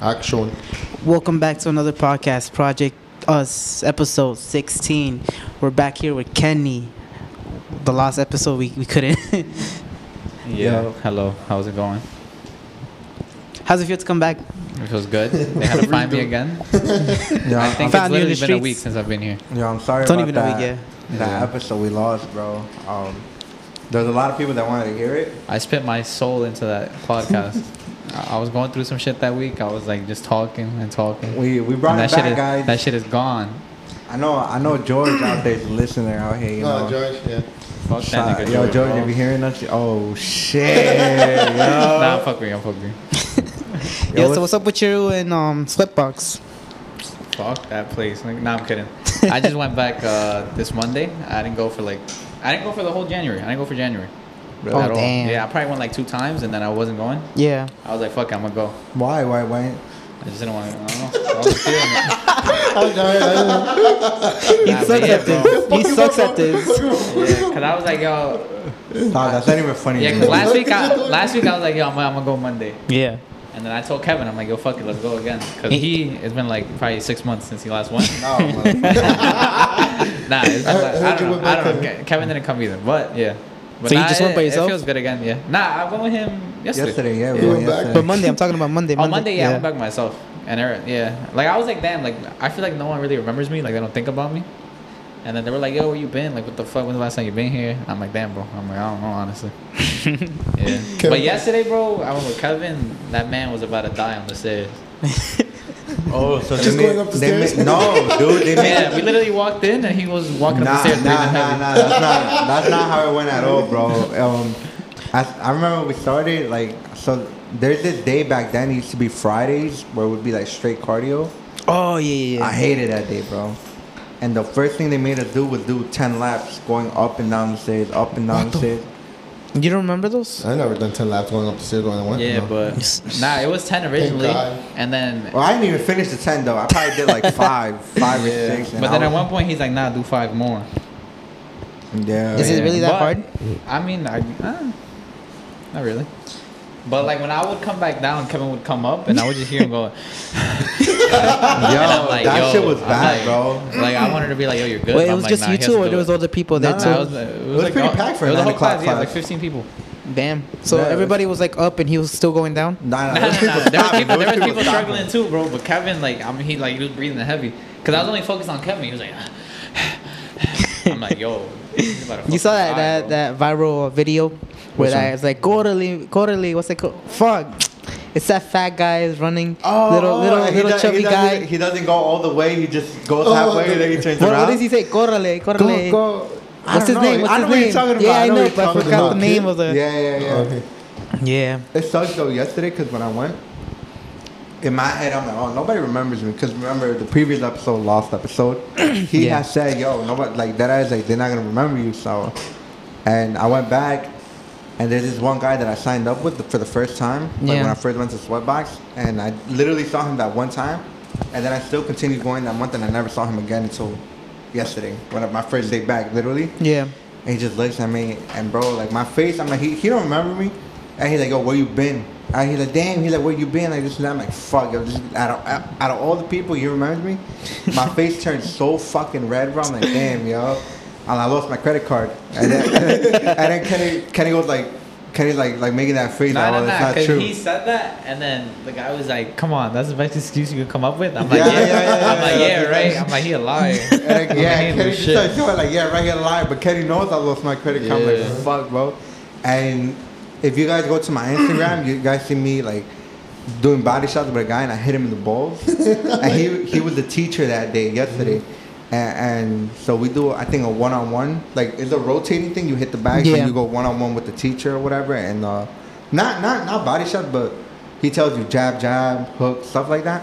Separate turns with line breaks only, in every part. action.
Welcome back to another podcast, Project Us, episode 16. We're back here with Kenny. The last episode we, we couldn't.
Yeah.
Yeah.
Hello. How's it going?
How's it feel to come back?
It feels good. They had to find me again.
Yeah,
I think
Found
I'm,
it's
you in
literally
the
been a week
streets.
since I've been here.
yeah, I'm sorry
It's only
about
been a
that.
week,
That
Yeah.
episode we lost, bro. Um, there's a lot of people that wanted to hear it.
I spent my soul into that podcast. I I was going through some shit that week. I was like just talking and talking.
We we brought
And that
it
shit
back,
is,
guys.
That shit is gone.
I know I know George out there's a listener out here. You
No,
know.
Oh, George, yeah.
Fuck that
Shout-
nigga.
yo,
George.
George, if you hearing us, oh shit, yo.
Nah, fuck me. I'm fucking.
Yeah,
Yo,
so what's up with you and um, Sweatbox?
Fuck that place. Like, nah, I'm kidding. I just went back uh, this Monday. I didn't go for like. I didn't go for the whole January. I didn't go for January.
Oh,
At all.
damn.
Yeah, I probably went like two times, and then I wasn't going.
Yeah.
I was like, "Fuck, it, I'm gonna go."
Why, why, why?
I just didn't want to. I don't know. I was feeling it.
Oh, George, I
He
Nah,
sucks
yeah,
at this. He sucks at this.
Yeah, cause I was like, yo,
Nah, that's not even funny.
yeah. Cause
dude.
last week, I, last week I was like, yo, I'm, gonna- I'm gonna go Monday,
Yeah.
and then I told Kevin, I'm like, yo, fuck it, let's go again, cause he it's been like probably six months since he last went.
No, motherfucker.
nah,
I
it's been like, I
heard you
don't
went
know. I
by
don't know.
Kevin.
Ke- Kevin didn't come either, but yeah. But
So you
nah,
just went
it-
by yourself?
It feels good again, yeah. Nah, I went with him yesterday.
yesterday, yeah, we
You
went
went back?
yesterday.
But Monday, I'm talking about Oh, Monday.
On Monday, yeah, I went back myself, and Eric, yeah, like I was like, damn, like I feel like no one really remembers me, like they don't think about me. And then they were like, "Yo, where you been? Like, what the fuck? When's the last time you been here?" I'm like, "Damn, bro. I'm like, I don't know, honestly." yeah. But
Kevin.
yesterday, bro, I went with Kevin. That man was about to die on the stairs.
oh, so
Just
they
going
made-
up the
they
stairs?
made- no, dude, they made
Yeah, we literally walked in and he was walking
nah,
up the stairs breathing
Nah, nah,
heavy.
nah. That's not that's not how it went at all, bro. Um, I, I remember we started like so. There's this day back then it used to be Fridays where it would be like straight cardio.
Oh, yeah, yeah,
I
yeah.
hated that day, bro. And the first thing they made us do was do ten laps, going up and down the stairs, up and down the stairs.
You don't remember those?
never done 10 laps going up the stairs when I went.
Yeah,
no.
but nah, it was ten originally,
God.
and then
Well, I didn't even finish the ten though. I probably did like five, five
Yeah.
or six. and
but then
I
at
was-
one point he's like, "Nah, do five more."
Yeah.
Is it really that hard?
I mean, I, uh, not really. But like when I would come back down, Kevin would come up, and I would just hear him go.
Yo, that shit was bad, bro.
bro. Like I wanted to be like, "Yo, you're
Wait,
good." but
it
I'm
was
like,
just
nah,
you
he has
two,
to
or
do
there
it.
was other people there
No, no,
too?
it was, it was,
was
like
pretty
all-
packed for
it
a
was a
nine
whole class.
o'clock
Yeah, it was like
class.
15 people.
Damn. So
No, it was-
everybody was like up and he was still going down?
Nah, nah,
Nah,
those
nah, nah. There
people
was
stopped.
people, there
Those
was
people
people
stopped.
struggling too, bro. But Kevin, like, I mean, he like he was breathing heavy, cause I was only focused on Kevin. He was like, I'm like, yo. he's about to
You saw that
fucking die, bro.
that, that viral video where
Which
that
one?
it's like quarterly quarterly what's it called? Fuck. It's that fat guy is running
Oh,
little
oh,
little
he
little
does-
chubby
he doesn't-
guy.
He doesn't go all the way. He just goes
Oh,
halfway
the-
and then he turns
What,
around.
what does he say? Correle, correle.
go.
I
What's
don't
his
know.
name? What's
I
his
know what
name?
you're talking about.
Yeah, I
I know
know,
what you're
but I
talking
forgot
about.
the name of the.
Yeah, yeah, yeah.
Okay.
yeah.
It sucks though. Yesterday, because when I went, in my head, I'm like, oh, nobody remembers me. Because remember the previous episode, lost episode, he
Yeah.
had said, yo, nobody like that. I was like, they're not gonna remember you. So, and I went back, and there's this one guy that I signed up with for the first time, like
Yeah.
when I first went to Sweatbox, and I literally saw him that one time, and then I still continued going that month, and I never saw him again until yesterday, when I- my first day back, literally.
Yeah.
And he just looks at me and bro, like my face, I'm like, he, he don't remember me. And he's like, yo, where you been? And he's like, damn, he's like, where you been? Like this and that. I'm like, fuck, yo, this, out of out- out of all the people, you remember me? My face turned so fucking red, bro. I'm like, damn, yo. And I lost my credit card. And then, and then Kenny Kenny goes like Kenny's like like making that face
No,
like,
no,
oh,
no.
that's not
Because
true.
he said that, and then the guy was like, "Come on, that's the best excuse you can come up with." I'm like,
Yeah,
"Yeah,
yeah, yeah, yeah,
I'm like,
yeah,
"Yeah,
yeah.
right." I'm like, "He a liar."
And
I'm
like, yeah,
like, he
Kenny
ain't
just
do shit.
started doing like, yeah, right here live, but Kenny knows I lost my credit card. I'm
Yeah.
like, fuck, bro. And if you guys go to my Instagram, you guys see me like doing body shots with a guy, and I hit him in the balls. and he he was the teacher that day yesterday.
Mm-hmm.
And, and so we do, I think, a one-on-one. Like, it's a rotating thing. You hit the bag,
Yeah.
and you go one-on-one with the teacher or whatever. And uh, not not not body shots, but he tells you jab, jab, hook, stuff like that.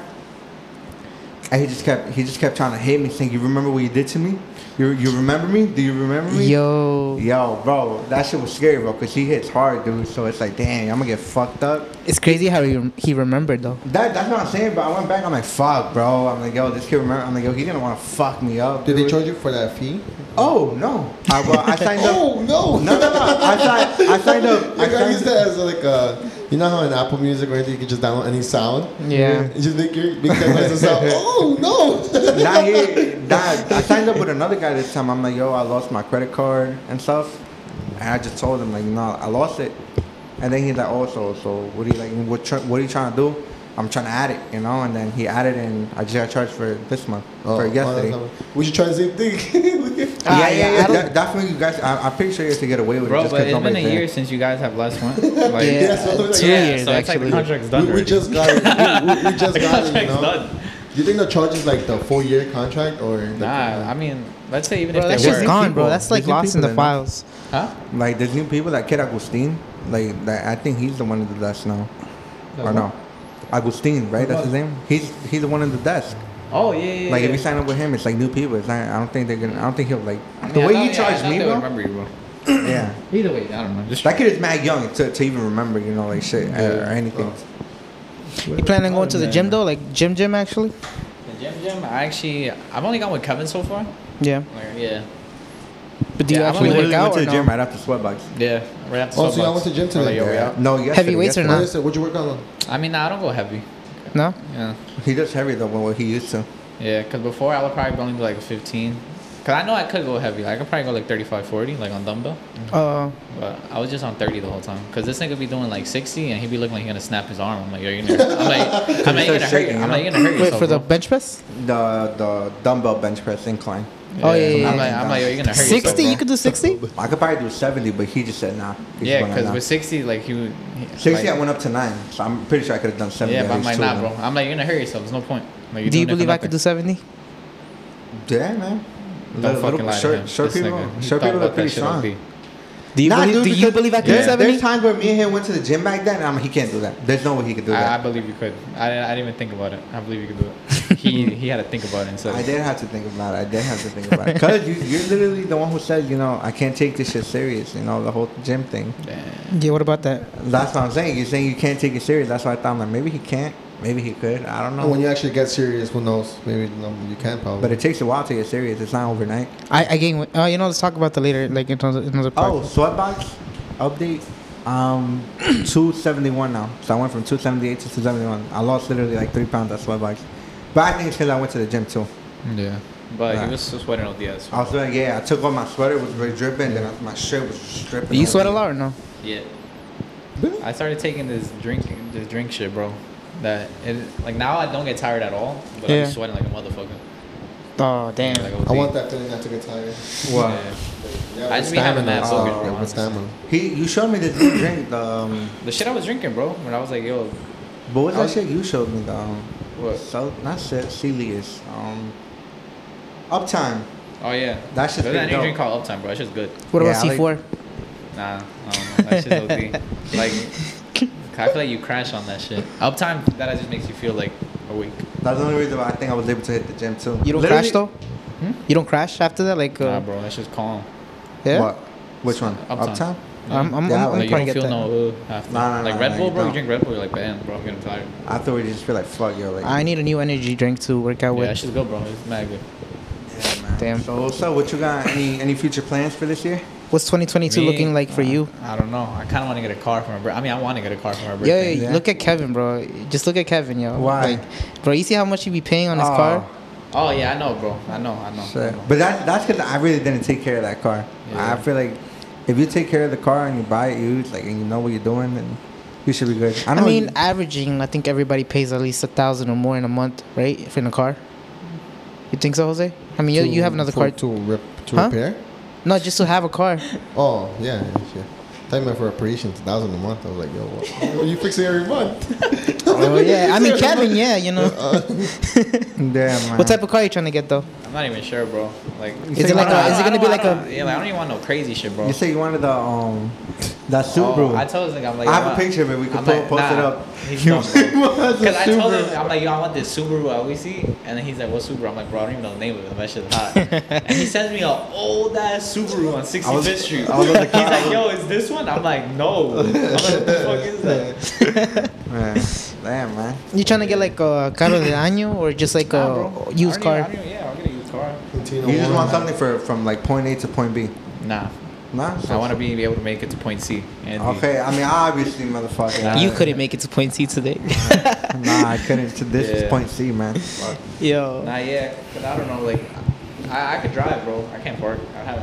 And he just kept he just kept trying to hit me, saying, "You remember what you did to me? You you remember me? Do you remember me?"
Yo.
Yo, bro, that shit was scary, bro, because he hits hard, dude. So it's like, damn, I'm gonna get fucked up.
It's crazy how he, he remembered though.
That that's what I'm saying, bro. I went back, I'm like, fuck, bro. I'm like, yo, this kid remember. I'm like, yo, he didn't want to fuck me up.
Did they
dude.
charge you for that fee?
Oh no, I, well, I signed up.
Oh, no.
No, no, no. I signed. I signed up.
You
I
gotta use
signed,
that as like a. You know how in Apple Music or anything you can just download any sound?
Yeah.
You just make your make that noise sound. Oh no!
not here. Not, I signed up with another guy this time. I'm like, yo, I lost my credit card and stuff. And I just told him, like, no, I lost it. And then he's like, oh, so, so what are you, like, what, tr- what are you trying to do? I'm trying to add it, you know? And then he added and I just got charged for this month,
Oh,
for
wow,
yesterday.
that's not- we should try the same thing.
Ah,
yeah,
yeah,
yeah,
I
yeah.
don't-
That, definitely, you guys, I, I'm pretty sure you guys can get away with it
Bro,
just
but
because
it's been a
nobody's there.
year since you guys have last one. Like,
yeah,
Yeah, so it's
two
like-
yeah,
years
so it's like
actually.
the contract's done.
we, we
already.
just got it. We, we- we just
The
got it. You
contract's
know?
done.
Do you think the charge is like the full year contract or? the-
Nah, I mean, let's say even
Bro,
if
that's
they
just
were,
gone, bro.
people.
That's like
There's new
lost in
people
the
there now.
files.
huh?
Like, there's new people, like Kid Agustin. Like, that, I think he's the one in the desk now.
The
or
what?
no. Agustin, right? That's his name? He's, he's the one in the desk.
Oh yeah, yeah.
Like
yeah.
if you sign up with him, it's like new people. It's not, I don't think they're gonna. I don't think he'll like
I mean,
the
I
way
thought-
he
yeah, I
charged
thought
me,
they would
bro.
Remember you, bro.
yeah,
Either way, I don't know. Just
that kid is mad young to, to even remember, you know, like shit uh,
Yeah.
or anything.
You planning on going to the gym though, like gym, gym actually?
the gym, gym. I actually, I've only gone with Kevin so far.
Yeah.
Like, yeah,
But do you
Yeah, I'm
actually
only
work
went
out
to
or
the gym
no?
right after sweatbox.
yeah. Right after
Oh, so y'all
Starbucks.
went to gym
We're like,
today?
yo, we out.
No, yesterday,
Heavyweights or
yesterday.
What
not?
is it? What'd you work on?
I mean, nah, I don't go heavy.
No.
Yeah,
He does heavier than what he used to.
yeah. Cause before I would probably only do like a 15. Cause I know I could go heavy. Like, I could probably go like 35, 40, like on dumbbell.
Uh,
But I was just on 30 the whole time. Cause this nigga be doing like 60 and he be looking like he gonna snap his arm. I'm like, yo, you're gonna, I'm like, I'm like, you're
start
gonna hurt,
shaking,
I'm like,
you
you're gonna hurt
wait
yourself.
for the
bro.
bench press.
The the dumbbell bench press incline.
Oh, yeah, yeah,
I'm
yeah.
like, I'm like, yo, you're gonna hurt yourself,
Sixty?
bro.
You could do sixty?
I could probably do seventy, but he just said nah. He's
Yeah,
gonna
because
nah.
with 60, like, he would. he-
sixty,
like,
I went up to nine, so I'm pretty sure I could have done seventy.
Yeah,
at
but I'm
least
like,
two of
nah, bro.
them.
I'm like, you're gonna hurt yourself. There's no point. Like, you're
Do you
doing it for
believe I could do
nothing.
seventy?
Yeah, man.
Don't
Little-
fucking lie to him.
Short, short
This
people,
nigga, he
short
thought
people
about
are
that
pretty
shit OP.
strong.
Do you
Nah,
believe?
dude,
do you
because
believe I could
there-
do seventy?
There's times where me and him went to the gym back then. and I'm like, he can't do that. There's no way he could do
I, I
that.
believe you could. I, I didn't even think about it. I believe you could do it. he he had to think about it and
I
said,
did have to think about it. I did have to think about it. Cause you, you're literally the one who said, you know, I can't take this shit serious. You know, the whole gym thing.
"Damn."
Yeah. What about that?
That's what I'm saying. You're saying you can't take it serious. That's why I thought I'm like, maybe he can't. Maybe he could. I don't
No, when you
know.
actually get serious, who knows? Maybe no, you can probably.
But it takes a while to get serious. It's not overnight.
I I gain. weight- Oh, you know, let's talk about that later, like in another another
Oh,
podcast.
sweatbox update. Um, 271 now. So I went from 278 to 271. I lost literally like three pounds at sweatbox. But I think it's because I went to the gym too.
yeah. But
Nah.
he was so sweating all the ass.
I was sweating, yeah. I took off my sweater, it was really dripping, then I, my shirt was dripping.
Do you sweat a lot or no?
Yeah.
Really?
I started taking this drink, this drink shit, bro. That it, like now I don't get tired at all, but
Yeah.
I'm sweating like a motherfucker.
Oh
Like,
damn.
OD.
I want that feeling not to get tired.
What?
Yeah.
Yeah,
I
with
just be having
stamina.
that
focus,
Yeah,
bro,
with
honestly.
stamina.
He, you showed me this new drink, the, um,
The shit I was drinking, bro. When I was like, yo,
but what's
I
that
was-
shit you showed me? The, um,
What?
So, not Ce- Celius, um, Uptime.
oh yeah,
That shit's
There's that
pretty
new
dope.
drink called Uptime, bro. That shit's good.
What
Yeah,
about
I
C
like-
four?
Nah, I don't know. That shit's OD. Like, I feel like you crash on that shit. Uptime, that just makes you feel like awake.
That's the only reason why I think I was able to hit the gym too.
You don't
Literally-
crash though.
Hmm?
You don't crash after that, like.
Nah,
Uh,
bro, that's just calm.
yeah.
What? Which one?
Uptime.
Uptime?
I'm I'm,
Yeah,
I'm, I'm
Like,
trying
you don't
to get
feel
that.
no uh, after.
Nah, nah,
like
nah,
Red
nah,
Bull,
you
bro. You
don't.
drink Red Bull, you're like, damn, bro, I'm getting tired.
Afterward, you just feel like, fuck, yo, like,
I need a new energy drink to work out
Yeah,
with.
that shit's good, bro. It's mad good.
yeah, man.
Damn.
So, so, what you got? Any any future plans for this year?
What's 2022
Me,
looking like for
uh,
you?
I don't know. I kind of want to get a car for my birthday. I mean, I want to get a car for my
Yo, yo,
birthday.
yeah.
look at Kevin, bro. Just look at Kevin, yo.
Why?
Like, bro, you see how much he be paying on his
Oh,
car?
Oh yeah, I know, bro. I know, I know. I
Shit.
know.
But that, that's because I really didn't take care of that car.
Yeah.
I feel like if you take care of the car and you buy it used, like, and you know what you're doing, then you should be good.
I,
know
mean,
you-
averaging, I think everybody pays at least a thousand or more in a month, right? If in a car. You think so, Jose? I mean, you,
To-
you have another
for-
car.
to rip to
Huh?
repair.
No, just to have a car.
Oh yeah, yeah. shit. Thought you meant for reparation, two thousand a month. I was like, yo, what? you fix it every month.
oh yeah. Uh, I mean, Kevin, yeah, you know.
damn, man.
What type of car you trying to get though?
I'm not even sure, bro. Like,
You
Is
say
it like a,
you wanna-
is it gonna
I don't
be
want-
like
I
a?
don't- Yeah, like, I don't even want no crazy shit, bro.
You said you wanted the um that Subaru.
Oh, I told this nigga, I'm like,
I have a
nah.
picture of it. We can
I'm
po-
like,
post it
nah,
up.
He's dumb, bro. Because
Because
I told him, I'm like, yo, I want this Subaru I always see. And then he's like, what Subaru? I'm like, bro, I don't even know the name of it. That shit's hot. and he sends me an old ass Subaru on 65th
was-
Street.
I was in the car.
He's like, yo, is this one? I'm like, no. I'm like, what the fuck is that?
Damn, man.
You trying to get like a carro de año or just like
Nah,
a
bro.
used
I don't even- I
car?
don't even- yeah, I'll get a used car.
Continue
You just
on.
want something for from like point A to point B.
Nah.
Nah. so-
I want to be able to make it to point C. And D.
Okay, I mean obviously, motherfucker.
Nah.
I-
You couldn't make it to point C today.
Nah, I couldn't. To this is
Yeah.
point C, man. Fuck.
Yo.
Nah, yeah, but I don't know. Like, I, I could drive, bro. I can't park. I have.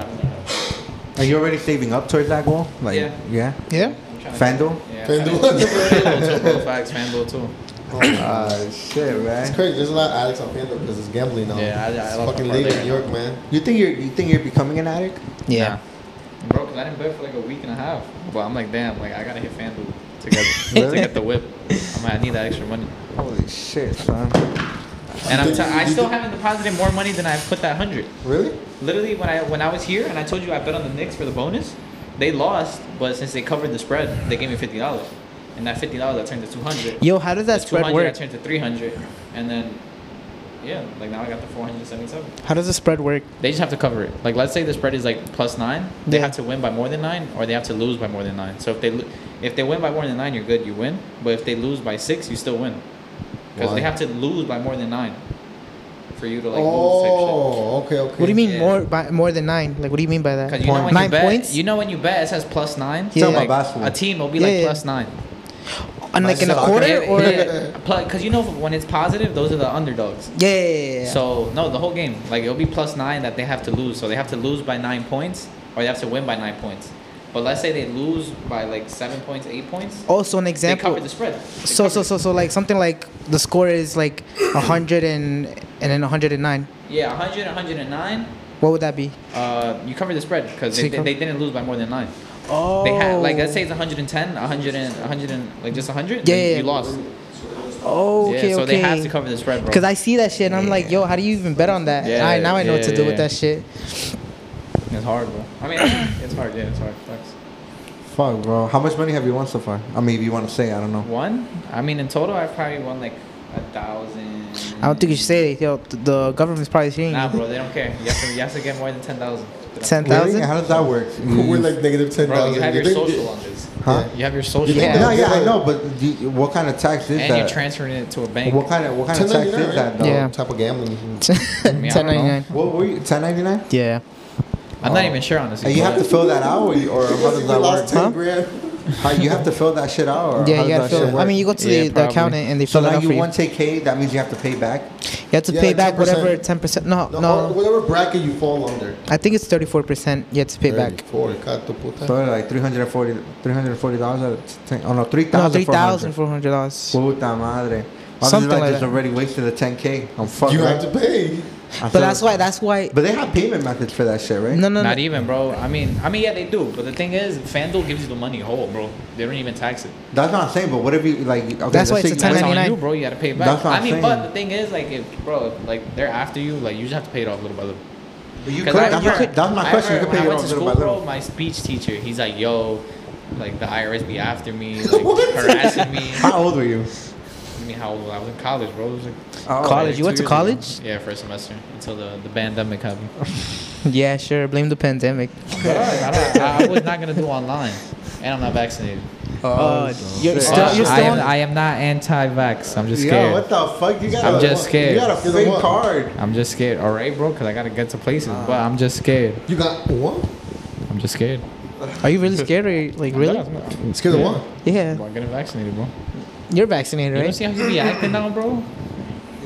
I'm,
Are you already saving up towards that goal? Like,
Yeah.
yeah.
Yeah.
I'm trying to.
Fandle.
Yeah,
FanDuel.
FanDuel too, bro. Facts, FanDuel too.
Ah, shit,
Oh, It's
man.
crazy. There's a lot of addicts on FanDuel because it's gambling now.
Yeah, I- I
it's
love
fucking
my
late in
brother.
New York, man.
You think you're you think you're becoming an addict?
Yeah.
Nah. Bro, because I didn't bet for like a week and a half. But I'm like, damn, like I gotta hit FanDuel to get to get the whip. I'm like, I need that extra money.
Holy shit, son.
And I'm
Did
t-
you-
I
did
still
you-
haven't deposited more money than I put that hundred.
Really?
Literally, when I when I was here and I told you I bet on the Knicks for the bonus, they lost. But since they covered the spread, they gave me fifty dollars, and that fifty dollars I turned to two hundred.
Yo, how does that
Two
spread
hundred I
work?
turned to three hundred, and then yeah, like now I got the four hundred seventy-seven.
How does the spread work?
They just have to cover it. Like, let's say the spread is like plus nine. They
Yeah.
have to win by more than nine, or they have to lose by more than nine. So if they lo- if they win by more than nine, you're good. You win. But if they lose by six, you still win. Because
Why?
they have to lose by more than nine for you to like lose.
oh, okay, okay.
What do you mean
Yeah.
more by, more than nine? Like, what do you mean by that?
Because you know when
nine
you bet,
points.
you know when you bet, it says plus nine.
Yeah. Talking
about
Like,
basketball.
a team will be
Yeah,
like
yeah.
plus nine.
and like in a
Myself.
quarter or yeah,
Because you know when it's positive, those are the underdogs.
yeah, yeah, yeah.
So no, the whole game, like it'll be plus nine that they have to lose. So they have to lose by nine points, or they have to win by nine points. But let's say they lose by like seven points, eight points.
also an
They
example.
cover the spread. They
So
cover
so
it.
so so like something like the score is like a hundred and and then a hundred and nine.
Yeah, 100, 109.
What would that be?
Uh, you cover the spread because
So
they,
you
they,
cover-
they didn't lose by more than nine.
Oh,
They had like let's say it's 110, 100 and 100 and like just 100.
Yeah,
then
yeah,
you
yeah.
lost.
Oh, okay,
yeah, so
okay.
they have to cover the spread, bro.
Cause I see that shit and I'm like, yo, how do you even bet on that?
Yeah,
All right, now I know what to
yeah,
do
yeah.
with that shit.
it's hard, bro. I mean, it's hard. Yeah, it's hard. Sucks.
Fuck, bro. How much money have you won so far? I mean, if you want to say, I don't know.
One. I mean, in total, I probably won like a thousand.
I don't think you should say it. Yo, th- the government's probably seeing
Nah,
you.
bro, they don't care. You have to, you have to get more than ten thousand.
ten
Really?
thousand.
How does that work?
We're like negative ten
Bro,
thousand.
you have your social on this.
Huh?
You have your social.
Yeah.
on
No,
this.
yeah, I know, but do you- what kind of tax is
And you're
that?
transferring it to a bank.
what kind of what kind of tax is that though?
Yeah.
Type of gambling.
Ten
mean, I don't know.
ninety nine.
What were you? Ten ninety nine?
Yeah.
I'm not even sure, honestly.
And you have to fill that out, or, you- or how does
We
that
lost
work?
ten
Huh?
grand.
How, you have to fill that shit out, or
Yeah,
how
you gotta
does that
fill
shit
it. I
work?
mean, you go to
Yeah,
the, the
probably.
accountant and they
so
fill it
now
out
you
for you.
won take K, that means you have to pay back.
You have to
Yeah,
pay
like
back whatever
10%.
ten percent. No,
No, oh,
no,
or whatever bracket you fall under.
I think it's thirty four percent. You have to pay back.
Four. God, the
Uh,
puta.
So like 340 dollars. Oh no, three
No,
thousand.
three thousand four hundred dollars.
Puta madre. Something
Something
like,
like
just
that.
already wasted the 10k. I'm fucked.
You
right?
have to pay.
I
But
feel-
that's why. That's why.
But they have payment methods for that shit, right?
No, no,
Not
no.
even, bro. I mean, I mean, yeah, they do. But the thing is, FanDuel gives you the money whole, bro. They don't even tax it.
That's not saying. But what if you like? Okay,
That's why
let's
it's
say
a
you
That's
win-
1099.
on you, bro. You gotta pay it back.
That's what
I
I'm
mean,
saying.
but the thing is, like, if bro, if, like they're after you, like you just have to pay it off little by little.
But you
'Cause
could-
I
That's my-
remember-
that's my
I
question. You
remember
could pay
when
it
I went to
off little by
school, bro,
little.
My speech teacher, he's like, yo, like the IRS be after me, like harassing me.
How old were you?
I mean, how old was I? I was in college, bro. It was like
Oh,
College.
like
You went to
two years ago.
college?
Yeah, for a semester until the, the pandemic happened.
Yeah, sure. Blame the pandemic.
But I, don't- I- I was not gonna do online, and I'm not vaccinated.
oh,
Uh, you're
shit.
still, you're
I,
still
am,
on.
I am not anti-vax. I'm just
Yo,
scared.
what the fuck? You got
I'm
a,
just scared.
You got a
You're the
fake
one.
card.
I'm just scared. All right, bro, because I gotta get to places, but I'm just scared.
You got one.
I'm just scared.
Are you really scared? Or you- like really?
I'm not-
Scared of
Yeah.
one.
Yeah.
I'm not getting vaccinated, bro.
You're vaccinated,
You don't
right?
see how he be acting now, bro?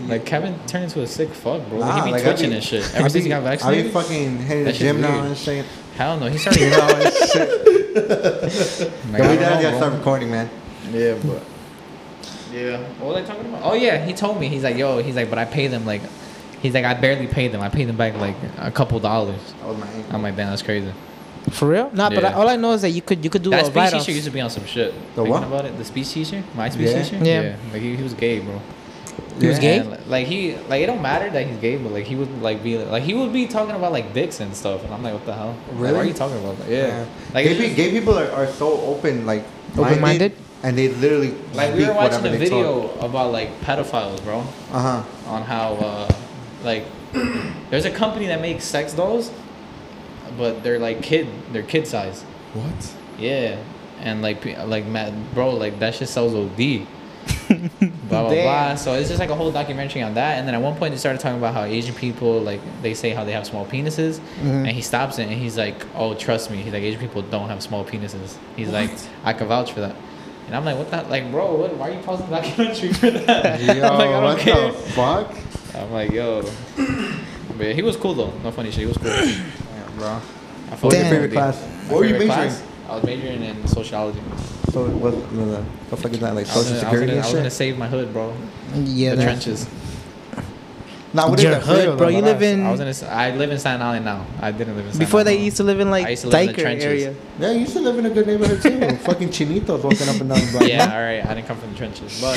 Like Kevin turned into a sick fuck, bro.
Nah,
he be
like, I
twitching
be-
and shit.
I
Ever
be-
since he got
I be
vaccinated.
fucking hitting the
That shit's
gym now
weird.
and saying,
Hell no, he started.
you know, it's shit.
like,
Yo,
I
we
don't
gotta
know,
gotta
bro.
start recording, man.
Yeah, but yeah. What were they talking about? Oh yeah, he told me. He's like, yo, he's like, but I paid them like, he's like, I barely paid them. I paid them back like a couple dollars.
That was Oh, my ankle.
I'm like, damn, that's crazy.
For real? Nah, but I,
Yeah.
all I know is that you could you could do
that
a
speech
write off.
teacher used to be on some shit.
The
Thinking
what?
about it? The speech teacher, my speech
Yeah.
teacher.
Yeah.
like he, he was gay, bro.
He was gay?
And, li- like he, like it don't matter that he's gay, but like he would like be like he would be talking about like dicks and stuff, and I'm like, what the hell? Like, why are
Really?
you talking about that? Yeah. Like,
Like gay,
it's
pe-
just-
gay people are, are so open, like
Open-minded?
and they literally
like we were
speak
watching
whatever
a
they talk.
video about like pedophiles, bro.
Uh huh.
on how uh, like there's a company that makes sex dolls, but they're like kid, they're kid size.
What?
Yeah, and like pe- like Matt, bro, like that shit sells OD. but I blah
Damn.
blah. So it's just like a whole documentary on that. And then at one point they started talking about how Asian people like they say how they have small penises,
Mm-hmm.
and he stops it and he's like, "Oh, trust me." He's like, "Asian people don't have small penises." He's like, "I can vouch for that." And I'm like, "What the like, bro? What, why are you pausing the documentary for that?"
Yo,
I'm like, "I don't
what
care."
the fuck?
I'm like, "Yo." But he was cool though. No funny shit. He was cool. I
Damn, bro.
fuck
What's your
with
favorite
him,
class?
dude. My
What were you
favorite
majoring?
class? I was majoring in sociology.
So what? No, no. The fuck is that? Like
I was gonna- I
social
was
security
gonna-
and
I was gonna
shit.
save my hood, bro.
Yeah,
the
that's-
trenches.
Nah, what is
Your
that?
hood,
Fredo,
bro.
though,
You
my
live
ass.
in-
I was in. A, I live in Staten Island now. I didn't live in. Staten
Before they
Island.
used to live in like
I used to live in the
Diker
trenches.
area.
Yeah, you used to live in a good neighborhood too. Fucking chinitos walking up and down the block.
Yeah, all right. I didn't come from the trenches, but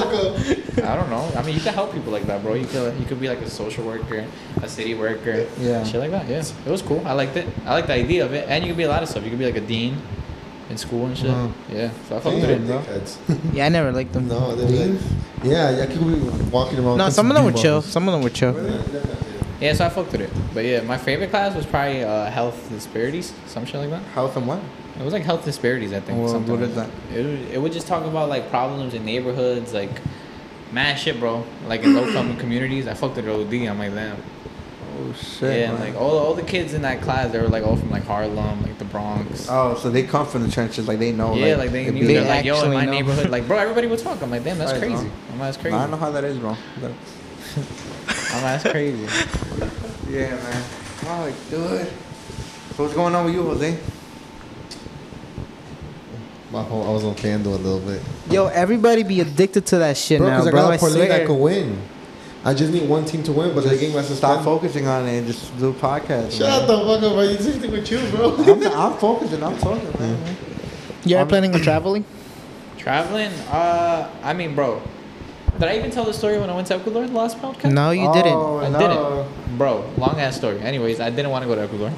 I don't know. I mean, you can help people like that, bro. You could you could be like a social worker, a city worker,
Yeah.
shit like that. Yeah, it was cool. I liked it. I liked the idea of it, and you could be a lot of stuff. You could be like a dean in school and shit.
Wow.
Yeah, so I fucked with
Damn,
it.
dickheads.
Yeah, I never liked them.
No, they're like, yeah, I could be walking around.
No,
with
some of them were
D-marks.
chill. Some of them were chill.
Yeah, so I fucked with it. But yeah, my favorite class was probably uh, health disparities, some shit like that.
Health and what?
It was like health disparities, I think.
Well,
something
what
like
is
It, would- it would just talk about like problems in neighborhoods, like mad shit, bro. Like in low income communities, I fucked with OD. I'm like, damn.
Oh shit.
Yeah, and
man.
like all, all the kids in that class, they were like all from like Harlem, like the Bronx.
Oh, so they come from the trenches, like they know.
yeah, like, they
the
knew.
beat.
They're like, yo, in
actually
my
know.
neighborhood, like, bro, everybody would talk. I'm like, damn, that's
Right,
crazy.
bro.
I'm like, that's
Nah,
crazy.
I
I'm
know
like,
how that is, bro. Look.
that's crazy.
Yeah, man. Oh, Wow, dude. So what's going on with you, Jose?
My whole, I was on Candle a little bit.
Yo, everybody be addicted to that shit
Bro,
now,
because I
bro.
got
I
a parlay that
swear.
could win. I just need one team to win, but the game was
Stop
suspended.
focusing on it and just do podcast.
Shut
man.
the fuck up, bro. You sitting with you, bro.
I'm, I'm focusing. I'm talking, man.
You are planning on traveling?
Traveling, uh, I mean, bro, did I even tell the story when I went to Ecuador the last podcast?
No, you
Oh,
didn't.
I
no.
didn't. Bro, long ass story. Anyways, I didn't want to go to Ecuador.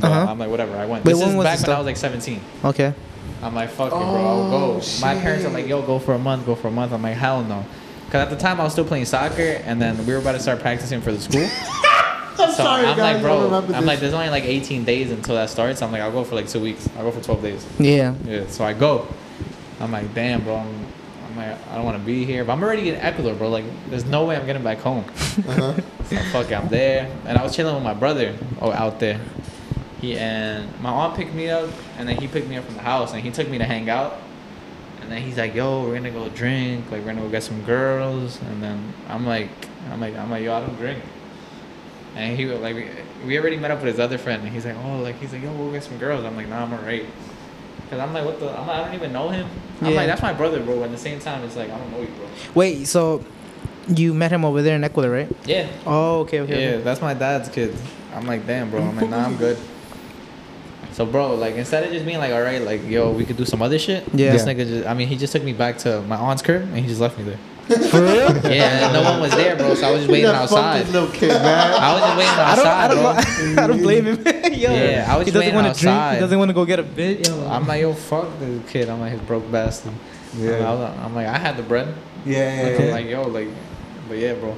But
Uh-huh.
I'm like, whatever, I went.
Wait,
this
when
is
was
back
this
when I
though?
was like 17.
Okay.
I'm like, fuck it, bro, I'll go.
Oh,
My parents are like,
shit.
yo, go for a month, go for a month. I'm like, hell no. Because at the time I was still playing soccer, and then we were about to start practicing for the school.
I'm
So I'm like,
I
bro, I'm
remember
like, there's only like 18 days until that starts. I'm like, I'll go for like two weeks. I'll go for 12 days.
Yeah.
Yeah, so I go. I'm like, damn, bro. I'm, I'm like, I don't want to be here, but I'm already in Ecuador, bro. Like, there's no way I'm getting back home. so fuck, it, I'm there, and I was chilling with my brother oh, out there. He and my aunt picked me up, and then he picked me up from the house, and he took me to hang out. And then he's like, "Yo, we're gonna go drink. Like, we're gonna go get some girls." And then I'm like, "I'm like, I'm like, yo, I don't drink." And he was like, we, we already met up with his other friend, and he's like, "Oh, like he's like, yo, we'll get some girls." I'm like, "Nah, I'm alright." Cause I'm like, what the? I'm like, I don't even know him. I'm
Yeah.
like, that's my brother, bro. At the same time, it's like I don't know you, bro.
Wait, so you met him over there in Ecuador, right?
Yeah.
Oh, okay, okay.
Yeah,
okay.
that's my dad's kid. I'm like, damn, bro. I'm like, nah, I'm good. So, bro, like, instead of just being like, all right, like, yo, we could do some other shit.
Yeah.
This nigga just, I mean, he just took me back to my aunt's crib and he just left me there.
For real?
Yeah, and no one was there, bro. So I was just waiting outside.
Fuck this little kid, man.
I was just waiting
I
outside,
don't, I don't,
bro.
I don't blame him. Yo,
Mm-hmm. Yeah, I was
he
just
doesn't
waiting
want to drink.
outside.
He doesn't want to go get a bit. Yo.
I'm like, yo, fuck this kid. I'm like, his broke bastard.
Yeah.
Yeah. I was, I'm like, I had the bread.
Yeah, yeah,
I'm
yeah.
like, yo, like, but yeah, bro.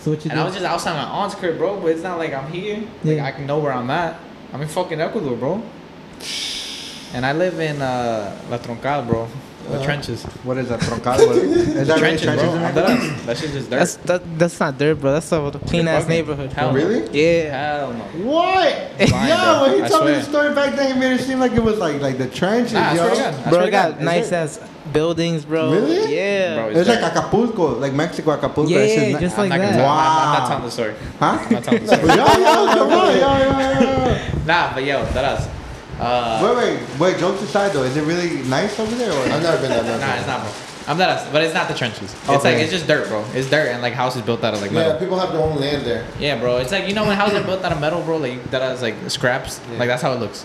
so what you
And I was
do?
just outside my aunt's crib, bro. But it's not like I'm here. Like
Yeah.
I can know where I'm at. I'm in fucking Ecuador, bro. And I live in uh, La Troncal, bro. The trenches.
What Uh-huh. is that? Troncal? What- Is that really
trenches,
trenches?
bro.
in
I'm
there?
dead. that shit's just dirt.
That's that, that's not dirt, bro. That's a clean ass
Fucking-
neighborhood.
Hell no.
Oh, Really?
Yeah.
Hell no.
What?
Blind, bro.
yo, when
I
he told me
swear.
the story back then, he made it seem like it was like like the trenches,
Nah, Ah, I
yo.
swear to God. I swear
Bro,
to
it got
God.
nice ass buildings, bro.
Really?
Yeah.
Bro,
It was like
dirt.
Acapulco, like Mexico, Acapulco.
Yeah,
that shit's
just
I'm
like
not gonna
that.
tell- I'm, I'm
Wow.
not telling the story.
Huh?
I'm not telling the
Yo,
story.
yo, come on, yo, yo, yo, yo.
nah, but yo, that us. Uh,
Wait, wait, wait. Jokes aside, though, is it really nice over there? Or
I've never been that
nah, it's
bad.
not, bro. I'm not us, but it's not the trenches. It's
Okay.
like it's just dirt, bro. It's dirt and like houses built out of like metal.
Yeah, people have their own land there.
Yeah, bro. It's like you know when houses are built out of metal, bro. Like that is like scraps. Like that's how it looks.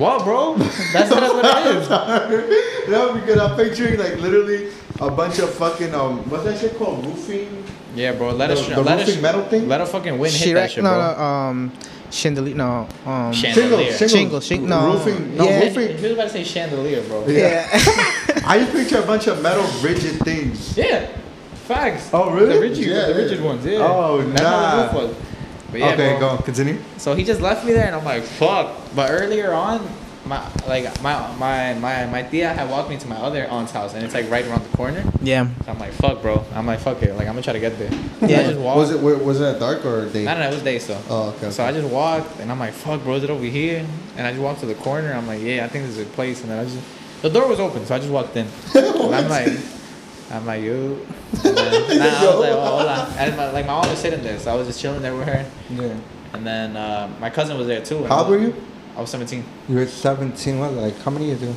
What, bro? That's not what it is.
no, because I'm picturing like literally a bunch of fucking um, what's that shit called? Roofing.
Yeah, bro. Let us.
The- the
let us.
roofing metal thing?
Let a fucking wind hit
Shirac,
that shit,
no,
bro.
no, um, chandelier, no, um,
Chandelier.
Shingles, shingles,
Shingles, shing- no.
roofing, no
Yeah.
He
roofing.
was about to say chandelier, bro.
yeah.
I just picture a bunch of metal rigid things.
Yeah. Facts.
Oh, really?
The rigid,
Yeah,
the
yeah.
rigid ones. Yeah.
Oh,
That's how the
nah.
roof was. But yeah,
okay,
bro.
go continue.
So he just left me there, and I'm like, fuck. But earlier on, my like my my my my tia had walked me to my other aunt's house, and it's like right around the corner.
Yeah.
So I'm like, fuck, bro. I'm like, fuck it. Like I'm gonna try to get there.
Yeah.
I just walked.
Was it where- was it at dark or day?
I don't know. It was day so.
Oh, okay.
So I just walked, and I'm like, fuck, bro, is it over here? And I just walked to the corner. I'm like, yeah, I think this is a place. And then I just, the door was open, so I just walked in. and I'm like, I'm like, yo. And then, nah, I was like, oh, hola. And my, like my mom was sitting there, so I was just chilling there with her.
Yeah.
And then uh, my cousin was there too. and
How old were you?
I was 17,
You were 17. What? Like how many years ago?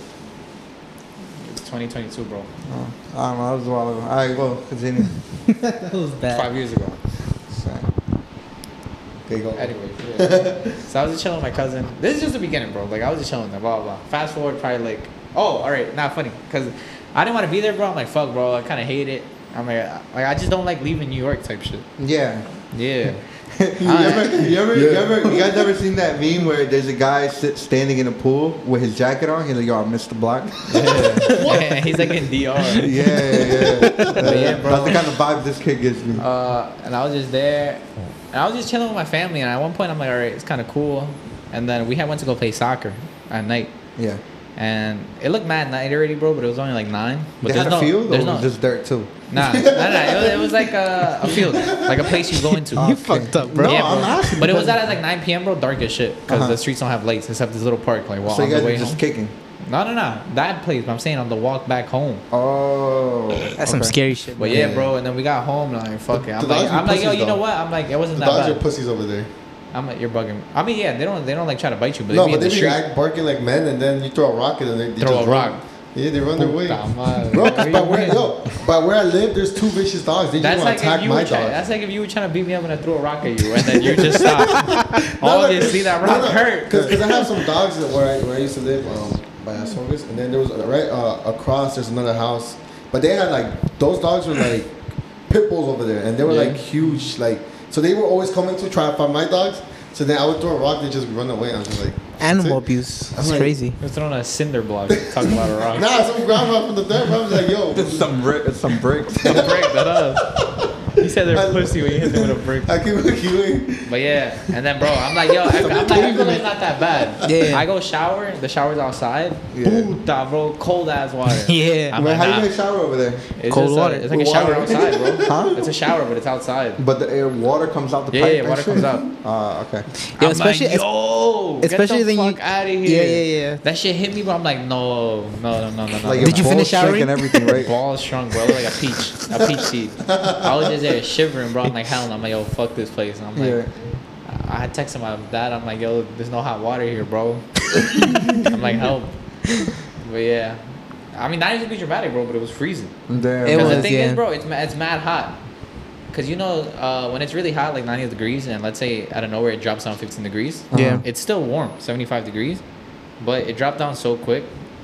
2022, bro.
Oh, I don't know. That was a while ago. All right, go continue.
That was
Five years ago.
Sorry.
Okay, go.
Anyway, yeah. so I was just chilling with my cousin. This is just the beginning, bro. Like I was just chilling there, blah blah. blah. Fast forward, probably like, oh, all right, not funny, cause I didn't want to be there, bro. I'm like, fuck, bro. I kind of hate it. I'm like, I- like I just don't like leaving New York type shit.
Yeah.
Yeah.
you ever, you ever, you ever, you guys ever seen that meme where there's a guy sit, standing in a pool with his jacket on? He's like, "Yo, I missed the block."
yeah. He's like in
yeah,
DR.
yeah.
Yeah,
yeah
bro.
That's the kind of vibe this kid gives me.
Uh, and I was just there, and I was just chilling with my family. And at one point, I'm like, all right, it's kind of cool. And then we had went to go play soccer at night.
yeah.
And it looked mad night already, bro, but it was only like nine. But
they
there's
had a
no,
field, or
there's
was
no,
it just dirt too?
Nah, nah, nah. It was, it was like a, a field, like a place you go into.
Uh,
You fucked up, bro.
No,
yeah, bro.
I'm asking
but it was out at like 9 p.m., bro. Dark as shit, because
Uh-huh.
the streets don't have lights except this little park. Like, walk
so
on
you
the
guys
way
are
home.
just kicking.
no, no, no, that place. But I'm saying on the walk back home.
Oh,
That's some scary shit.
But yeah, bro. And then we got home, and I'm like, fuck it. I'm
The
like,
dogs be
I'm like, yo,
pussies,
you know
though.
what? I'm like, it
The
wasn't
dogs
that
are
bad.
pussies over there.
I'm like, you're bugging. me. I mean, yeah, they don't, they don't like try to bite you, but
no,
they be
but
in the
they be
street.
act, barking like men, and then you throw a rock, and then they, they
Throw
just
a
run.
rock.
Yeah, they run their way.
Puta madre.
Bro,
Are
'cause
you
by where,
winning?
yo, by where I live, there's two vicious dogs. They just
That's
want to
like if
attack
you
my
were try,
dog.
that's like if you were trying to beat me up and I threw a rock at you and then you just stop. Obviously that rock hurt.
Because I have some dogs that where I, where I used to live um, by Asongas, and then there was uh, right uh, across there's another house, but they had like those dogs were like pit bulls over there, and they were
Yeah.
like huge, like so they were always coming to try and find my dogs. So then I would throw a rock, they just run away. I'm just like
Animal abuse. That's
like-
crazy.
You're throwing a cinder block. Talking about a rock.
Nah, some grandma from the dirt, bro. I was like, yo,
This is some brick. Some bricks.
Don't break that up. You said they're
I-
pussy when you hit them with a brick.
I keep looking.
But yeah, and then bro, I'm like, yo, I, I'm like, Everglades not that bad.
Yeah.
I go shower. The shower's outside.
Yeah.
Puta, bro, cold ass water.
Yeah.
I'm
Wait,
like,
how do
nah.
you guys shower over there?
It's
Cold
just
water.
A, it's like a
With
shower
water.
outside, bro.
Huh?
It's a shower, but it's outside.
But the air water comes out the
Yeah,
pipe.
yeah,
and
water
shit?
comes out.
Ah, okay.
Yo,
I'm
especially
like, yo,
especially
get the
then you-
fuck out of here.
Yeah, yeah, yeah.
That shit hit me, but I'm like, no, no, no, no, no, no.
Like
Did
your
you
balls
finish
shake
showering?
And everything, right?
Balls shrunk, bro. I look like a peach, a peach seed. I was just there shivering, bro. I'm like, hell, no. I'm like, yo, fuck this place. And I'm like,
Yeah.
I I had texted my dad. I'm like, yo, there's no hot water here, bro. I'm like, help. But yeah, I mean, not even to be dramatic, bro, but it was freezing.
Damn.
It
Because
was-
the thing
yeah.
is, bro, it's ma- it's mad hot. Cause you know uh, when it's really hot, like 90 degrees, and let's say out of nowhere it drops down 15 degrees.
Yeah.
It's still warm, 75 degrees, but it dropped down so quick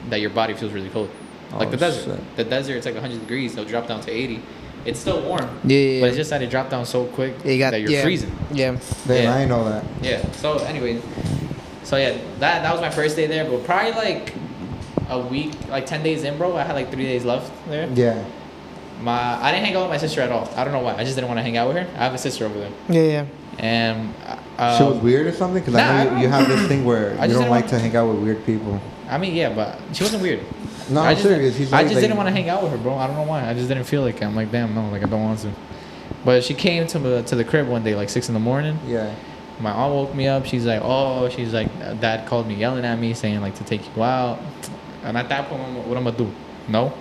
that your body feels really cold. Like
Oh,
the desert.
shit.
The desert, it's like 100 degrees. They'll drop down to 80. It's still warm.
Yeah, yeah,
But
yeah.
it's just that it dropped down so quick
You got
that you're
yeah.
freezing.
Yeah.
Damn,
Yeah.
I ain't know that.
Yeah. So anyway, so yeah, that that was my first day there, but probably like a week, like 10 days in, bro. I had like three days left there.
Yeah.
My I didn't hang out with my sister at all. I don't know why. I just didn't want to hang out with her. I have a sister over there,
Yeah, yeah.
and uh,
she was weird or something? Because
nah,
I
I
know
don't-
you, you have this thing where
I
you
just
don't
didn't
like
want-
to hang out with weird people.
I mean, yeah, but she wasn't weird.
No,
I
I'm
just
serious. He's
I
like-
just
like-
didn't want to hang out with her, bro. I don't know why. I just didn't feel like it. I'm like, damn, no, like I don't want to. But she came to the, to the crib one day, like six in the morning.
Yeah.
My aunt woke me up. She's like, oh, she's like, dad called me yelling at me, saying like to take you out. And at that point, I'm- what I'm gonna do? No.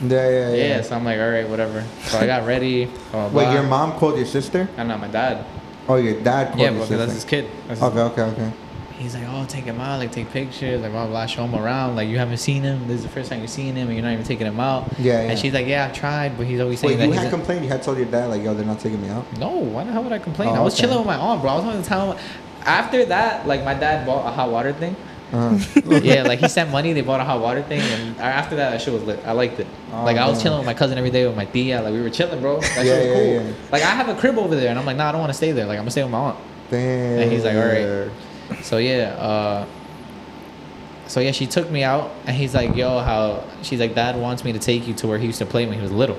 Yeah, yeah, yeah.
Yeah. so I'm like, all right, whatever. So I got ready. blah, blah,
Wait, your
blah.
mom called your sister?
I'm not my dad.
Oh, your dad called
Yeah,
your
because
sister.
that's his kid. That's his
okay, okay, okay.
He's like, oh, take him out, like take pictures, like blah blah, show him around. Like you haven't seen him. This is the first time you've seen him, and you're not even taking him out.
Yeah, yeah.
And she's like, yeah, I've tried, but he's always saying
Wait, you
that.
had
He's a-
complained. You had told your dad like, yo, they're not taking me out.
no, why the hell would I complain?
Oh,
I was
okay.
chilling with my aunt, bro. I was on the town. After that, like my dad bought a hot water thing.
Uh,
yeah, like he sent money. They bought a hot water thing, and a- after that, that shit was lit. I liked it.
Oh,
like I was
man.
chilling with my cousin every day with my tia. Like we were chilling, bro. That
Yeah,
shit was
yeah,
cool.
yeah.
Like I have a crib over there, and I'm like, nah, I don't want to stay there. Like I'm gonna stay with my aunt.
damn.
he's like, all right. So yeah, uh, so yeah, she took me out, and he's like, "Yo, how?" She's like, "Dad wants me to take you to where he used to play when he was little.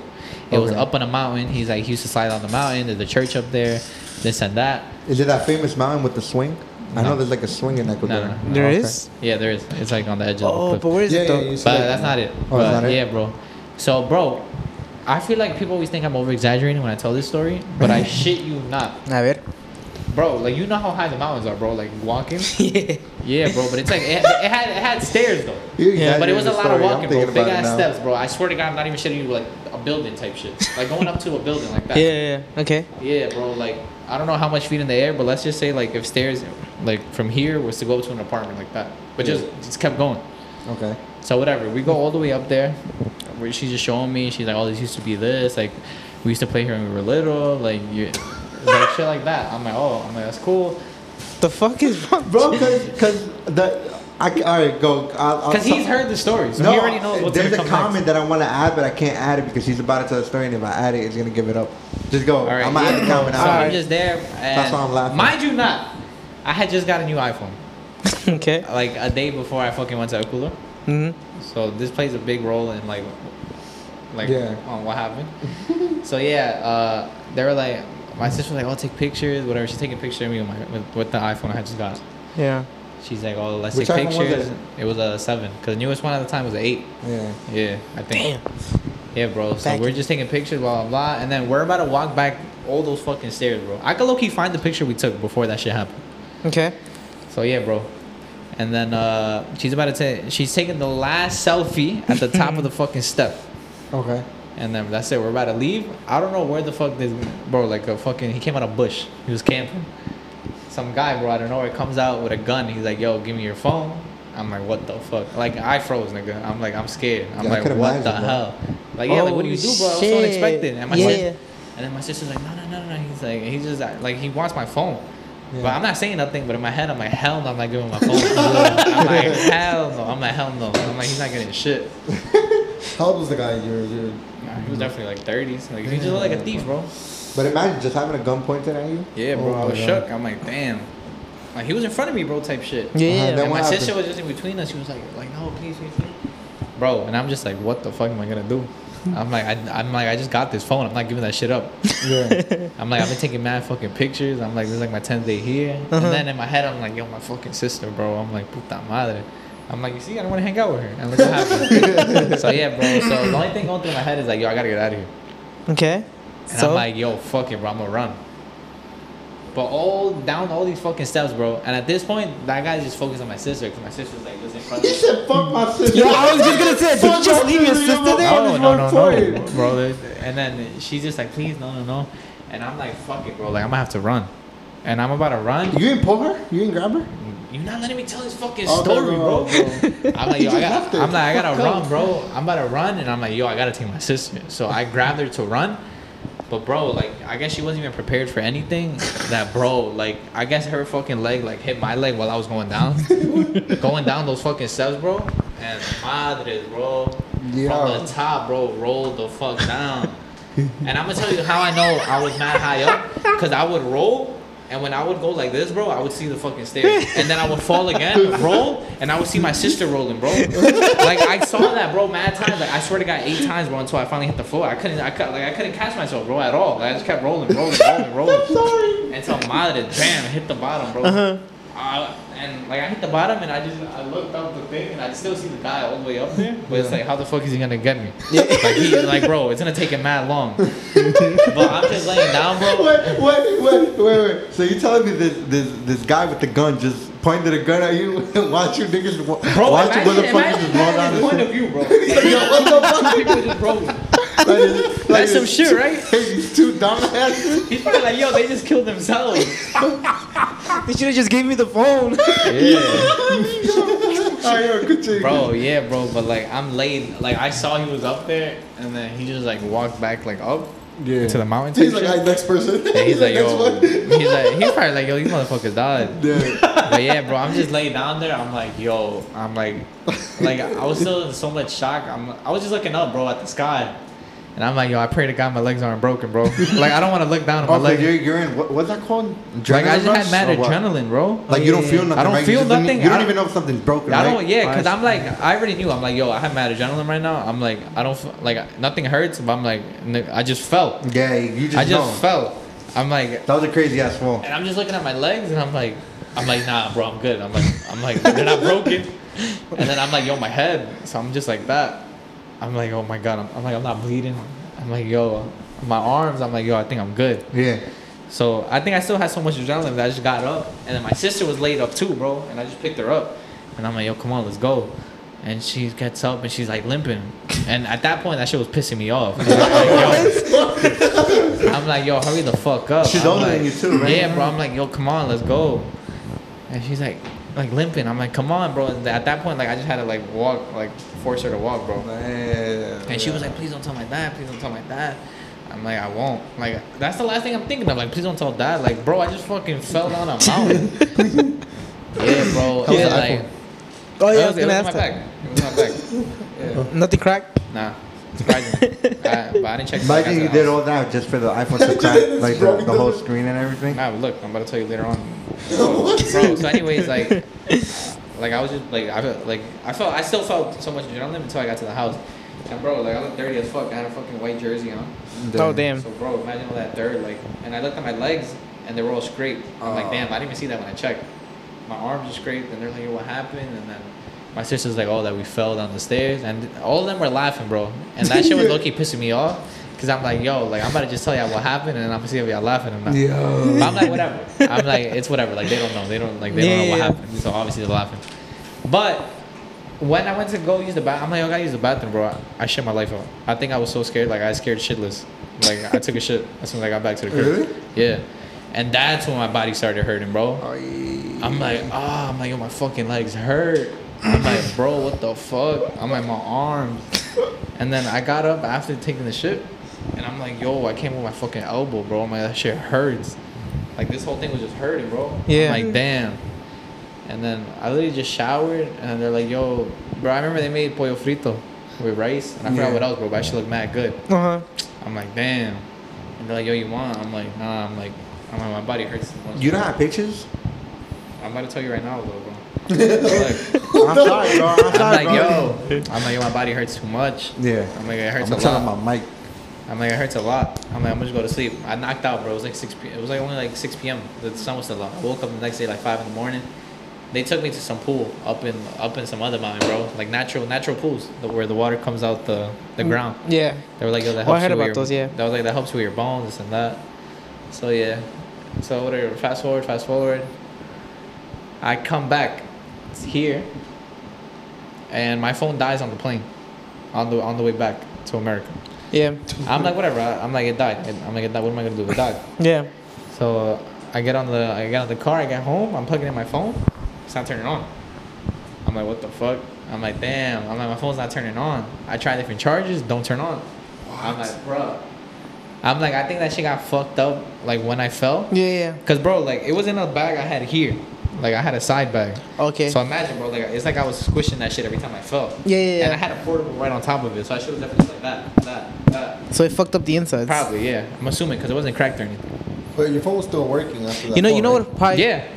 It was
Okay.
up on a mountain. He's like, he used to slide on the mountain. There's a church up there, this and that.
Is it that famous mountain with the swing? I know
No.
there's like a swing in Ecuador. Oh,
No, no, no.
There
Okay.
is.
Yeah, there is. It's like on the edge of
Oh,
the
but
cliff.
where is
Yeah,
it
yeah,
though?
you said-
But that's not it. but
Oh, that's not it?
yeah, bro. So, bro, I feel like people always think I'm over exaggerating when I tell this story, but I shit you not,
A ver.
bro. Like you know how high the mountains are, bro. Like walking. Yeah, bro. But it's like it, it had it had stairs though.
You
but it was a lot
exaggerated the
of
story. I'm
walking, bro.
thinking
Big
about it
ass
now.
steps, bro. I swear to God, I'm not even shitting you. Like a building type shit, like going up to a building like
Yeah,
that.
yeah, yeah. Okay.
Yeah, bro. Like I don't know how much feet in the air, but let's just say like if stairs, like from here was to go to an apartment like that, but just just kept going.
Okay.
So whatever, we go all the way up there. Where she's just showing me, she's like, "Oh, this used to be this. Like, we used to play here when we were little. Like, you, like shit like that." I'm like, "Oh, I'm like, that's cool."
The fuck is
Bro, because the. I, all right, go. I'll- I'll-
Because he's heard the story, so he already knows what's
Uh, There's
gonna
a
come
comment
next.
that I want to add, but I can't add it because he's about to tell a story, and if I add it, it's gonna give it up. Just go.
All right,
I'm gonna
yeah,
add the
bro.
comment.
So
All
I'm
right.
just there. And
That's why I'm laughing.
Mind you, not. I had just got a new iPhone,
okay.
like a day before I fucking went to Akula. Mm-hmm.
hmm
So this plays a big role in like, like
Yeah.
on what happened. so yeah, uh, they were like, my sister was like, "I'll take pictures, whatever." She's taking pictures of me with, my, with, with the iPhone I had just got.
Yeah.
She's like, "Oh, let's
Which
take
iPhone was
pictures."
it?
it was a seven, cause the newest one at the time was an eight.
Yeah.
Yeah, I think. Yeah, bro. So
Back
we're
in-
just taking pictures, blah blah blah, and then we're about to walk back all those fucking stairs, bro. I could low key find the picture we took before that shit happened.
Okay.
So yeah, bro. And then uh, she's about to take. She's taking the last selfie at the top of the fucking step.
Okay.
And then that's it. We're about to leave. I don't know where the fuck this bro, like a fucking. He came out of bush. He was camping. Some guy, bro, I don't know where comes out with a gun. He's like, "Yo, give me your phone." I'm like, "What the fuck?" Like I froze, nigga. I'm like, I'm scared. I'm
Yeah, I
like,
could
"What the
imagine, bro.
hell?" Like, yeah, like what do you do, bro? I was so
Holy
unexpected. And my
Oh, shit.
sis- and then my sister's like, "No, no, no, no." no." He's like, he's just like, he wants my phone.
Yeah.
But I'm not saying nothing. But in my head, I'm like, hell no, I'm not giving my phone. I'm like, hell no, I'm like, hell no. I'm like, he's not getting shit.
How old was the guy? You're, you're
Nah, he was definitely like 30s. Like, he just looked like a thief, bro.
But imagine just having a gun pointed at you.
Yeah, bro.
Oh
I
my
was
God.
shook. I'm like, damn. Like he was in front of me, bro, type shit.
Yeah,
Uh-huh,
yeah.
that
And
what
my
happened?
sister was just in between us. She was like, like, no, please, please, please. Bro, and I'm just like, what the fuck am I gonna do? I'm like, I, I'm like, I just got this phone. I'm not giving that shit up.
Yeah.
I'm like, I've been taking mad fucking pictures. I'm like, this is like my 10th day here. And then in my head, I'm like, yo, my fucking sister, bro. I'm like, puta madre. I'm like, you see, I don't want to hang out with her. And look what happened. so yeah, bro. So the only thing going through my head is like, yo, I gotta get out of here.
Okay.
And
so
I'm like, yo, fuck it, bro, I'm gonna run. But all down all these fucking steps, bro. And at this point, that guy's just focused on my sister because my sister's like just in front of
He
me.
said, "Fuck my sister."
Yo, I was just gonna say, did you just leave your
Fuck my
sister there?
I'm
No,
just
no,
one
no,
for
no,
you.
bro. there- And then she's just like, please, no, no, no. And I'm like, fuck it, bro. Like I'm gonna have to run. And I'm about to run.
You didn't pull her. You didn't grab her.
You're not letting me tell this fucking
Oh, no,
story,
no,
bro. I'm like, yo, I
just left
got,
it.
I'm like, I gotta
Fuck
run,
off.
bro. I'm about to run, and I'm like, yo, I gotta take my sister. So I grabbed her to run, but bro, like, I guess she wasn't even prepared for anything. That bro, like, I guess her fucking leg like hit my leg while I was going down, going down those fucking steps, bro. And madres, bro,
Yeah.
from the top, bro, roll the fuck down. And I'm gonna tell you how I know I was mad high up, cause I would roll, and when I would go like this, bro, I would see the fucking stairs, and then I would fall again, roll, and I would see my sister rolling, bro. Like I saw that, bro, mad times. Like I swear to God, eight times, bro, until I finally hit the floor. I couldn't, I could, like I couldn't catch myself, bro, at all. Like, I just kept rolling, rolling, rolling, rolling, until madre, bam, hit the bottom, bro.
Uh-huh.
I, and like I hit the bottom, and I just I looked up the thing, and I still see the guy all the way up there. But it's like, how the fuck is he gonna get me? like, he, like, bro, it's gonna take him mad long. but I'm just laying down, bro.
Wait, wait, wait, wait, wait. So you telling me this this this guy with the gun just pointed a gun at you and watch you niggas wa-
Bro,
watch you
imagine,
motherfuckers
imagine
just roll
that
down
his
the
point
stairs?
of view, bro. Like, yo, what the fuck? People just rolling.
Like, it's- like
That's some
it's
shit,
two-
right?
These two dumbasses.
He's probably like, yo, they just killed themselves.
they should have just gave me the phone.
Yeah.
Alright, yo, continue.
Bro, yeah, bro, but like I'm late. Like I saw he was up there, and then he just like walked back like up
Yeah.
to the mountain.
he's
type
like,
shit.
"Alright, next person.
And he's like,
"Next
yo,
one."
he's like, he's probably like, yo, these motherfuckers died.
Yeah.
But yeah, bro, I'm just laying down there. I'm like, yo, I'm like, like I was still in so much shock. I'm, I was just looking up, bro, at the sky, and I'm like, yo, I pray to God my legs aren't broken, bro. Like I don't want to look down at my
Oh, like
legs.
you're, you're in what, what's that called?
Like I
Adrenaline
just
rush
had mad
or what?
adrenaline, bro.
Like you don't feel nothing.
I don't
right? You
feel
just don't e-
nothing.
You
I
don't
don't-
even know if something's broken.
I don't,
right?
yeah, because I'm like, I already knew. I'm like, yo, I have mad adrenaline right now. I'm like, I don't, f- like, nothing hurts, but I'm like, n- I just felt.
Yeah, you just.
I just
know.
felt. I'm like,
That was a crazy ass fall.
and I'm just looking at my legs, and I'm like, I'm like, nah, bro, I'm good. I'm like, I'm like, they're not broken. And then I'm like, yo, my head. So I'm just like that. I'm like, oh my god. I'm, I'm like, I'm not bleeding. I'm like, yo, my arms. I'm like, yo, I think I'm good.
Yeah.
So I think I still had so much adrenaline that I just got up, and then my sister was laid up too, bro. And I just picked her up, and I'm like, "Yo, come on, let's go." And she gets up and she's like limping, and at that point that shit was pissing me off. I'm like, yo, I'm like, "Yo, hurry the fuck up."
She's
I'm
older
like-
than you too, right?
Yeah, bro. I'm like, "Yo, come on, let's go." And she's like, like limping. I'm like, "Come on, bro." And at that point, like I just had to like walk, like force her to walk, bro.
Man.
And she was like, please don't tell my dad, please don't tell my dad. I'm like, I won't. Like, that's the last thing I'm thinking of. Like, please don't tell dad. Like, bro, I just fucking fell down a mountain. yeah, bro.
How was
Yeah,
the
like,
iPhone?
Oh
it
yeah, I
was,
was
it
gonna ask
was my
that. Oh,
bag. It was my bag.
Nothing cracked.
Nah, surprising. I, but I didn't check. the back
Imagine you
after
did
that.
all that just for the iPhone 6, like the, the whole screen and everything.
Nah, but look, I'm about to tell you later on. So, bro, so anyways, like, like I was just like I felt like I felt I still felt so much adrenaline until I got to the house. And bro, like I looked dirty as fuck. I had a fucking white jersey on.
Oh damn.
So, bro, imagine all that dirt. Like, and I looked at my legs, and they were all scraped. I'm like,
Oh.
damn, I didn't even see that when I checked. My arms were scraped, and they're like, "Yo, what happened? And then my sister's like, oh, that we fell down the stairs, and all of them were laughing, bro. And that shit was low-key pissing me off, cause I'm like, yo, like I'm about to just tell y'all what happened, and I'm gonna see if y'all laughing or not.
Yo.
But I'm like, whatever. I'm like, it's whatever. Like they don't know. They don't like they don't know
Yeah,
what
yeah, yeah.
happened. So obviously they're laughing. But when I went to go use the bathroom, I'm like, I gotta use the bathroom, bro. I shit my life out. I think I was so scared, like I scared shitless. Like I took a shit as soon as I got back to the crib.
Really?
Yeah. And that's when my body started hurting, bro.
Ay.
I'm like, ah, I'm like, yo, my fucking legs hurt. I'm like, bro, what the fuck? I'm like, my arms. And then I got up after taking the shit, and I'm like, yo, I came with my fucking elbow, bro. I'm like, that shit hurts. Like this whole thing was just hurting, bro. I'm
Yeah.
like damn. And then I literally just showered, and they're like, yo, bro. I remember they made pollo frito with rice, and I forgot
Yeah.
what else, bro. But I should look mad good.
Uh huh.
I'm like, damn. And they're like, yo, you want? I'm like, nah. I'm like, I'm like, my body hurts.
You don't have pictures?
I'm about to tell you right now, though, bro. Look,
I'm sorry, bro. I'm
I'm
sorry,
like,
bro.
yo, I'm like, yo, my body hurts too much.
Yeah.
I'm like, it hurts
I'm
a lot.
telling my mic.
I'm like, it hurts a lot. I'm like, I'm gonna just go to sleep. I knocked out, bro. It was like 6 p. It was like only like 6 p.m. The sun was still out. I woke up the next day like 5 in the morning. They took me to some pool up in up in some other mountain, bro. Like natural natural pools the- where the water comes out the the
Mm.
ground.
Yeah.
They were like, yo, that helps
Oh, I heard
you with
about
your-
those, yeah.
That was like that helps with your bones, this and that. So yeah. So whatever. Fast forward, fast forward. I come back here, and my phone dies on the plane, on the on the way back to America.
Yeah.
I'm like whatever. I- I'm like it died. It- I'm like it died. What am I gonna do? It died.
Yeah.
So uh, I get on the I get on the car. I get home. I'm plugging in my phone. It's not turning on. I'm like what the fuck. I'm like damn. I'm like my phone's not turning on. I try different charges. Don't turn on. I'm like bro. I'm like I think that shit got fucked up. Like when I fell.
Yeah.
Cause bro, like it was in a bag I had here. Like I had a side bag.
Yeah. Okay.
So imagine, bro, like it's like I was squishing that shit every time I fell.
Yeah, yeah, yeah.
And I had a portable right on top of it, so I should have definitely like that, that, that.
So it fucked up the insides.
Probably, yeah. I'm assuming because it wasn't cracked or anything.
But your phone was still working after that.
You know. You
fall,
know
right?
what? Probably.
yeah.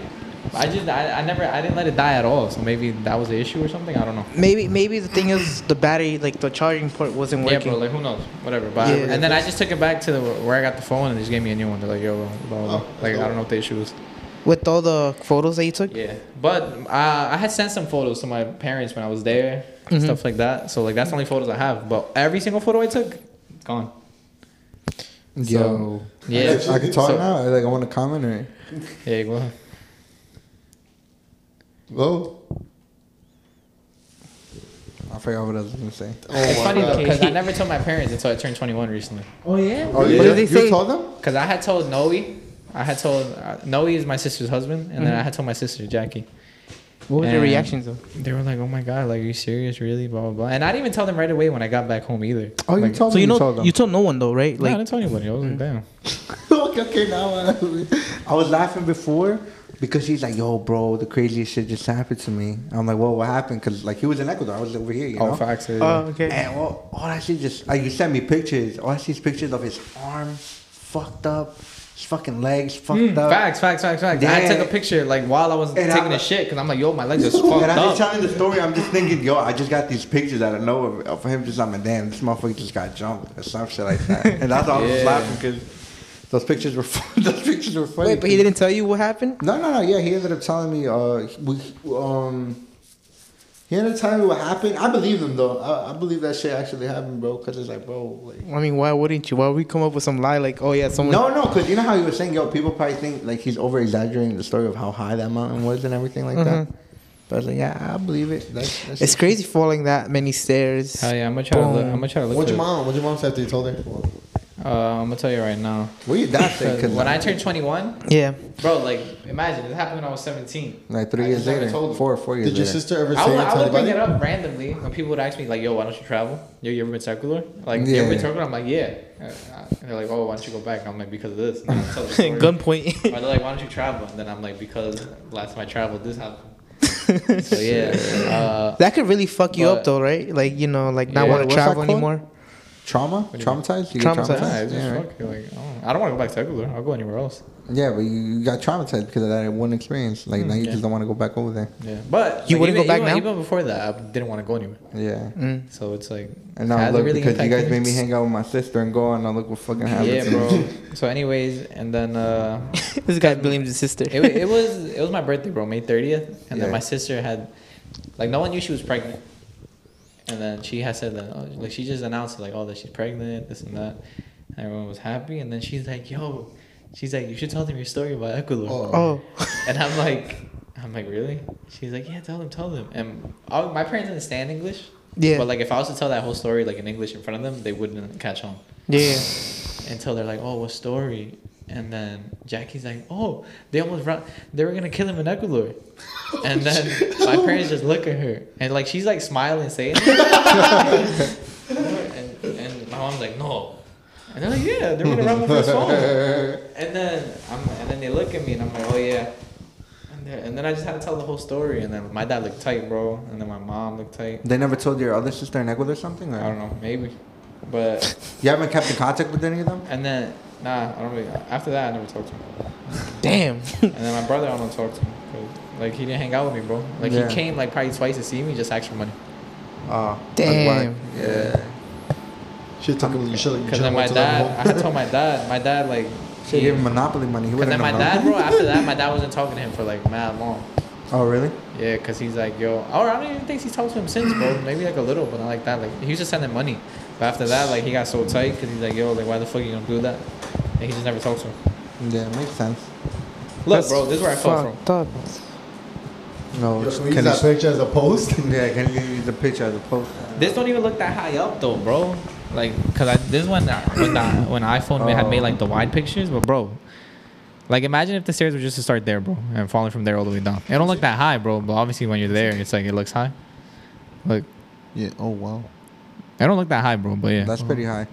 I just, I, I never, I didn't let it die at all. So maybe that was the issue or something. I don't know.
Maybe. Maybe the thing is the battery, like the charging port, wasn't
Yeah,
working.
bro. Like who knows? Whatever. But I-
Yeah.
and then I just took it back to the, where I got the phone and they just gave me a new one. They're like, yo, bro, blah, blah, blah.
Oh, that's
like I
dope.
don't know what the issue was.
With all the photos that you took.
Yeah. But uh, I had sent some photos to my parents when I was there, stuff like that. So like that's the only photos I have. But every single photo I took, it's gone.
Yo.
Yeah.
I can talk
So-
now? Like, I want to comment or.
Yeah. Go ahead.
Whoa.
I forgot what I was going to say.
Oh
It's
my
funny
God.
because I never told my parents until I turned 21 recently.
Oh yeah.
Oh, yeah?
What did
they
you
say?
told them?
Because I had told Noe, I had told uh, Noe is my sister's husband, and then I had told my sister Jackie.
What were the
And-
reactions though?
They were like, "Oh my god, like are you serious? Really?" Blah blah blah. And I didn't even tell them right away when I got back home either.
Oh, you
Like, Mm.
told
So
me
you
you
know
told them.
you told no one though, right?
no, I
Like
didn't tell anybody. I was like, "Damn."
okay, okay, now I, I was laughing before because he's like, "Yo, bro, the craziest shit just happened to me." I'm like, "Well, what happened?" Because like he was in Ecuador, I was over here, you know. Um,
Oh, facts. yeah.
Oh, okay.
and all, all I see just like you sent me pictures. All I see is pictures of his arm fucked up, his fucking legs fucked
Mm,
up.
facts, facts, facts, facts. I
Yeah.
took a picture like while I was
And
taking
I'm
a
like-
shit because I'm like, "Yo, my legs are fucked
And I'm just
up."
telling the story. I'm just thinking, yo, I just got these pictures out of nowhere of him. Just I'm like, damn, this motherfucker just got jumped or some shit like that. And that's why I was
Yeah.
laughing because Those pictures were fun. those pictures were funny.
Wait, but he didn't tell you what happened?
No, no, no. Yeah, he ended up telling me. Uh, we, um, he ended up telling me what happened. I believe him though. I, I believe that shit actually happened, bro. Cause it's like, bro, like.
I mean, why wouldn't you? Why would we come up with some lie like, oh yeah, someone?
No, no, because you know how you were saying, yo, people probably think like he's over exaggerating the story of how high that mountain was and everything like that. But I was like, yeah, I believe it. That's, that's
It's crazy falling that many stairs.
Hell yeah, I'm gonna try to look.
Boom.
I'm gonna try to look.
What'd your
it.
mom? What'd your mom say after you told her? What,
Uh, I'm gonna tell you right now.
What you that say?
'Cause
Cause
When I turned 21,
Yeah.
bro, like imagine this happened when I was 17.
like three
I
years
just never
later,
told him.
four, four years
did your
later.
sister ever
I
say
would,
it
I
to
would bring it
anybody?
up randomly when people would ask me like, "Yo, why don't you travel? Yo, you ever been circular? Like, you
Yeah.
ever been circular?" I'm like, "Yeah." And they're like, "Oh, why don't you go back?" I'm like, "Because of this." And then I tell the story.
Gunpoint.
Or they're like, "Why don't you travel?" And then I'm like, "Because last time I traveled, this happened." so yeah, uh,
that could really fuck you up
But-
though, right? Like you know, like not
Yeah.
want
What's
to
that
travel
called?
anymore.
Trauma, traumatized. You get
Traumatized.
nah,
traumatized.
it's just
Yeah, right?
fuck. You're Like, oh, I don't want to go back circular. I'll go anywhere else.
yeah, but you you got traumatized because of that one experience. Like now you
yeah.
just don't want to go back over there.
Yeah, but
You
like,
wouldn't go
even,
back
even,
now?
Even before that, I didn't want to go anywhere.
Yeah.
Mm.
So it's like,
And now
has it
look,
really
because you guys
impacted?
made me hang out with my sister and go, and now look what fucking happened.
Yeah, bro. so, anyways, and then uh,
this guy blames his sister.
it, wa- it was it was my birthday, bro, May thirtieth, and
Yeah.
then my sister had, like, no one knew she was pregnant, and then she had said that, oh, like, she just announced like, oh, that she's pregnant, this and that, and everyone was happy, and then she's like, yo, she's like, you should tell them your story about Ecuador,
oh,
and I'm like, I'm like, really? She's like, yeah, tell them, tell them, and I, my parents understand English,
Yeah.
but like, if I was to tell that whole story like in English in front of them, they wouldn't catch on
yeah.
until they're like, "Oh, what story?" And then Jackie's like, "Oh, they almost run. They were gonna kill him in Ecuador." And then my parents just look at her, and like she's like smiling, saying, it. and, and my mom's like, "No." And they're like, "Yeah, they were gonna rob him for his phone." And then I'm, and then they look at me, and I'm like, "Oh yeah." And, then- and then I just had to tell the whole story, and then my dad looked tight, bro, and then my mom looked tight.
They never told your other sister in Ecuador something. Or?
I don't know, maybe, but.
You haven't kept in contact with any of them.
And then, nah, I don't really. After that, I never talked to him.
Damn.
And then my brother, I don't talk to him. 'cause, Like, he didn't hang out with me, bro. Like,
Yeah.
he came, like, probably twice to see me, just asked for money.
Oh,
Damn.
Yeah.
She took him. You should have.
Because then my dad, I had told my dad, my dad, like,
She
he,
gave him monopoly money. He
but
wouldn't
then my
know.
dad, bro, after that, my dad wasn't talking to him for, like, mad long.
Oh, really?
Yeah, because he's like, yo, or I don't even think he's talked to him since, bro. Maybe, like, a little, but not like that. Like, he was just sending money. But after that, like, he got so tight because he's like, yo, like, why the fuck you gonna do that? And he just never talked to him.
Yeah, makes sense.
Look, Oh, bro, this is where I fell from.
Fucked up.
No,
Can use
can
that
you,
picture as a post?
yeah, can you use the picture as a post?
This don't even look that high up though, bro. Like, cause I, this one uh, when the when iPhone ma- had made like the wide pictures, but bro, like imagine if the stairs were just to start there, bro, and falling from there all the way down. It don't look that high, bro. But obviously when you're there, it's like it looks high. Like,
Yeah. Oh wow,
it don't look that high, bro. But yeah,
that's pretty high.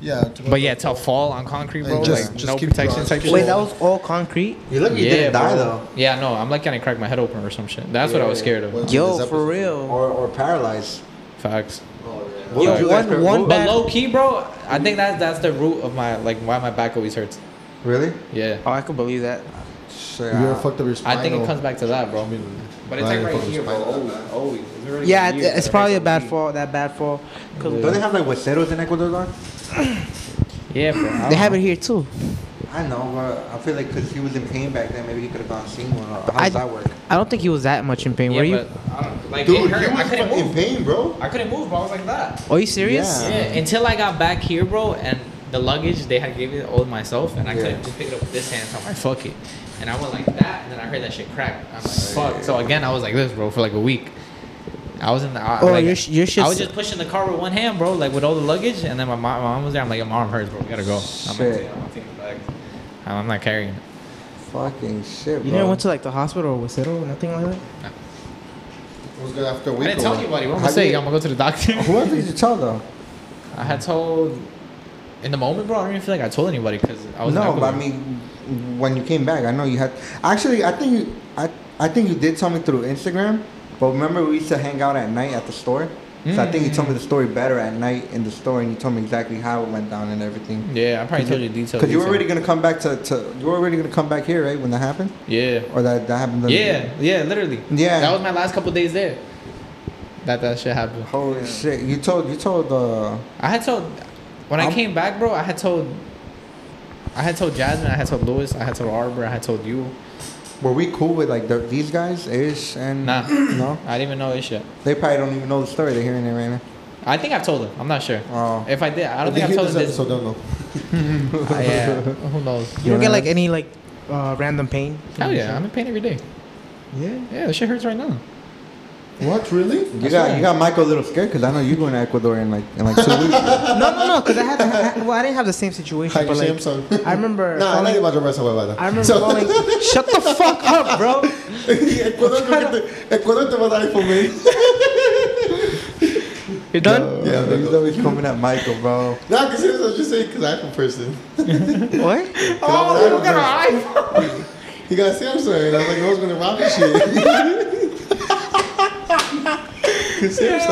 Yeah.
but yeah, to fall on concrete, bro,
Hey, just-
like
just
no
keep
protection
going.
type shit.
Wait, that was all concrete.
You look, you didn't die though,
Yeah, no, I'm like gonna crack my head open or some shit. That's what I was scared of.
Well-
Yo,
This episode-
for real.
or or paralyzed.
Facts.
What
Yo,
would you
one-
guys-
one
what-
back-
But low key, bro, I think that's that's the root of my like why my back always hurts.
Really?
Yeah.
Oh, I could believe that.
Shit,
You ever
I-
fucked up your spinal?
I think it comes back to that, bro. But it's like
Right,
right
fucking
here, bro. Oh,
spinal
Always,
tap.
always. It's already
Yeah,
been
it-
years
it's
that
probably a
hurts
bad
me.
fall. That bad fall. 'Cause
Don't they have like hueseros in Ecuador? Dog?
Yeah, bro. I
They
don't
have
know.
it here too.
I know, but I feel like because he was in pain back then, maybe he could have gone seen one. Or how
I-
does that work?
I don't think he was that much in pain.
Yeah,
Were you?
but I don't, like
Dude,
it
he
hurt. I
was
couldn't
fucking
move.
in pain, bro.
I couldn't move, bro. I was like that.
Are you serious?
Yeah.
Yeah. Until I got back here, bro, and the luggage they had given it all to myself, and I
Yeah.
couldn't just pick it up with this hand. So I'm like, fuck it. And I went like that, and then I heard that shit crack. I'm like, fuck. So again, I was like this, bro, for like a week. I was in the. I,
Oh,
like,
your sh- your shit's-
I was just pushing the car with one hand, bro, like with all the luggage, and then my mom, my mom was there. I'm like, your mom hurts, bro. We gotta go. I'm
Shit.
like, "Yeah, I'm gonna take it back. I'm not carrying it.
Fucking shit, bro.
You never went to like the hospital or was it or nothing like that?
It was good after a
I
week.
didn't
or
tell
what?
anybody. What am
How
I
do
saying?
you-
I'm gonna go to the doctor.
Who else did you tell though?
I had told in the moment, bro. I don't even feel like I told anybody because I was in
No,
Ecuador.
but I mean, when you came back, I know you had. Actually, I think you, I, I think you did tell me through Instagram. But remember, we used to hang out at night at the store. So I think you told me the story better at night in the store, and you told me exactly how it went down and everything.
yeah, I probably told you details.
Because you were already gonna come back to, to you were already gonna come back here, right? When that happened,
Yeah,
or that that happened. the-
yeah, yeah. Literally.
Yeah.
That was my last couple days there. That that shit happened.
Holy shit! You told you told uh,
I had told when i
I'm-
came back, bro. I had told I had told Jasmine, I had told Lewis, I had told Arbor, I had told you.
Were we cool with like the, these guys, Ish and
Nah.
No,
I didn't even know this shit.
they probably don't even know the story. They're hearing it right now.
I think I've told them. I'm not sure.
Oh.
If I did, I don't
If they
think I've
hear
told them this.
episode, don't know.
Ah, yeah. Who knows?
You don't
Yeah.
get like any like uh, random pain.
Hell yeah, I'm in pain every day.
Yeah.
Yeah, this shit hurts right now.
What really?
You got you got Michael a little scared because I know you're going to Ecuador in like in like two weeks.
No, no, no. Because I had, I had- well, I didn't have the same situation,
Hi,
but like,
Samsung.
I remember.
Nah, I
falling-
like about your rest of the
I remember falling. Shut the fuck up, bro.
Ecuador, creo que te- Ecuador te va a dar information.
You're done.
Yeah,
yeah, he's always coming at Michael, bro.
Nah, because I was just saying, because I'm a person.
What?
Oh, you got an iPhone. You got Samsung. And I was like, I was going to rob your shit. Cause Samsung.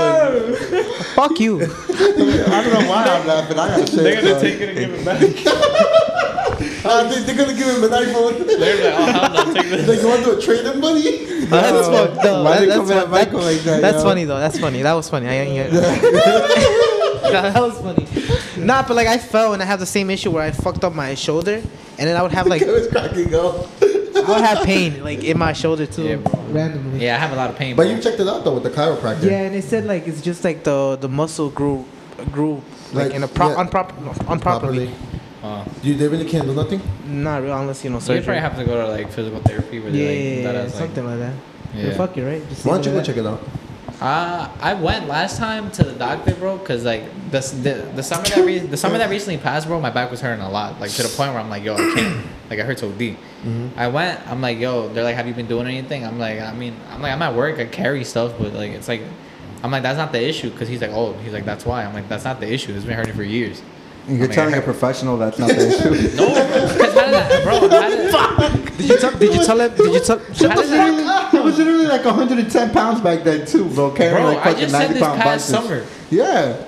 Uh,
Fuck you.
I don't know why I'm laughing. I gotta say,
They're
it,
gonna
bro.
take it and give it back.
Ah, they, they're going to give him an iPhone.
They're like, oh, hell no, take this.
like, you want to trade him, buddy?
That's
No.
fucked up.
Why
That-
they
that's
coming at
fu-
Michael like that?
That's
yo?
funny though. That's funny. That was funny. I, I, Nah, that was funny. Nah, but like I fell and I have the same issue where I fucked up my shoulder, and then I would have like
It was cracking up.
I would have pain like in my shoulder too,
Yeah, bro.
randomly.
Yeah, I have a lot of pain.
But
bro. Uh,
you checked it out, though, with the chiropractor.
Yeah, and it said like it's just like the the muscle grew grew like,
Like,
in a pro-
yeah.
unprop- unproperly.
Oh.
You, they really can't do nothing?
Not real unless you know
So you
surgery.
probably have to go to like physical therapy where
yeah,
they
yeah,
like,
yeah,
that as, like,
something like that.
Yeah.
Yeah. Fuck you, right? Just
Why don't you
leave
go
it at
check it out?
Uh, I went last time to the doctor, bro, because like the, the the summer that re- the summer that recently passed, bro, my back was hurting a lot, like to the point where I'm like, yo, I can't, like it hurts OD.
Mm-hmm.
I went, I'm like, yo, they're like, have you been doing anything? I'm like, I mean, I'm like, I'm at work, I carry stuff, but like, it's like, I'm like, that's not the issue, because he's like, oh, he's like, that's why. I'm like, that's not the issue. It's been hurting for years.
You're
I mean,
telling
I-
a professional that's not the issue.
No, because how did that, bro? How did,
that. Did you tell? Did you tell him? Did you tell?
how did that,
He was literally like 110 pounds back then too, bro. Carrying
bro?
like
I
fucking
just
90
said this
pound
past
boxes.
summer.
Yeah.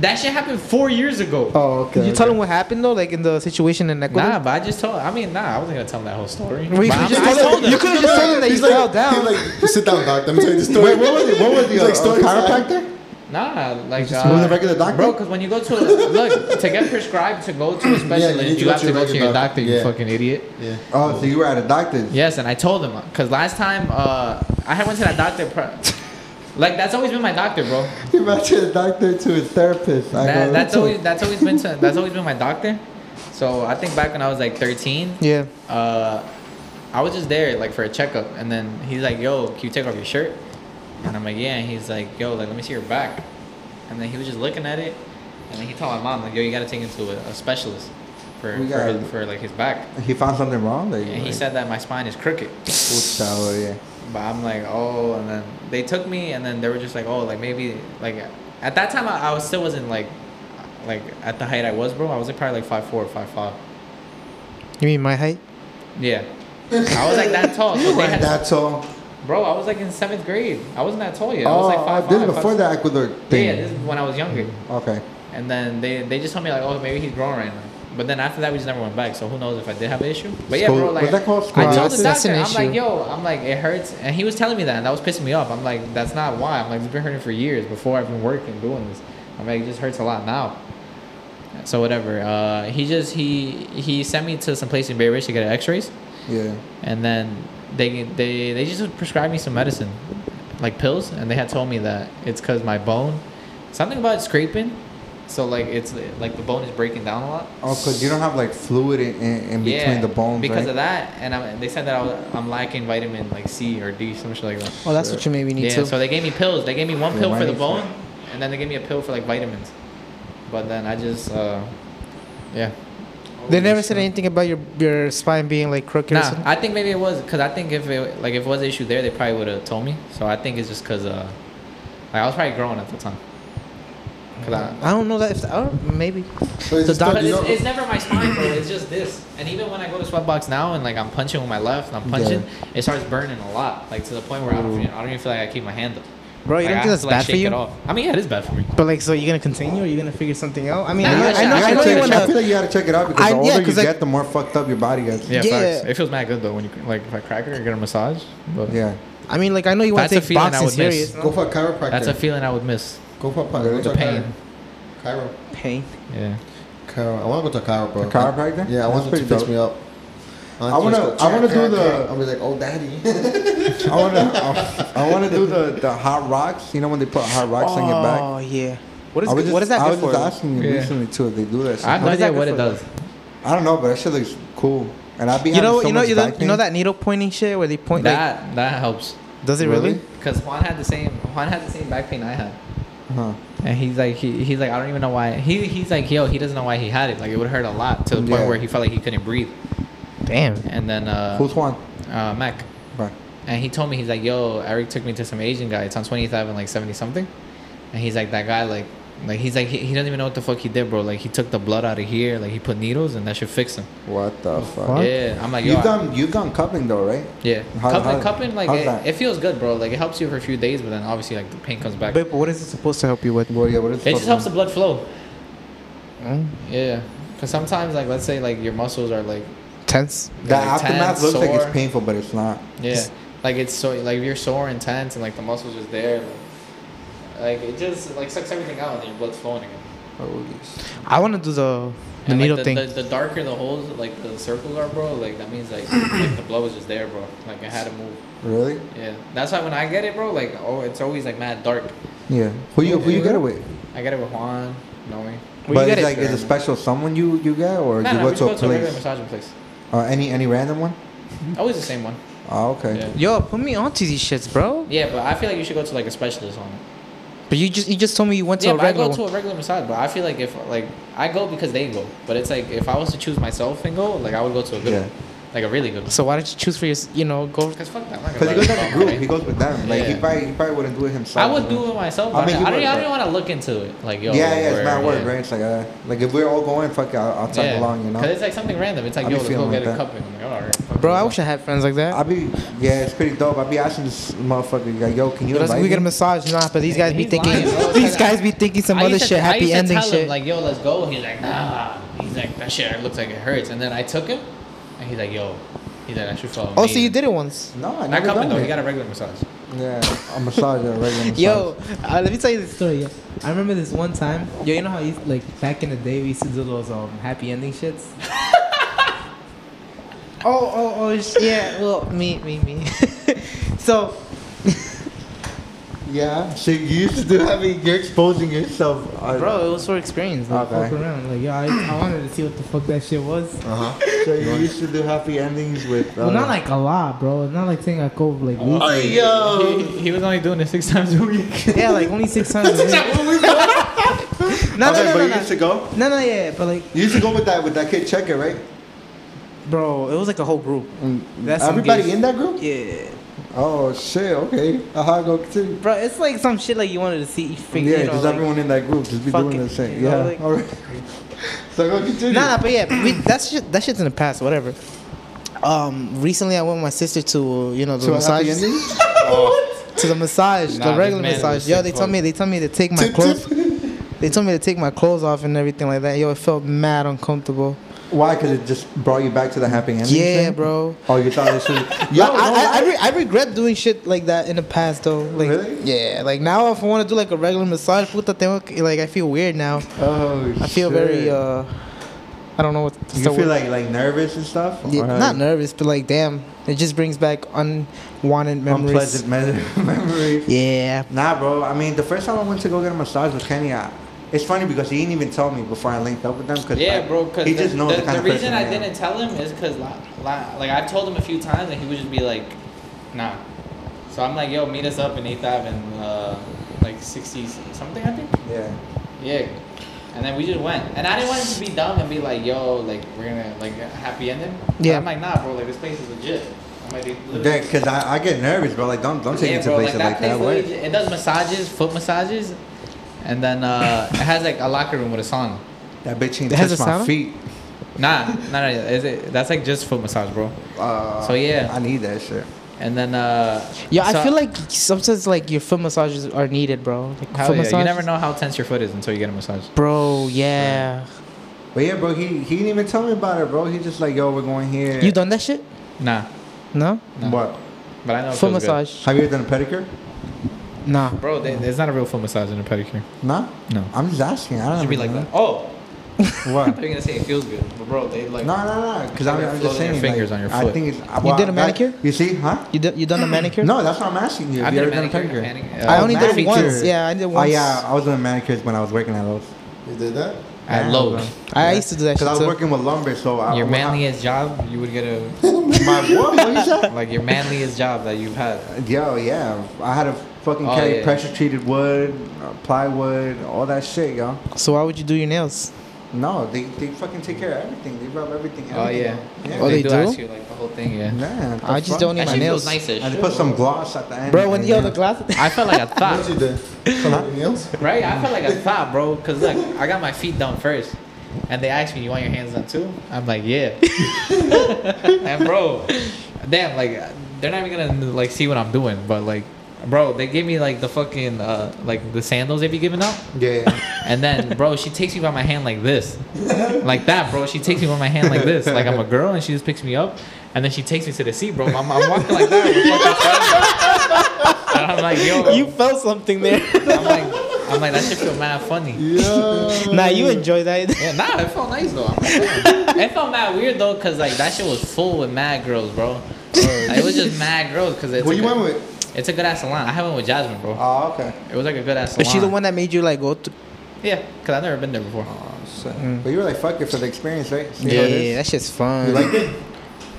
That shit happened four years ago.
Oh, okay.
Did you
okay.
tell him what happened though? Like in the situation in Ecuador.
Nah, but I just told. I mean, nah, I wasn't gonna tell him that whole story.
Well, you could
But I'm-
just
I
tell him-
told him.
you could've just told him that
He's
you fell down.
He's like, sit down, doc. Let me tell you the story.
Wait, what was it? What was the
He's
uh,
like, story
uh, chiropractor?
Nah, like uh,
just went to the regular doctor?
bro. Because when you go to a, look to get prescribed to go to a specialist,
need
you,
to go
have
to
to
your
go to your
regular
doctor.
doctor.
You
Yeah.
fucking idiot.
Yeah.
Oh, so you were at a doctor's.
Yes, and I told him because last time uh, I had went to that doctor. Pro- like that's always been my doctor, bro.
He went to the doctor to his therapist. I
That,
go,
that's
"Listen,
always that's always been to, that's always been my doctor. So I think back when I was like 13,
yeah.
uh, I was just there like for a checkup, and then he's like, "Yo, can you take off your shirt?" And I'm like, "Yeah." And he's like, "Yo, like let me see your back." And then he was just looking at it, and then he told my mom, "Like, yo, you gotta take him to a, a specialist for
We
for,
gotta-
his- for like his back."
He found something wrong. Like,
And he
like,
said that my spine is crooked,
"Puta, oh, yeah.
but I'm like, "Oh." And then they took me, and then they were just like, "Oh, like maybe like at that time I, I was still wasn't like like at the height I was, bro. I was like probably like five four or five five.
You mean my height?
Yeah, I was like that tall. so
You
they
weren't
had-
that tall.
Bro, I was like in seventh grade. I wasn't that tall yet. I
oh,
was like five,
this is
five,
before
five-
the Ecuador thing.
Yeah, this is when I was younger.
okay.
And then they, they just told me like, oh, maybe he's growing right now. But then after that, we just never went back. So who knows if I did have an issue? But yeah,
Sco-
bro, like
was that called
I told
That's-
the
that's
doctor,
an
I'm
issue.
like, yo, I'm like, it hurts, and he was telling me that, and that was pissing me off. I'm like, that's not why. I'm like, it's been hurting for years before I've been working doing this. I'm like, it just hurts a lot now. So whatever. Uh, he just he he sent me to some place in Bay Ridge to get an X-rays
Yeah.
and then they they they just prescribed me some medicine, like pills, and they had told me that it's because my bone, something about scraping, so like it's like the bone is breaking down a lot.
Oh, cause you don't have like fluid in, in, in between the bones,
because
right?
of that, and I'm, they said that I was, I'm lacking vitamin like C or D, some shit like that.
Oh, that's what you maybe need
yeah,
too.
so they gave me pills. They gave me one
Yeah,
pill for
mine
the
is-
bone, and then they gave me a pill for like vitamins. But then I just, uh, yeah.
they never said anything about your your spine being like crooked. or
Nah,
something?
I think maybe it was because I think if it like if it was an issue there, they probably would have told me. So I think it's just because uh, like I was probably growing at the time. 'Cause I,
I don't know that if the, oh, maybe.
So it's
The
just that
doctor-
but
you
it's,
don't-
it's never my spine, bro. It's just this. And even when I go to sweatbox now and like I'm punching with my left and I'm punching, it starts burning a lot, like to the point where I don't, feel, I don't even feel like I keep my hand up.
Bro, you
Like,
don't think
I have
that's
to, like,
bad for
shake it
you?
off. I mean, yeah, it is bad for me.
But like, so you're gonna continue or you're gonna figure something out? I mean,
Nah,
I, know, I
I
know,
should-
I
I
know you
should check-
I feel
wanna.
like you gotta check it out because the
I-
older
yeah,
you
'cause,
get,
like-
the more fucked up your body gets.
Yeah,
Yeah.
Facts. it feels mad good though when you like if I crack it or get a massage. But
Yeah.
I mean, like I know you wanna
That's a
take
feeling I
boxing
would miss.
serious.
Go for a chiropractor.
that's a feeling I would miss.
Go for a
The
go to a
pain.
Chiro. Chiro.
Pain.
Yeah.
chiro. I want to go to a chiropractor.
A chiropractor?
Yeah, I want them
That's
to
pretty
fix
dope.
me up.
I wanna-
just go
I wanna
check,
do
check,
the-
check. I'll be like, oh, daddy.
I wanna, I, I wanna do the, the hot rocks. You know when they put hot rocks on your back.
Oh yeah. What is
I was
what is that
I
good
was
for?
just asking you
Yeah.
recently too if they do that. Shit.
I have no
What is
idea
that
what
good
it
for,
does.
I don't know, but that shit looks cool. And I'd be
you know,
having so
you know,
much
you know,
back
you know
pain.
that needle pointing shit where they point. Like,
That that helps.
does it really?
Really?
Cause Juan had the same Juan had the same back pain I had.
Huh.
And he's like he, he's like I don't even know why he he's like yo he doesn't know why he had it like it would hurt a lot to the point
Yeah.
where he felt like he couldn't breathe
Damn.
and then uh,
Who's one?
uh Mac
Right.
and he told me he's like yo Eric took me to some Asian guy it's on 20th Ave and like 70 something and he's like that guy like like he's like he, he doesn't even know what the fuck he did bro like he took the blood out of here like he put needles and that should fix him
What the fuck?
yeah I'm like yo
You've
I-
done you've done cupping though, right?
yeah
How-
cupping
how-
cupping like
how's
it,
that?
it feels good bro like it helps you for a few days but then obviously like the pain comes back
But what is it supposed to help you with?
Well, yeah. What is
It just helps the blood flow.
Mm.
Yeah, because sometimes, like, let's say, like your muscles are like,
Tense.
The
like,
aftermath
tense,
looks like
sore.
it's painful, but it's not.
yeah, like it's so like if you're sore and tense and like the muscles is there, like, like, it just like sucks everything out and your blood's flowing again.
Holy shit.
I want to do the the
And, like,
needle
the,
thing.
The, the darker the holes, like the circles are, bro. Like that means like, like the blood was just there, bro. Like I had to move.
Really?
Yeah, that's why when I get it, bro, like oh, it's always like mad dark.
Yeah. Who you who you get it with?
I get it with Juan, Noe.
Where
but
you
it's
get
like
it?
it's a special someone you you get, or
Nah,
you
nah,
go
we
to a
just go to a regular
place?
massaging place.
Uh, any any random one?
Always the same one.
Oh, okay.
Yeah.
Yo, put me onto these shits, bro.
Yeah, but I feel like you should go to like a specialist on it.
But you just you just told me you went to
yeah,
a
but I
regular
go
one.
to a regular massage, but I feel like if like I go because they go, but it's like if I was to choose myself and go, like I would go to a good,
Yeah.
one, like a really good one.
So why don't you choose for your, you know, go?
Cause fuck that, I'm not
Because
gonna
he goes
lie to
like a
you,
group.
right?
He goes with them. Like
Yeah.
he probably he probably wouldn't do it himself.
I would
you
do
know?
it myself.
I
I,
mean,
mean,
you
I don't,
would,
I don't
but-
even want to look into it. Like yo,
yeah, yeah, it's my
where-
word,
yeah.
right? It's like, uh, like if we're all going, fuck it, I'll, I'll tag
Yeah.
along, you know.
Cause it's like something random. It's like
I be
yo, let's go
feeling
get
like
a
that.
cup. And I'm like, all right, fuck
Bro,
it.
I wish I had friends like that.
I'll be, yeah, it's pretty dope. I'll be asking this motherfucker, like, yo, can you
Let's-
invite
we get a
me?
massage, nah. But these guys be
He's
thinking,
lying, bro.
these guys be thinking some
I
other
used
shit,
to- I
happy
used to
ending
tell
shit.
Him, like yo, let's go. He's like, nah. He's like, that shit looks like it hurts. And then I took him, and he's like, yo, he's like, that should fall.
oh, so you did it once.
No, I
Not
never
cupping
done
though.
it.
You got a regular massage.
yeah, a massage, a regular massage.
Yo, uh, let me tell you this story. Yo. I remember this one time. Yo, you know how you, like back in the day we used to do those um happy ending shits. oh, oh, oh, sh- yeah. Well, me, me, me. so
yeah. So you used to do heavy. You're exposing yourself, uh,
Bro, it was for experience. Like,
Okay.
fuck around. Like, yo, I, I wanted to see what the fuck that shit was.
Uh huh.
So you used to do happy endings with. Uh,
Well, not like a lot, bro. Not like saying I go like week.
yo.
He, he was only doing it six times a week.
yeah, like only six times. a week. no,
Okay,
no,
but
no, no,
you used to
no,
go.
no, no, yeah, but like,
You used to go with that with that kid checker, right?
bro, it was like a whole group. That's some
Mm. Everybody
gay
in that group?
Yeah,
Oh shit! Okay, aha, go continue.
bro, it's like some shit like you wanted to see. You figure,
Yeah,
you know,
just
like-
everyone in that group just be
fuck
doing
it,
the same.
you know,
Yeah,
like-
all right. so go continue.
Nah, nah, but yeah, we, that's shit, that shit's in the past. Whatever. Um, recently I went with my sister to you know the
So a
massage
happy ending?
to the massage,
Nah,
the
this
regular
man
massage.
was
Yo,
sick
they
fuck.
told me they told me to take my clothes. They told me to take my clothes off and everything like that. Yo, it felt mad uncomfortable.
Why? Because it just brought you back to the happy ending.
Yeah,
thing?
bro.
Oh, you thought this was.
Yo,
Yo,
I,
no,
I, I, re- I regret doing shit like that in the past though. Like,
Really?
Yeah, like now if I want to do like a regular massage, puta tengo que- like I feel weird now.
oh,
I feel
shit.
very uh, I don't know what.
You
the
feel
word-
like like nervous and stuff.
Yeah,
Or, um,
not nervous, but like damn, it just brings back unwanted memories.
unpleasant me- memories.
Yeah,
Nah, bro. I mean, the first time I went to go get a massage with Kenny, I, it's funny because he didn't even tell me before I linked up with them. Cause
yeah,
I-
bro. Cause
he
the,
just knows
the,
the, kind
the
of
reason
person
I
am.
didn't tell him is because la, la, like I've told him a few times and he would just be like, nah. So I'm like, yo, meet us up in Eighth Ave and uh, like 60 something, I think.
Yeah.
Yeah. And then we just went, and I didn't want him to be dumb and be like, yo, like we're gonna like happy ending. But
Yeah.
I'm like, nah, bro. Like this place is legit. I'm like, they literally-
Yeah, cause I, I get nervous, bro. Like don't don't take me to places like that.
place
What?
legit- it does massages, foot massages, and then uh, it has like a locker room with a sauna.
That bitch ain't
It has
touched
a
my
sauna?
feet.
Nah, nah, nah is it, that's like just foot massage, bro.
Uh,
So, yeah.
I need that shit.
And then uh,
Yeah,
so-
I feel like sometimes like your foot massages are needed, bro. Like,
Hell
foot
yeah, you
massages-
never know how tense your foot is until you get a massage.
bro. Yeah,
But yeah, bro, he he didn't even tell me about it, bro. He just like, yo, we're going here.
you done that shit?
Nah,
No,
No.
What?
but I know it
foot
feels good.
massage.
Have you ever done a pedicure?
Nah,
Bro, they, there's not a real foot massage in a pedicure.
No.
No.
I'm just asking. I don't
It
know.
should be like that. Oh, I
What?
thought you were gonna say it feels good, but bro, they like.
No, no, no. Because I'm,
You're
I'm just
floating your
saying.
fingers
like,
on your
I
foot.
think it's.
You did a
that-
manicure?
you see, huh?
You, do, you done a manicure?
No, that's what I'm asking you.
I
Have
did
you
a
ever done a
manicure.
pedicure?
manicure.
I
Oh,
only did it
manicure.
once. Yeah, I did
Oh
once.
yeah, I was doing manicures when I was working at Lowe's.
You did that?
At Lowe's.
I used to do that
Because
shit
I was
too.
working with lumber, so
Uh,
I,
Your
when I-
manliest job, you would get a
My what? What you say?
like your manliest job that you've had.
Yo, yeah, I had to fucking
Oh,
carry
yeah.
pressure treated wood, uh, plywood, all that shit, yo.
So why would you do your nails?
No, they, they fucking take care of everything. They rub everything.
Oh yeah.
everything out. yeah.
Oh, they do?
ask you like the whole thing. Yeah.
Nah, the
I just
fuck?
don't need my
Actually, it feels
nails.
nice
I just put some gloss at the end.
Bro, when
and
yo
then-
the glass
I felt like a
What
thought,
you did? Something else?
right? I felt like a thought, bro. Cause look, I got my feet done first, and they asked me, "You want your hands done too?" I'm like, "Yeah." and bro, damn, like they're not even gonna like see what I'm doing, but like, bro, they gave me like the fucking uh like the sandals they be giving out.
Yeah, yeah.
And then, bro, she takes me by my hand like this, like that, bro. She takes me by my hand like this, like I'm a girl, and she just picks me up, and then she takes me to the seat, bro. I'm, I'm walking like that, with fucking friends. and I'm like, yo,
You felt something there.
I'm like, I'm like, that shit feel mad funny.
Yeah.
nah, you enjoy that.
Yeah, nah, it felt nice though. I'm like, damn. it felt mad weird though, cause like that shit was full with mad girls, bro. Like, it was just mad girls, cause it's
Who
a
you
good,
went with?
It's a good ass salon. I haven't with Jasmine, bro.
Oh, okay.
It was like a good ass salon.
Is she the one that made you like go to?
Yeah, cause I've never been there before.
Oh, shit. But you were like, fuck it for the experience, right? See
Mm.
how
Yeah,
it is?
that shit's
You
fun.
like it?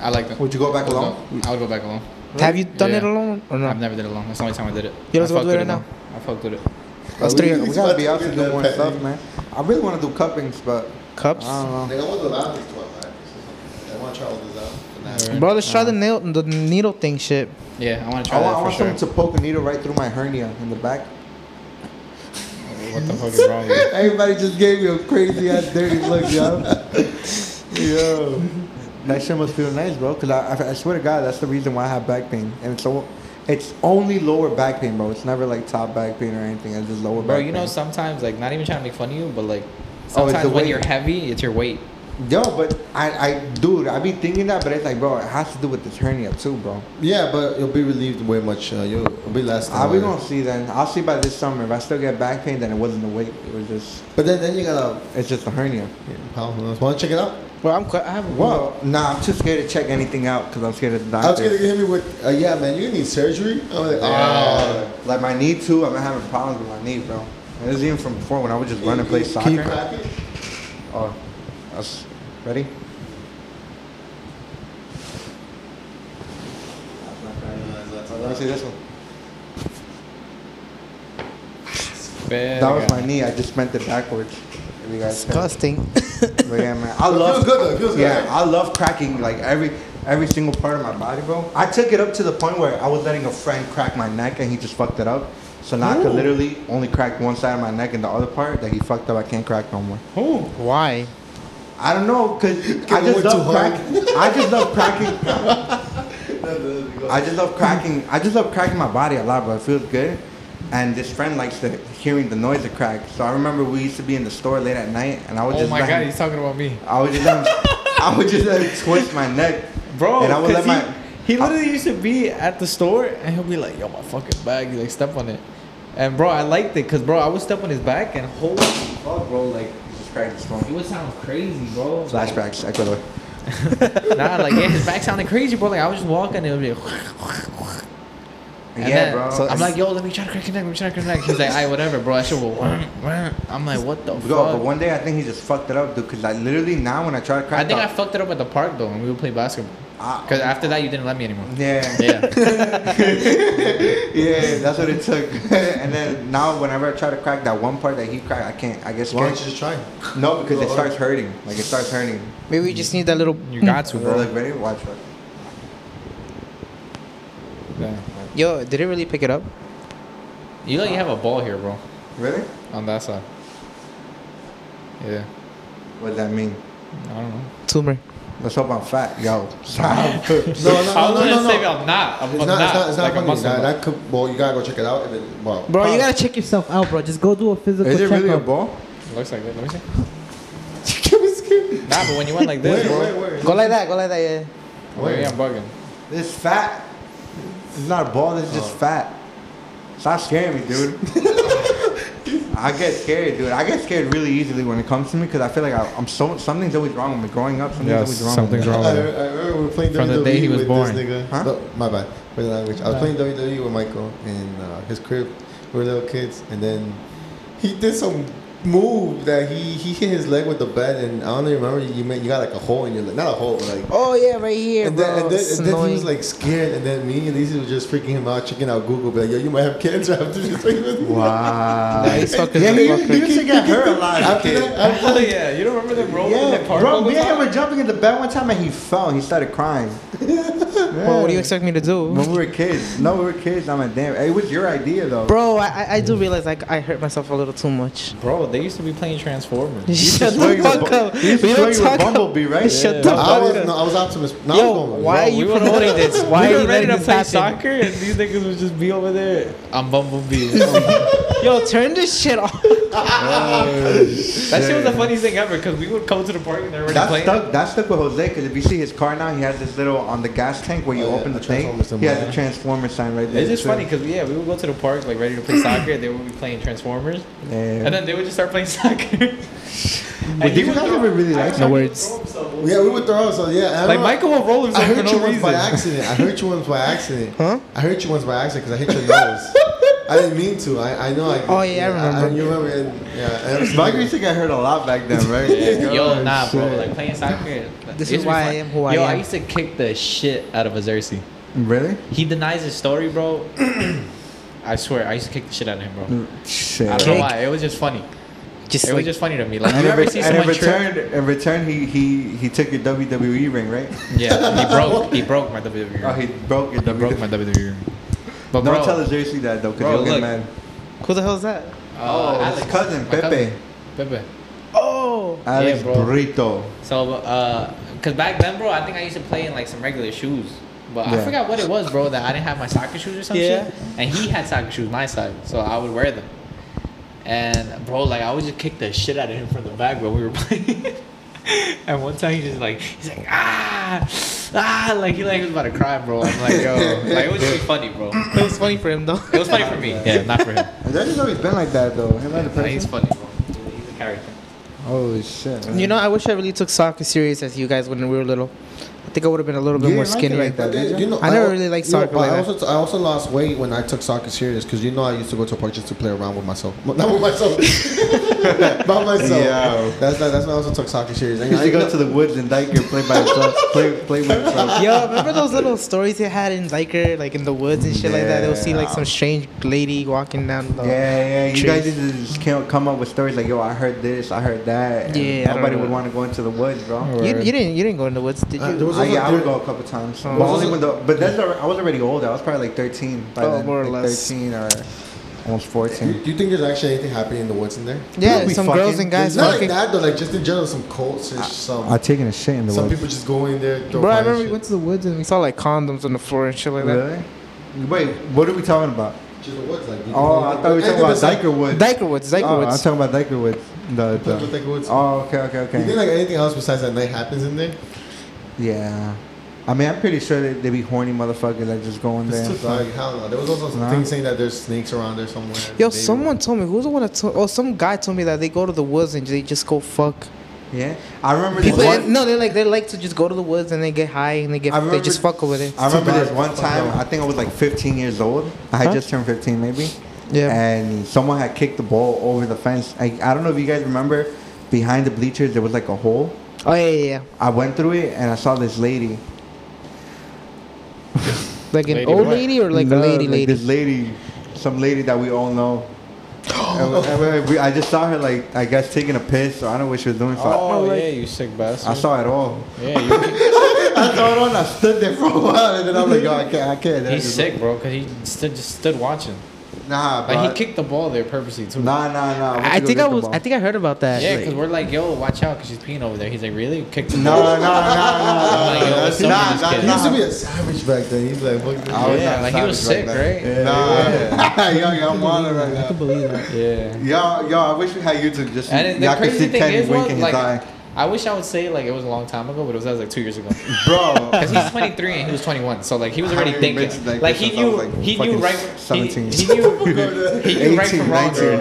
I like that.
Would you go back
I would
alone?
go- I would go back alone.
Have you done it
Yeah.
alone or
I've
not?
never did it long. That's the only time I did it.
You're
I
not supposed to do
fucked
it
with
right
though. I fucked with it.
Us
three-
We, we gotta be out to
He's
do
about
more
to get
stuff,
that
man. I really want to do cuppings, but I
Cups.
don't know.
Nigga, I want to allow this to my I want to try all this out. And I-
Bro, let's try the nail, the needle thing shit.
Yeah, I want to
I
try
want, I
that
want
for sure.
someone to poke a needle right through my hernia in the back.
What the fuck is wrong with you?
Everybody just gave me a crazy ass dirty look, yo. yo. That shit must feel nice, bro. Cause I, I, I swear to God, that's the reason why I have back pain, and it's o- it's only lower back pain, bro. It's never like top back pain or anything. It's just lower
Bro,
back.
you know sometimes like not even trying to make fun of you, but like
Oh, it's
sometimes
the
when
weight.
you're heavy, it's your weight.
pain. yo, but I, I, dude, I be thinking that, but it's like, bro, it has to do with this hernia too, bro.
Yeah, but you'll be relieved way much. Uh, you'll, it'll be
Oh,
less. than
I we
what-
gonna see then. I'll see by this summer. If I still get back pain, then it wasn't the weight. It was just,
But then, then you gotta.
it's just the hernia.
Want to check it out?
Well, I'm. qu- I have.
Well, nah, I'm too scared to check anything out because I'm scared of the doctor.
I was gonna hit me with, uh, yeah, man, you need surgery. I'm like, ah.
Like my knee too, I've been having problems with my knee, bro. And it was even from before when I was just running play
Can you
soccer.
crack it?
Oh, that's ready? Let me see this one. That was my knee. I just bent it backwards. If you guys can.
Disgusting.
But yeah, man, I
It
love.
feels good though, it feels good.
Yeah, I love cracking like every every single part of my body, bro. I took it up to the point where I was letting a friend crack my neck and he just fucked it up. So now I could literally only crack one side of my neck and the other part that he fucked up, I can't crack no more.
Why?
I don't know, cause I
it
just
went
love
too
cracking. I just love cracking. I just love cracking. I just love cracking my body a lot, bro. It feels good. And this friend likes the hearing the noise of crack. So I remember we used to be in the store late at night, and I would
Oh
just
my
let
god,
him-
he's talking about me,
I would just let him, I would just let him twist my neck,
bro.
And I would
'cause
let
he,
my
he literally used to be at the store and he'll be like, "Yo, my fucking bag," you like step on it, and bro, I liked it, cause bro, I would step on his back and holy fuck, bro, like
just crack this
it
one.
would sound crazy, bro. Like,
Flashbacks, Ecuador.
nah, like yeah, his back sounded crazy, bro. Like I was just walking, and it would be. And
yeah,
then
bro.
I'm like, yo, let me try to crack your neck, let me try to crack your neck. He's like, alright, whatever, bro. I should go. I'm like, what the
Yo, but
fuck?
one day I think he just fucked it up, dude. Cause I literally now when I try to
I
crack,
think I
the-
fucked it up at the park though, and we would play basketball.
Ah.
Cause after that, you didn't let me anymore.
yeah.
Yeah.
Yeah, that's what it took. and then now, whenever I try to crack that one part that he cracked, I can't. I guess
Why
can't.
don't you just try?
no, because it
Go
starts hurting. Like it starts hurting.
Maybe we just need that little.
you got to,
So bro,
bro.
like ready? Watch it.
Yeah.
Yo, did it really pick it up?
You like you have a ball here, bro,
Really?
on that side. Yeah.
What does that mean?
I don't know.
Tumor.
Let's hope I'm fat, yo. Stop.
No, no,
I
no,
was
no,
gonna
no, no.
say I'm not. I'm
It's
not.
not, it's not, it's not
like a
funny.
muscle.
Nah,
bro.
that could, well, you gotta go check it out. If it, well,
Bro, you gotta check yourself out, bro. Just go do a physical
Is it
checkup.
really a ball?
Looks like it. Let me see. Nah, but when you went like this,
wait,
bro. Oh,
wait, wait.
Go like that. Go like that. Yeah.
Maybe I'm bugging.
This fat. Oh. It's not a ball. This is just fat. Stop scaring me, dude. I get scared, dude. I get scared really easily when it comes to me because I feel like I, I'm so something's always wrong with me. Growing up, something's
Yes,
always wrong.
something's
with me.
wrong.
I, I remember we were playing
From
WWE
the day he was
with
born.
this nigga.
Huh?
No, my bad. For the language. I was playing WWE with Michael in uh, his crib. We were little kids, and then he did some move that he he hit his leg with the bat, and I only remember you made you got like a hole in your leg, not a hole, but like.
Oh yeah, right here,
And
bro.
then, and, then,
It's
and then he
annoying.
was like scared, and then me and Lisa was just freaking him out, checking out Google, be like, yo, you might have cancer after this.
Wow.
These fuckers
yeah,
are
you,
fuckers.
you used to get hurt a lot as a
After
kid.
that, after
Oh yeah, you don't remember the rope in the
Yeah,
park?
bro,
all the
me and him
time?
were jumping in the bed one time and he fell. He started crying.
Well, what do you expect me to do?
When we were kids. No, we were kids. I'm like, damn. It was your idea, though.
Bro, I, I- I do realize like I hurt myself a little too much.
Bro, they used to be playing Transformers.
Shut
swear
the
you were
fuck
bu-
up.
you used to
We
swear
don't
you were
talk ab-
Bumblebee, right?
Shut
that,
the
I
fuck
was,
up.
no, I was optimistic. No, I was
Yo,
going with
why are
Bro,
you
we were-
promoting this? Why
we
are
were
you
ready
letting
to
this
play
happen?
soccer, and these niggas would just be over there. I'm Bumblebee. that
Yo, turn this shit off.
shit was the funniest thing ever because we would come to the park and they're already
That's
playing.
stuck. That's stuck with Jose because if you see his car now, he has this little on the gas tank where you
Oh, yeah,
open the
a
thing.
transformer symbol,
He has
yeah.
a transformer sign right there.
It's just
So-
funny because yeah, we would go to the park like ready to play soccer. and They would be playing Transformers,
Yeah.
and then they would just start playing soccer. And he
Wait, did you
would
guys
throw-
ever really
I
like
saw
soccer?
him
words.
throw himself.
Yeah, we would throw ourselves. Yeah, and I
Like
remember-
Michael will roll
I
himself for
hurt you
no
once by
reason.
accident. I hurt you once by accident. Huh? I hurt you once by accident because I hit your nose. I didn't mean to. I, I know. I,
Oh, yeah, I remember.
you remember? And, yeah. I remember-
Michael used to get hurt a lot back then, right?
Yo, nah, bro.
shit.
Like playing soccer. like,
This is
it used to be
why I
fun.
am who I
Yo, I
am.
used to kick the shit out of a jersey.
Really?
He denies his story, bro. I swear, I used to kick the shit out of him, bro.
Shit.
I don't know
Kick.
why. It was just funny.
Just
It was
like
just funny to me. Like
And
you
in,
ever
re-
see
and in
someone trip?
return, in return, he he he took your WWE ring, right?
Yeah, he broke. He broke my WWE.
Oh, he broke your
He
WWE.
broke my WWE.
E.
But
Don't
bro,
tell his jersey that though,
Bro,
because he'll get
look.
mad.
who the hell is that?
Oh, his cousin,
uh, my
Pepe.
Pepe.
Oh,
Alex
bro.
Burrito.
So, uh, cause back then, bro, I think I used to play in like some regular shoes, but I
Yeah.
forgot what it was, bro. That I didn't have my soccer shoes or some shit, and he had soccer shoes my side, so I would wear them. And bro, like I would just kick the shit out of him from the back when we were playing. and one time he just like he's like ah ah like he like was about to cry, bro. I'm like yo, like it was just funny, bro. It
it was funny for him though.
was funny for me, yeah, not for him.
And that has always been like that though. Him and the
Nah, he's
person.
funny, bro. He's a character.
Holy shit. man.
You know, I wish I really took soccer serious as you guys when we were little. I think I would have been a little bit
You
more
didn't like it
skinnier.
like that.
But
did
then,
you?
you know,
I never
al-
really liked
you know,
soccer
but
like
I
that.
also, I also lost weight when I took soccer serious because you know I used to go to park just to play around with myself. Well, Not with myself. By myself.
Yeah.
That's that, that's when I also took soccer serious.
He
And
used
I,
to go to the woods and Diker play by himself. play, play with himself.
Yo, remember those little stories they had in Diker, like in the woods and shit like that? They'll see like
Yeah.
some strange lady walking down the.
Yeah, yeah. You
Trees.
guys used to just can't come up with stories like, yo, I heard this, I heard that. and
Yeah, I don't
Nobody
know.
would want to go into the woods, bro.
You, you didn't you dow't go in the woods, did you?
Uh, there was
I,
also-
yeah, I would
there-
go a couple times.
Oh.
but, only when the, but that's alre- I was already older. I was probably like 13 by
Oh,
then.
more or
like
less.
13 or almost
do
14.
you think there's actually anything happening in the woods in there?
yeah,
we
some
fucking-
girls and guys
It's not like
fucking.
that though. Like just in general, some cults and some
I taking a shit in the
some
woods.
people just go in there. Throw
Bro, I
fire and
remember we
shit.
went to the woods and we saw like condoms on the floor and shit like that.
Really? Wait, what are we talking about?
Just the woods, like. you
Oh,
know,
I thought we were talking
anything
about
besides-
Diker Woods.
Diker woods, Diker
Oh, I'm
woods.
talking about Diker Woods. The,
That's what
the,
Diker Woods.
oh, okay, okay,
You think
okay.
like anything else besides that night happens in there?
Yeah. I mean, I'm pretty sure that they be horny motherfuckers that just go in there.
It's too dark. Hell no. There was also
Nah.
something saying that there's snakes around there somewhere.
Yo,
They-
someone told me who's the one that told? Oh, some guy told me that they go to the woods and they just go fuck.
Yeah. I remember
People,
this one,
no, they like they like to just go to the woods and they get high and they get
I
they
remember-
just fuck with it.
I remember
Too
this
bad.
one time, I think I was like 15 years old. I had
Huh?
just turned 15 maybe.
Yeah.
And someone had kicked the ball over the fence. I, I don't know if you guys remember, behind the bleachers there was like a hole.
Oh yeah, yeah, yeah.
I went through it and I saw this lady.
Like an
Lady
old
what?
lady or like
No,
a lady lady.
This lady, some lady that we all know. And we- and we- I just saw her like I guess taking a piss or I don't know what she was doing. So I-
Oh yeah, you sick bastard.
I saw it all.
Yeah, you
I saw it all and I stood there for a while and then I'm like, oh, I can't, I can't.
He's sick, bro, because he stood, just stood watching.
Nah, bro.
Like, he kicked the ball there purposely, too.
Nah, nah, nah. went
I
to go
think
get
I
the
was.
ball.
I think I heard about that.
Yeah, because we're like, yo, watch out, because she's peeing over there. He's like, really? You Kicked the
No,
ball?
Oh
no, no, no,
Like, yo,
no.
what's up with this
Nah, nah,
kid?
He used to
nah.
be a savage back then. He's like, fuck this.
I was
Yeah,
not
like, he was
savage
sick,
back then.
right?
Nah, yo, yo, I'm wilding right now.
Yeah.
Yo, yo, I wish we had YouTube just
And then the
y'all could
crazy
see
thing
Kenny
is, one,
wink in his
like,
eye.
I wish I would say like it was a long time ago, but it was, that was like two years ago.
bro.
Because he's 23 and he was 21, so like he was already
How many
thinking.
bitches
Like,
like
he
this? I
knew,
was, like,
he knew
fucking
right. he-
17.
He, knew, he knew right
18,
from wrong.
19,
bro.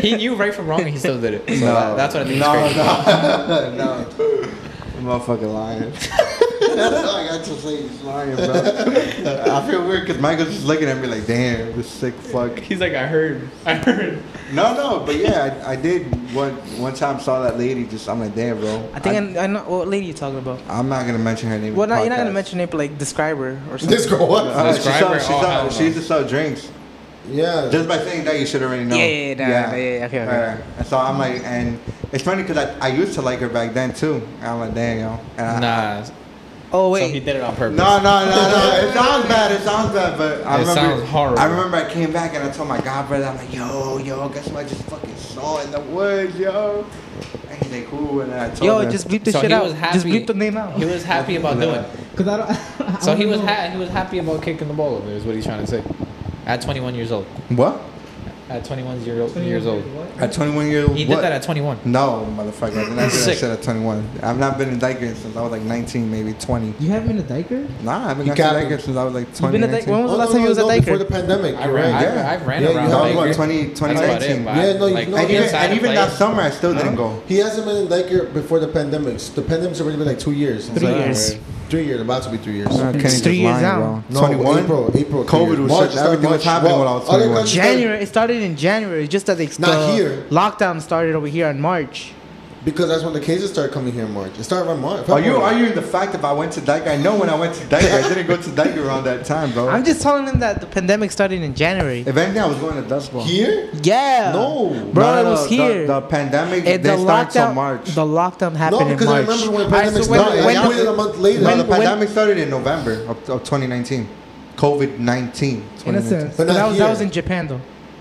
maybe.
He knew right from wrong, and he still did it. So that- that's what I think. is
No,
crazy.
no, no. Motherfucking lying. That's all I got to say. He's lying, bro. I feel weird because Michael's just looking at me like, damn, this sick fuck.
He's like, I heard, I heard.
No, no, but yeah, I, I did one one time saw that lady. Just I'm like, damn, bro.
I think I, I, know what lady you talking about.
I, am not gonna mention her name.
Well, not, you're not
podcast.
gonna mention it, but like describe her or something.
This girl, what?
Uh, she
Describe
sell,
her?
she,
Oh, hell
sell,
no.
she used to sell drinks.
yeah.
Just by saying that, you should already know.
Yeah, yeah, yeah, yeah, yeah, okay, okay.
Alright. And so I'm like, and it's funny because I, I used to like her back then too. And I'm like, damn, yo. And I,
Nah.
Oh
So he
wait,
did it on purpose.
No, no, no, no. It sounds bad. It sounds bad, but I
It
remember.
sounds horrible.
I remember I came back and I told my godbrother, I'm like, yo, yo, guess what I just fucking saw in the woods, yo. And he's like, who? And I told
yo,
him.
just bleep this
So
shit
he
out.
was
Just
happy-
bleep the name out.
He was happy about doing. it.
Cause I don't. I
So he
don't
was
know.
ha- he was happy about kicking the ball over. Is what he's trying to say. At 21 years old.
what?
At 21 year old, years old.
At 21 years old.
He
what?
did that at 21.
No, motherfucker. I did not do that
Sick.
shit at 21. I've not been in Diker since I was like 19, maybe 20.
You haven't been a diker?
Nah, I haven't
You
got to
got me.
Diker since I was like 20.
been a dyke- when
19.
Oh,
was the last time you was at
Before
Diker?
the pandemic,
I
you're
ran.
right.
right, yeah.
I, I ran
Yeah, you
around.
know,
No,
I
like,
was
what,
Diker.
20,
that's about it,
2019.
but
Yeah, no, you
like,
know,
And even,
inside
and
the
even
place.
that summer, I still didn't go.
He hasn't been in Diker before the pandemic. The pandemic's already been like two years.
Three years.
Three years, about to be three years.
Uh, Kenny just
three years
lying,
now.
bro.
No,
21?
April, April,
COVID was
March,
shut. Everything
March.
was happening
Well,
when I was
other
21.
countries-
January. It started in January. Just that they
Not
the
here.
Lockdown started over here in March.
Because that's when the cases started coming here in March. It started around March.
Are you
February.
are you in the fact if I went to Dyke? I know when I went to Dyke, I didn't go to Dyke around that time, bro.
I'm just telling them that the pandemic started in January.
if anything, I was going to Dust Bowl.
here?
Yeah.
No.
Bro,
No,
it
no,
was
the,
here.
The, pandemic
And
they
the
start till
lockdown.
March.
The lockdown happened
No,
in
because I
March.
remember when the
All right,
pandemic
so when-
started.
when-
I quit it a month later.
no,
when-
the pandemic started in November of, of 2019. COVID 19.
In a sense. But
But not
that was that
here.
was in Japan though.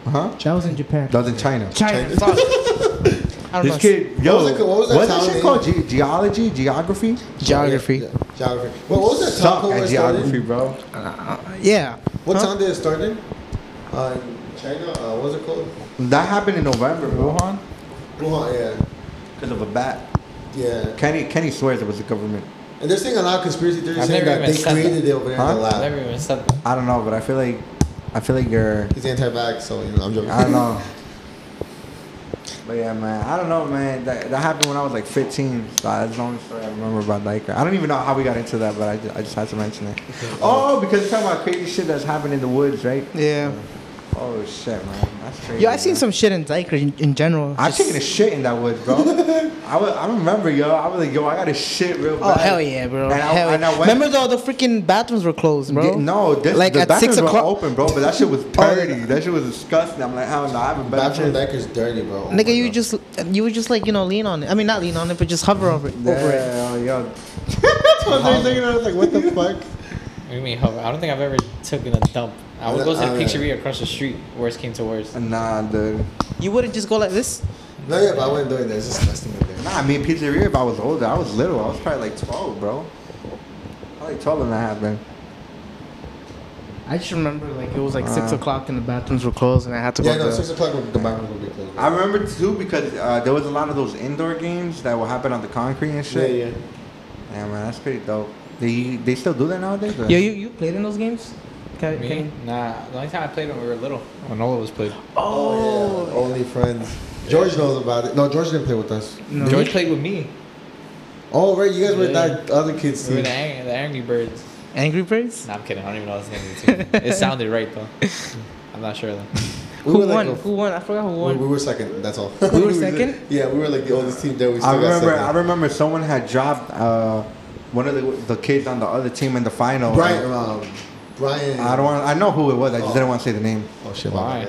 Huh?
That was in Japan.
Uh-huh. That was in China.
China. fuck. I don't know.
This kid, yo,
was it called- what was that
what's
town
that shit
name?
called? Ge- geology? Geography?
Geography.
Yeah, yeah, Geography. Well, what was that
Suck
town called where
at
it started?
geography, bro.
Yeah.
What town did it start in? Uh, in China? Uh, what was it called?
That happened in November, bro.
Wuhan.
Wuhan, yeah.
Because of a bat.
Yeah.
Kenny Kenny swears it was the government.
And they're saying a lot of conspiracy theories
I've
saying
never
that
even
they
said
created it over there
Huh?
in the
I
lab.
never even said that.
I don't know, but I feel like I feel like you're.
He's anti-vax, so you know, I'm joking.
I don't know. but yeah, man. I don't know, man. That, that happened when I was like 15. So that's the only story I remember about Diker. I don't even know how we got into that, but I just, I just had to mention it. Oh, because you're talking about crazy shit that's happened in the woods, right?
Yeah.
Oh shit, man. That's crazy.
Yo, I've seen
man.
some shit in diker in, in general.
I've
Just-
taken a shit in that woods, bro. I, was, I remember, yo. I was like, yo, I got a shit real
Oh
bad.
hell yeah, bro!
And I-
Hell
and I
yeah.
went-
Remember though, the freaking bathrooms were closed, bro.
Yeah, no, this,
Like,
the
at six
bathrooms were
o'clock- Oh,
open, bro. But that shit was dirty. That shit was disgusting. I'm like, hell no, I have a better
Bathroom
shit.
Diker's dirty, bro. Oh my
Nigga, you
God.
just you would just like you know lean on it. I mean, not lean on it, but just hover over it. Over it.
Yeah, yo. That's what I was thinking. I was like, what the fuck?
What do you mean? hover? I don't think I've ever taken a dump. I would go to the
Uh,
pizzeria across the street. Worst came to worst.
Nah, dude.
You wouldn't just go like this.
No, yeah, but I wouldn't do it. It's disgusting in there.
Nah, I mean, pizzeria, if I was older, I was little. I was probably like 12, bro. Probably 12 and a half, man.
I just remember like it was like six
Uh.
o'clock and the bathrooms were closed and I had to
Yeah,
go.
no,
to-
six o'clock would- the bathroom will be closed.
I remember too because uh, there was a lot of those indoor games that would happen on the concrete and
Yeah,
shit.
yeah.
Yeah, man, that's pretty dope. They they still do that nowadays? or-
Yo, you you played in those games? Can,
Me?
can-
Nah. The only time I played when we were little, when all of us played.
Oh, yeah. Only friends. George knows about it. No, George didn't play with us.
no.
George played with me.
Oh, right. You guys were
Yeah.
that other kids too.
We were the Angry, the Angry Birds.
Angry Birds?
Nah, I'm kidding. I don't even know what his name is. It sounded right though. I'm not sure though.
We
who
were like
won?
a-
who won? I forgot who
We,
won.
we were second. That's all.
We were second?
yeah, we were like the oldest team there. We still
I remember.
Got
I
second.
remember someone had dropped uh, one of the the kids on the other team in the final.
Brian. Um, Brian.
I don't want. I know who it was. I just
Oh.
didn't want to say the name.
Oh shit.
Why?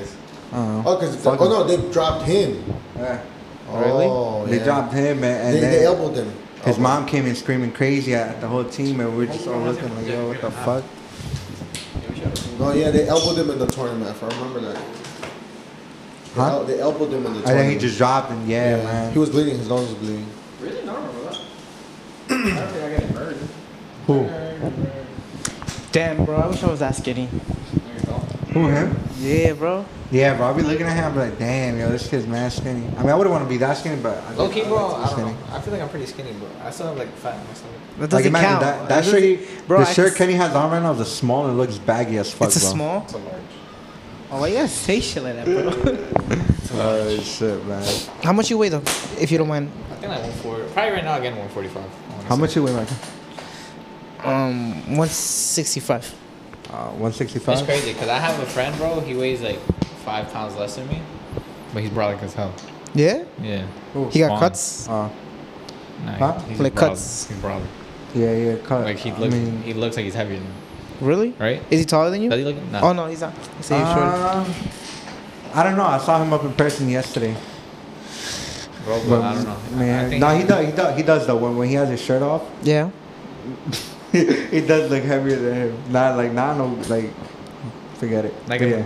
Why?
Uh,
Oh, cause oh no, they dropped him.
Really?
Oh,
they
yeah.
dropped him, and, and
they,
then
they elbowed him.
his mom came in screaming crazy at the whole team, and we were just all looking like, "Yo, what the fuck?"
No, Oh, yeah, they elbowed him in the tournament. If I remember that. They
Huh?
el- They elbowed him in the
And then
tournament.
he just dropped, and yeah, man.
He was bleeding. His nose was bleeding.
Really? No, I don't think I got it murdered.
who?
Damn, bro! I wish I was that skinny.
Who him?
Yeah, bro.
Yeah, bro. I'll be looking at him. I'm like, damn, yo, this kid's mad skinny. I mean, I wouldn't want to be that skinny, but I
Low key,
I
bro.
like to be
I don't
skinny.
know. I feel like I'm pretty skinny, bro. I still have like fat in my stomach.
That
Like
doesn't
imagine
count.
that,
That
that
doesn't-
shirt, he-
bro,
the
I
shirt
just-
Kenny has on right now is small and it looks baggy as fuck,
It's a
bro.
small.
It's a large.
Oh, why you gotta say shit like that, bro?
Oh shit, man.
How much you weigh though, if you don't mind?
I think like 140. Probably right now again 145.
How much you weigh, Michael?
Um, one sixty-five.
Uh, 165.
It's crazy because I have a friend, bro. He weighs like five pounds less than me, but he's brolic as hell.
Yeah.
Yeah.
He got
Small.
cuts.
Uh,
Nah,
Huh?
he's
Like
brolic.
cuts.
He's brolic.
yeah, yeah. Cut.
Like he
I
looks.
mean,
he looks like he's heavier than me,
Really?
right?
Is he taller than you?
Does he look? Nah.
Oh no, he's not. He's short.
uh, I don't know. I saw him up in person yesterday.
Bro, but
But
I don't know. I- I,
Man,
think
no, he does. He does. He does though. When, when he has his shirt off,
Yeah.
he does look heavier than him. Not like not no like. Forget it.
Like
But
a-
yeah.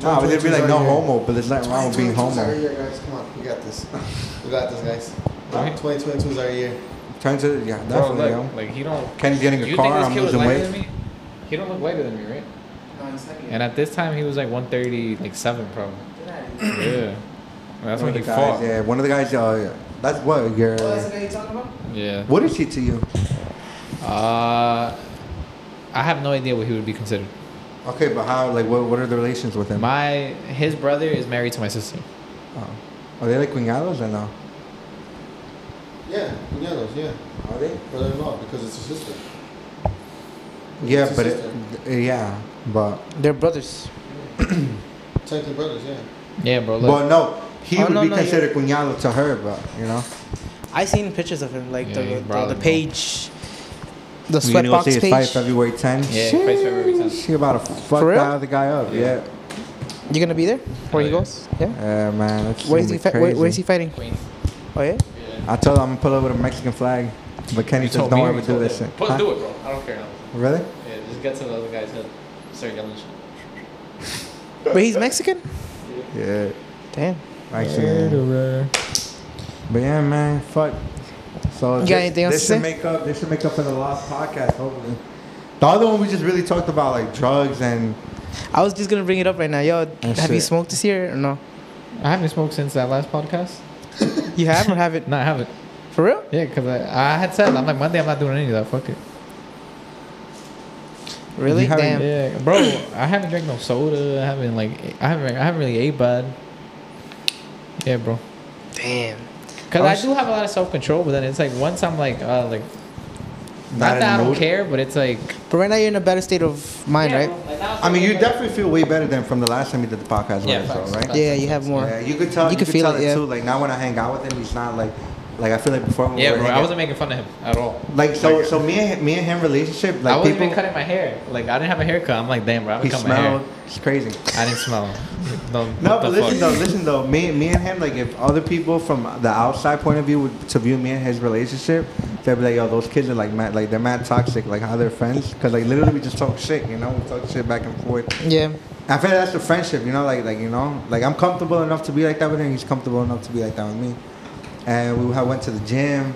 No, but there'd be like no
22's already
homo, but there's nothing wrong with being
2022's our
homo.
year, guys. Come on, we got this. We got this, guys.
Alright.
2022 is our year.
Turns to yeah,
Bro,
definitely. yo.
look, like he don't.
Ken's getting
you
a
think
car.
this
I'm
kid was
losing
lighter than
weight.
me? He don't look lighter than me, right? And at this time, he was like 130, like seven, probably. yeah. That's
One
when
of
he
the guys,
fought.
Yeah, one of the guys. Uh, that's what your.
Yeah.
What is he to you?
Uh, I have no idea what he would be considered.
Okay, but how? Like, what? What are the relations with him?
My his brother is married to my sister.
Oh. Are they like cuñados or no?
Yeah, cuñados, yeah.
Are they?
Brother-in-law, because it's a sister.
Yeah,
It's a
but it, yeah, but
They're brothers.
Technically brothers, yeah.
Yeah, bro. Look.
but no, he
Oh,
would
no,
be
no,
considered cuñado to her, but you know.
I seen pictures of him, like
Yeah,
the,
he's
the,
brolic,
the
bro.
page, the
We're gonna go see
sweatbox
his fight
page.
February 10th.
Yeah, he fights February 10th.
She about to fuck
real?
that other guy up. Yeah,
You gonna be there? Where he
yeah.
goes? Yeah.
yeah man. That's
Where is he? Fi- where, where is he fighting?
Queen.
Oh yeah.
I told him I'm gonna pull up with a Mexican flag, but Kenny
You
says
told
don't
me,
ever
you
do
told
this
him.
shit.
Put-
Huh?
Do it, bro. I don't care.
Really?
Yeah, just get to the other guy's head. Start yelling. shit.
But he's Mexican.
Yeah.
Damn.
Actually, but yeah, man, fuck. So
You got
thi-
anything else
this
to
should
say?
make up. This should make up for the last podcast, hopefully. The other one we just really talked about like drugs and
I was just gonna bring it up right now, yo.
That's
have you
it.
smoked this year or no?
I haven't smoked since that last podcast.
You have or haven't?
No, I haven't.
For real?
Yeah, because I, I had said, I'm like, Monday, I'm not doing any of that. Fuck it.
Really?
You haven't-
Damn.
Yeah, bro, I haven't drank no soda. I haven't, like, I haven't, I haven't really ate bad. Yeah, bro.
Damn.
Because I do have a lot of self control, but then it's like, once I'm like, uh, like,
Not
not
in
that I
the
don't
mood.
care, but it's like,
But right now you're in a better state of mind,
Yeah,
right?
bro, like, now it's
I mean,
like-
you definitely feel way better than from the last time you did the podcast
Yeah,
with us,
facts.
though, right?
Yeah, you have more.
Yeah, you could tell. You, could, feel tell it,
yeah.
too. Like now when I hang out with him, he's not like, like I feel like before. when we
Yeah,
were
bro. I
hanging-
wasn't making fun of him at all.
Like so, so me and me and him relationship,
I
like
wasn't
people,
even cutting my hair. Like I didn't have a haircut. I'm like, damn, bro. I'm
he
cutting my hair.
smelled. It's crazy.
I didn't smell. No,
No,
what
but
the
listen though,
fuck?
listen though. Me, me and him, like if other people from the outside point of view would to view me and his relationship, they'd be like, "Yo, those kids are like mad, like they're mad toxic, like how they're friends." Because like literally, we just talk shit, you know, we talk shit back and forth.
Yeah.
I feel that's the friendship, you know, like like you know, like I'm comfortable enough to be like that with him. He's comfortable enough to be like that with me. And we had went to the gym,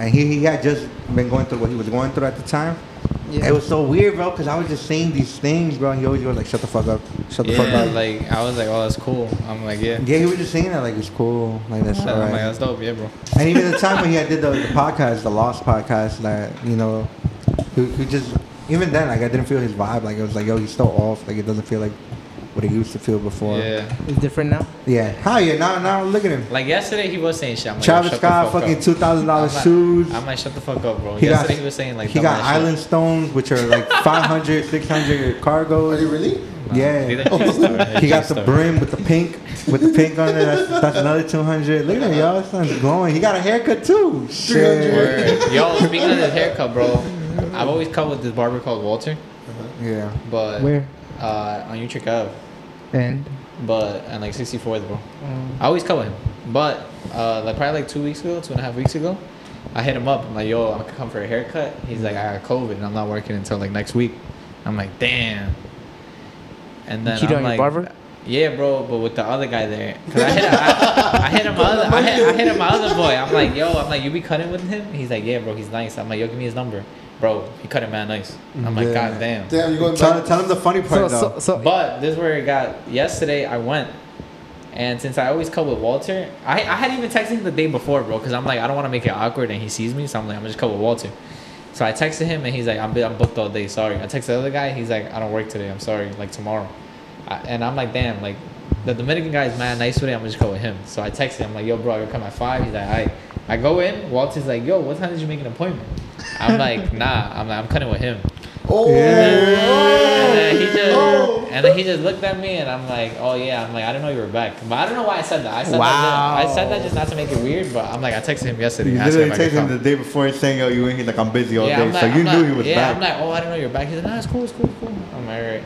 and he, he had just been going through what he was going through at the time.
Yeah.
It was so weird, bro, because I was just saying these things, bro. And he always was like, "Shut the fuck up, shut the fuck
Yeah,
up."
like I was like, oh, that's cool. I'm like, yeah.
yeah, he was just saying that like it's cool, like that's
I'm
all
like,
right.
that's dope, yeah, bro.
And even the time when he had did the, the podcast, the Lost podcast, that you know, he, he just even then like I didn't feel his vibe. Like it was like, yo, he's still off. Like it doesn't feel like what he used to feel before.
Yeah.
It's different now.
Yeah. How you now? Now look at him.
Like yesterday, he was saying shit. I'm like, yo,
Travis
shut the
Scott,
fuck up.
fucking two thousand dollars
I'm like-
shoes.
I'm like, shut the fuck up, bro.
He got-
yesterday, he was saying like,
he got
dumbass shit.
island stones, which are like 500, 600
Are you
cargos.
really?
These
Yeah.
are cheap stuff.
He got
Cheap
the
stuff.
brim with the pink, with the pink on it. That's, that's another two hundred. Look at him, y'all. This son's glowing. He got a haircut too. Shit.
Word. Yo, speaking of his haircut, bro, I've always come with this barber called Walter,
Yeah.
but
Where?
Uh, on Utrecht Ave.
And
but and like 64th, bro. I always cut with him, but uh, like probably like two weeks ago, two and a half weeks ago, I hit him up. I'm like, yo, I'm gonna come for a haircut. He's like, I got COVID and I'm not working until like next week. I'm like, damn. And then
cheated
I'm
on your
like,
barber?
Yeah, bro, but with the other guy there, cause I hit, a, I, I hit him my other, I hit, I hit him my other boy. I'm like, yo, I'm like, you be cutting with him? He's like, yeah, bro, he's nice. I'm like, yo, give me his number, bro. He cutting man nice. I'm like,
Yeah.
god damn.
Damn, you going
Tell,
back?
tell him the funny
So,
part
so,
though.
so
But this is where it got. Yesterday, I went, and since I always cut with Walter, I, I had even texted him the day before, bro, because I'm like, I don't want to make it awkward, and he sees me, so I'm like, I'm just cut with Walter. So I texted him, and he's like, I'm, bu- I'm booked all day, sorry. I texted the other guy, he's like, I don't work today, I'm sorry, like tomorrow. I, and I'm like, damn, like the Dominican guy is mad nice with it, I'm just go with him. So I texted him, like, yo, bro, I come at five. He's like, all right. I go in, Walter's like, yo, what time did you make an appointment? I'm like, nah, I'm, I'm cutting with him.
Oh,
And then he just
Oh.
and then he just looked at me and I'm like, oh yeah, I'm like, I don't know you were back. But I don't know why I said that. I said that I said that just not to make it weird, but I'm like I texted him yesterday.
You
and asked
literally
if I could
texted him
come.
the day before and saying, "Yo, you in here?" Like I'm busy all
yeah,
day,
I'm
so
like,
you
I'm
knew
like-
he was
yeah,
back.
I'm like, oh I don't know you're back. He's like, nah, it's cool, it's cool, it's cool. I'm like, alright.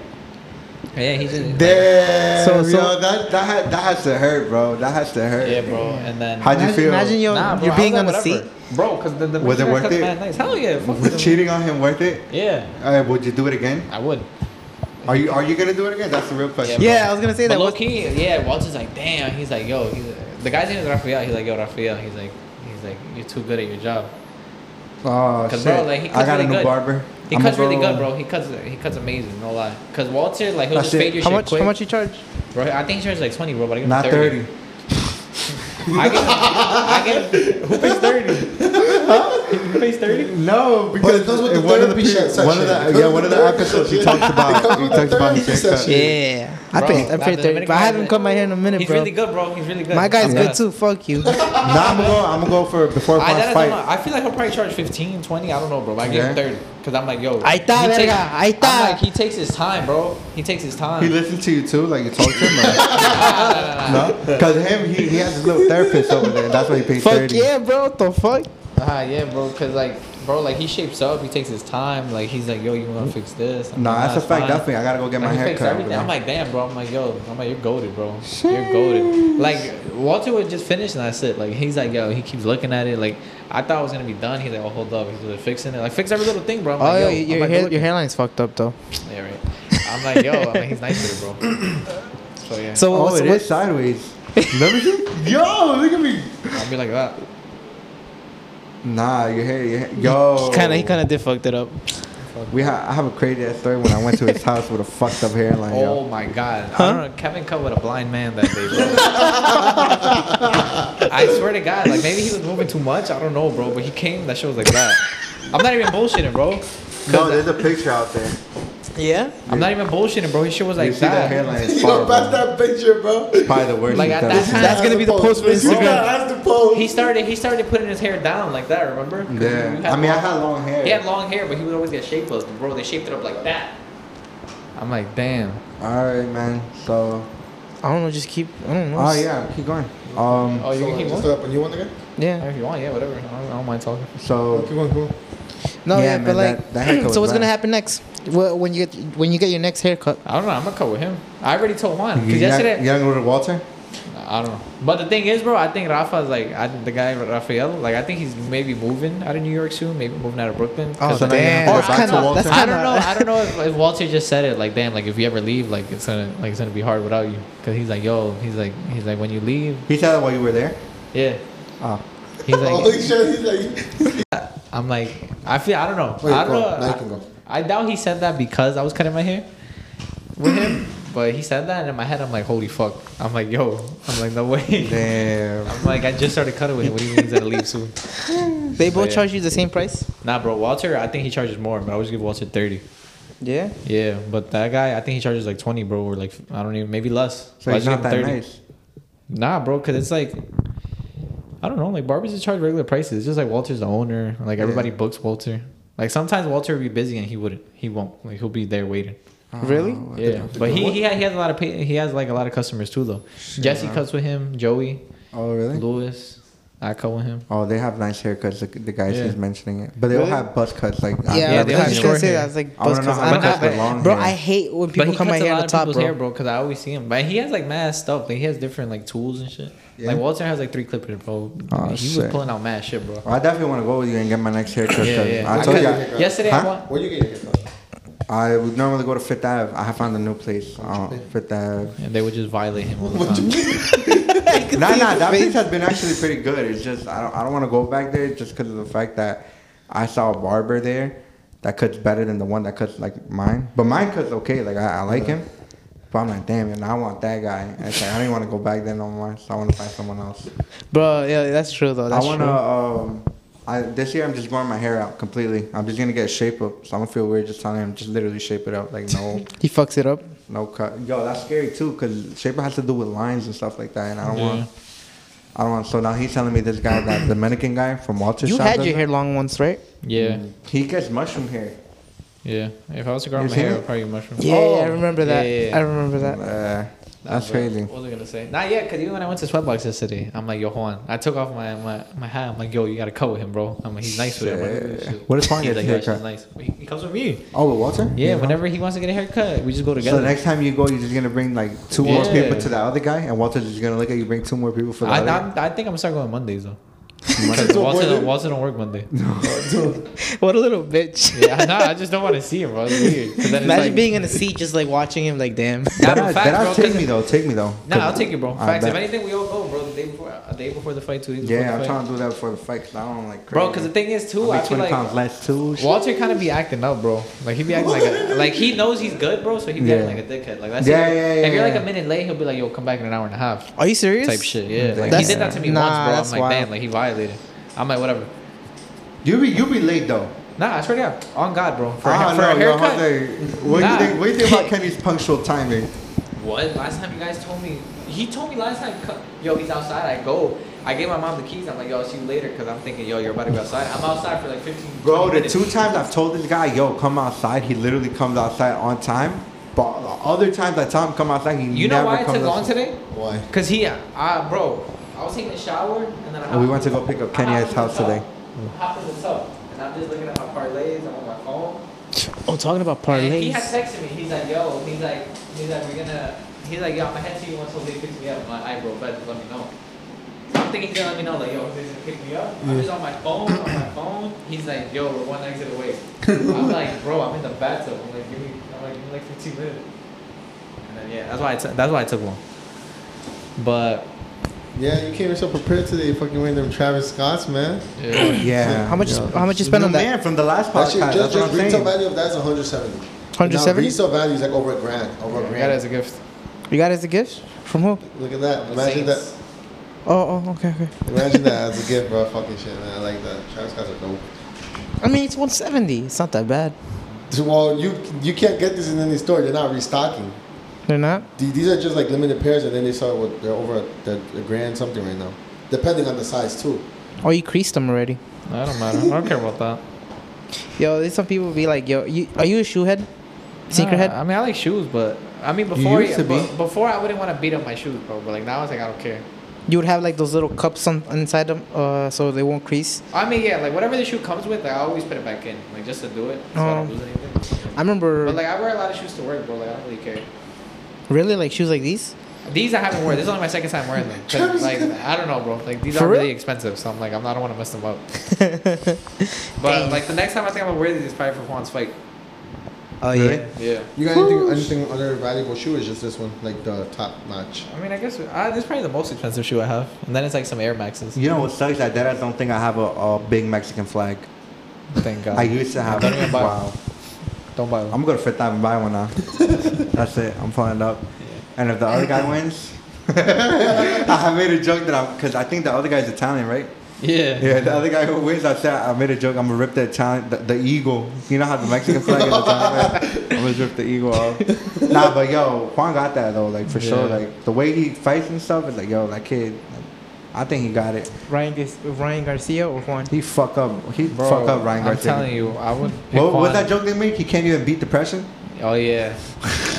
Yeah, he just
Damn,
So- so-
yo, that that has, that has to hurt, bro. That has to hurt.
Yeah, bro. And then
How'd you
imagine,
feel?
imagine you're,
Nah, bro,
you're
I
being
was
on the
like,
seat.
whatever. Bro, cause the, the
Was it
Mexican
worth
cut's
it?
mad Nice. Hell yeah. fuck
Was
them.
cheating on him worth it?
Yeah,
Uh, would you do it again?
I would.
Are you Are you gonna do it again? That's the real question.
bro.
Yeah, I was gonna say
But
that.
low
What,
key, yeah, Walter's like, damn. He's like, yo, he's the guy's name is Rafael. He's like, yo, Rafael. He's like, he's like, you're too good at your job.
Oh
Cause
shit!
bro, like, he
I
cuts
got
really
a new
good.
barber.
He
I'ma
cuts really
go-
good, bro. He cuts, he cuts amazing, no lie. Cause Walter, like, he'll
That's
just fade
it.
your
how
shit
much?
quick.
How much you charge?
Bro, I think he charges like twenty, bro. But I give him
Not thirty.
I give, I give him, who pays thirty? who pays thirty?
No, because
it comes with
in
the
one of
therapy
the pe-
session.
one of
It
the
comes
yeah
with
one of
the
the
therapy
episodes he
session.
talks about he
with the
talks about his
therapy
haircut.
session.
Yeah, I
Bro,
paid. I
the
paid thirty,
Dominican
but I
guy-
haven't cut my hair in a minute,
He's
bro.
really good, bro. He's really good.
My guy's
I'm
good
not-
too. Fuck you.
Nah, I'm gonna go. I'm gonna go for before
I,
Bronx
that, I, don't know.
fight.
I feel like he'll probably charge 15, 20. I don't know, bro. But I give
Yeah.
him 30. Because I'm like, yo.
Ahí está,
he takes-
verga. Ahí está.
I'm like, he takes his time, bro. He takes his time.
He listened to you too, like you told him. Or? no, cause him he, he has his little therapist over there. That's why he pays
Fuck
thirty.
yeah, bro. What the fuck?
Ah, yeah, bro. Cause like, bro, like he shapes up. He takes his time. Like he's like, yo, you wanna fix this? I'm
No,
like,
that's a
it's
fact.
fine."
Definitely, I gotta go get
Like,
my
he
hair
fixed
cut. over
everything.
there.
I'm like, damn, bro. I'm like, yo, I'm like, you're goaded, bro. You're goaded. Like Walter would just finish and that's it. Like he's like, yo, he keeps looking at it. Like I thought it was gonna be done. He's like, oh, hold up. He's like, fixing it. Like fix every little thing, bro. I'm
Oh,
like,
yo,
yo, I'm
your,
like,
hair,
"Look
your
at-"
hairline's fucked up though.
Yeah, right. I'm like, yo, I'm like, he's nice with it, bro. So yeah,
So
oh,
what's,
it is
what's,
sideways. Let me see. Yo, look at me.
I'll be like that.
Nah, your hair, your hair. Yo.
he kind of he kind of did fucked it up.
We ha- I have a crazy ass story when I went to his house with a fucked up hairline.
Oh
Yo.
my god. I don't know. Kevin cut with a blind man that day, bro. I swear to God, like maybe he was moving too much. I don't know, bro. But he came, that shit was like that. I'm not even bullshitting, bro. 'Cause
there's a picture out there.
Yeah.
I'm not even bullshitting, bro. His shit was
Like you
like
see that,
that.
hairline? It's
Yo,
horrible.
pass that picture, bro.
Probably the worst.
Like,
you've
at
done.
that time-
That's gonna be the post for
You gotta
Instagram.
ask the post.
he started he started putting his hair down like that, remember? 'Cause we
Yeah.
had
I mean, I
long-
had long hair.
he had long hair, but he would always get shapeless. Bro, they shaped it up like that. I'm like, damn.
All right, man. So.
I don't know. Just keep. I don't know.
Oh yeah, keep going. Um.
Oh, you
So,
can keep
just
going?
throw up a new one again?
Yeah.
If you want, yeah, whatever. I don't, I don't mind talking.
Oh,
So.
keep going, keep going.
No,
Yeah,
yeah,
man,
but like,
that- that haircut
so
was
what's gonna
bad.
happen next? Wh- When you get when you get your next haircut?
I don't know. I'm gonna cut with him. I already told Juan
You
because yesterday.
young, young with Walter.
I don't know. But the thing is, bro, I think Rafa's like I, the guy Rafael. Like I think he's maybe moving out of New York soon, maybe moving out of Brooklyn. 'Cause
So now you have to
Oh, damn.
go
That's
back to
kinda-
Walter.
that's
I don't know. I don't know if, if Walter just said it. Like, damn, like if you ever leave, like it's gonna like it's gonna be hard without you. Cause he's like, yo, he's like he's like when you leave,
He said that while you were there.
yeah. Ah.
Oh.
He's
Holy
like,
shit, he's like,
I'm like, I feel I don't know.
Wait,
I don't
go.
know.
Now you
I-
can go.
I doubt he said that because I was cutting my hair with him. But he said that, and in my head, I'm like, holy fuck. I'm like, yo. I'm like, no way.
Damn.
I'm like, I just started cutting with him. What do you mean he's gonna leave soon?
They both
yeah.
charge you the same price.
Nah, bro, Walter, I think he charges more, but I always give Walter 30.
Yeah.
Yeah, but that guy, I think he charges like 20, bro, or like, I don't even, maybe less.
So
I
he's
just give
not
him
that nice.
Nah, bro, because it's like, I don't know, like barbers just charge regular prices. It's just like Walter's the owner. Like everybody books Walter. Like sometimes Walter would be busy and he wouldn't. He won't. Like he'll be there waiting.
Oh,
Really?
Yeah, but he he, ha- he has a lot of pay, he has like a lot of customers too though. Jesse cuts with him, Joey,
Oh really?
Lewis, I cut with him.
Oh, they have nice haircuts. The, the guys
Yeah.
he's mentioning it, but they all
Really?
have buzz cuts. Like
Yeah,
I've
Yeah,
never
they
I
have
was just
seen
short
gonna say
hair.
that. I was like,
I wanna
buzz
know
cuts.
how
I
much
don't
that's
have-
with long
bro,
hair.
I hate when people
but
cut
he
my
cuts a
hair
lot
on
of
top,
people's
bro.
hair, bro, because I always see him. But he has like mad stuff. Like he has different like tools and shit.
Yeah.
Like Walter has like three clippers, bro.
Aw,
he
shit.
was pulling out mad shit, bro.
I definitely want to go with you and get my next haircut.
Yeah,
'cause
yeah.
I told you.
Because-
I-
Yesterday,
Huh?
I went,
where you get your haircut?
I would normally go to Fifth Ave. I have found a new place. Uh, Fifth Ave.
And they would just violate him all the time.
Nah, nah, that place has been actually pretty good. It's just I don't, I don't want to go back there just because of the fact that I saw a barber there that cuts better than the one that cuts like mine. But mine cuts okay. Like I, I like him, but I'm like, damn, and I want that guy. And it's like, I don't even want to go back there no more. So I want to find someone else.
Bro, yeah, that's true though.
I
That's
want to.
true.
Um, I, this year I'm just growing my hair out completely. I'm just gonna get a shape up, so I'm gonna feel weird just telling him just literally shape it up, like no,
He fucks it up.
no cut. Yo, that's scary too, cause shape up has to do with lines and stuff like that, and I don't want. I don't want. So now he's telling me this guy, that Dominican guy from Walter's
You
shop,
had
does
your
it.
hair long once, right?
Yeah,
He gets mushroom hair.
yeah. If I was to grow
You
my
seen
hair,
it?
it would probably be mushroom.
Yeah,
Oh,
I remember that.
yeah, yeah.
I remember that.
Uh,
Nah,
that's
bro,
crazy.
What was I gonna say? Not yet, cause even when I went to Sweatbox yesterday, I'm like, yo, Juan, I took off my my, my hat. I'm like, yo, you gotta cut with him, bro. I'm like, he's nice with it. I'm like, look at this
Shit.
shit.
What is Juan
He's
gets
like,
a
yo, she's
haircut?
nice. He, he comes with me.
Oh, with Walter?
Yeah, whenever he wants to get a haircut, we just go
So
together.
next time you go, you're just gonna bring like two more
Yeah.
people to the other guy, and Walter's just gonna look at you. Bring two more people for the
I,
other. guy.
I, I think I'm gonna start going Mondays though.
Monday.
Because Walter,
Monday?
don't, Walter don't work Monday.
What a little bitch.
yeah, nah, I just don't want to see him, bro. It's weird. 'Cause then it's
Imagine
like-
being in a seat just like watching him like damn.
Nah,
That,
no,
that,
facts, bro, 'cause
take
it-
me though. Take me though.
Nah, I'll take you, bro.
I
Facts. If
bet.
anything, we all go, bro. The day before, a day before the fight, two days before
Yeah,
the
I'm
fight.
trying to do that for the fight because I don't like.
bro. Because the thing is, too,
I'll
I
be
feel
20
like
pounds less too.
Walter kind of be acting up, bro. Like he be acting like a, like he knows he's good, bro. So he be
Yeah.
acting like a dickhead. Like that's
Yeah,
it.
yeah, yeah,
If you're like
yeah.
a minute late, he'll be like, "Yo, come back in an hour and a half."
Are you serious?
Type shit. Yeah, like
That's-
he did that to me
nah,
once,
that's
bro. I'm like,
wild.
damn, like he violated. I'm like, whatever.
You be you be late though.
Nah, I swear to God, on God, bro. For,
I
a,
don't
for
know,
a
yo,
haircut.
Jose, what, do
Nah.
you think, what do you think about Kenny's punctual timing?
What? Last time you guys told me. He told me last time, "Co- yo, he's outside. I go. I gave my mom the keys. I'm like, yo, I'll see you later. Cause I'm thinking, yo, you're about to go outside. I'm outside for like 15
Bro,
20
the
minutes.
two times I've told this guy, yo, come outside, he literally comes outside on time. But the other times I tell him come outside, he
You
never
know why it
comes
took long
outside.
today?
Why?
Cause he, uh, bro, I was taking a shower and then I.
And Oh, we went to go pick up Kenny
I
at his house
hopped in the
today.
tub. I hopped in the tub and I'm just looking at my parlays. I'm on my phone.
Oh, talking about
And he had
parlays.
texted me. He's like, yo. He's like, he's like, we're gonna. He's like, yo, I'm gonna head to you once Jose picks me up. My eyebrow, but let me know. So I'm thinking he's gonna let me know, like, yo, Jose's gonna pick me up. I'm just on my phone, on my phone. He's like, yo, we're one exit away. I'm like, bro, I'm in the bathtub. I'm like, give me, I'm like, give me like 15 minutes. And then yeah, that's why I t- that's why I took one. But
Yeah, you came yourself prepared today. You fucking wearing them Travis Scotts, man.
yeah.
Yeah.
How much?
Yeah.
How much you spend
The
on that?
man from the last
That
podcast.
shit, just,
that's what
just
I'm
retail
saying.
value of that's 170.
Hundred
Now,
seventy.
resale value is like over a grand. Over a grand.
a gift.
You got it as a gift from who?
Look at that. Imagine that.
Oh, oh, okay, okay.
Imagine that as a gift, bro. Fucking shit, man. I like that. Travis Scott's are dope.
I mean, it's one seventy. It's not that bad.
Well, you you can't get this in any store. They're not restocking.
They're not.
The- These are just like limited pairs, and then they sell what they're over a, they're a grand something right now, depending on the size too.
Oh, you creased them already.
I don't matter. I don't care about that.
Yo, there's some people be like, yo, you, are you a shoehead? Sneakerhead?
Nah, I mean, I like shoes, but I mean, before
used to be.
but- before I wouldn't want to beat up my shoes, bro. But like now, it's like I don't care.
you would have like those little cups on inside them, uh, so they won't crease.
I mean, yeah, like whatever the shoe comes with, like, I always put it back in, like just to do it, so I don't
Oh.
lose anything.
I remember
But like I wear a lot of shoes to work, bro. Like I don't really care.
really like shoes like these.
These I haven't worn. This is only my second time wearing them. 'Cause, Like I don't know, bro. Like these
For
are
real?
really expensive, so I'm like I'm not, I don't want to mess them up. but like the next time I think I'm gonna wear these is probably for Juan's fight.
Oh
Really?
yeah.
Yeah.
You got anything anything other valuable shoe? Is just this one, like the top notch.
I mean, I guess uh, this is probably the most expensive shoe I have, and then it's like some Air Maxes.
You know what sucks? I dead ass don't think I have a, a big Mexican flag.
Thank God.
I used to have
Don't
it.
even buy
Wow.
Don't buy one.
I'm gonna fit that and buy one now. That's it. I'm pulling up. And if the other guy wins, I made a joke that I'm because I think the other guy's Italian, right?
Yeah.
Yeah, the other guy who wins, I said I made a joke. I'm gonna rip the Italian, the, the eagle. You know how the Mexican flag is Italian. I'm gonna rip the eagle off. Nah, but yo, Juan got that though, like for sure.
Yeah.
Like the way he fights and stuff is like, yo, that kid. Like, I think he got it.
Ryan Gas- Ryan Garcia or Juan?
He fuck up. He fuck up Ryan
I'm
Garcia.
telling you, I would. Pick
What was
Juan.
that joke they made? He can't even beat depression.
Oh yeah,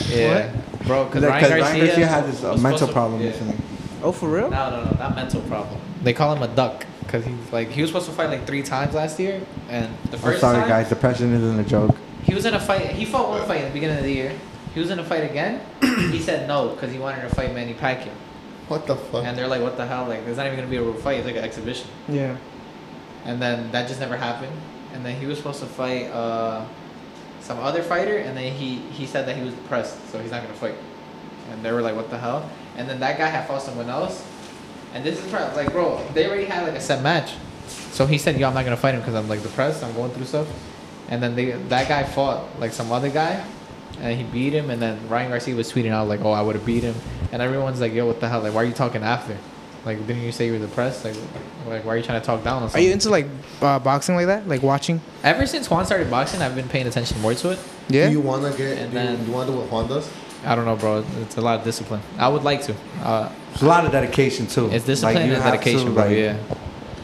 yeah, bro. Because
Like,
Ryan, Garcia
had this uh,
was
mental
supposed to-
problem.
yeah.
recently.
Oh for
No,
real?
no, no, not mental problem. They call him a duck because he's like he was supposed to fight like three times last year, and the
I'm
first
Oh, sorry,
time
guys. Depression isn't a joke.
he was in a fight. He fought one fight at the beginning of the year. He was in a fight again. he said no because he wanted to fight Manny Pacquiao,
What the fuck?
and they're like, "What the hell? Like, there's not even gonna be a real fight. It's like an exhibition."
Yeah.
And then that just never happened. And then he was supposed to fight uh, some other fighter, and then he he said that he was depressed, so he's not gonna fight. And they were like, "What the hell?" And then that guy had fought someone else, and this is probably like, bro, they already had like a set match. So he said, "Yo, I'm not gonna fight him because I'm like depressed. I'm going through stuff." And then they that guy fought like some other guy, and he beat him. And then Ryan Garcia was tweeting out like, "Oh, I would have beat him," and everyone's like, "Yo, what the hell? Like, why are you talking after?" Like, didn't you say you were depressed? Like, like why are you trying to talk down on
Are
someone?
you into like uh, boxing like that? Like watching?
Ever since Juan started boxing, I've been paying attention more to it.
Yeah.
Do you want to get?
And
Do you,
then-
want to do what Juan does?
I don't know, bro. It's a lot of discipline. I would like to. Uh,
It's a lot of dedication too.
it's discipline
you
and
have to,
dedication, bro.
like,
yeah,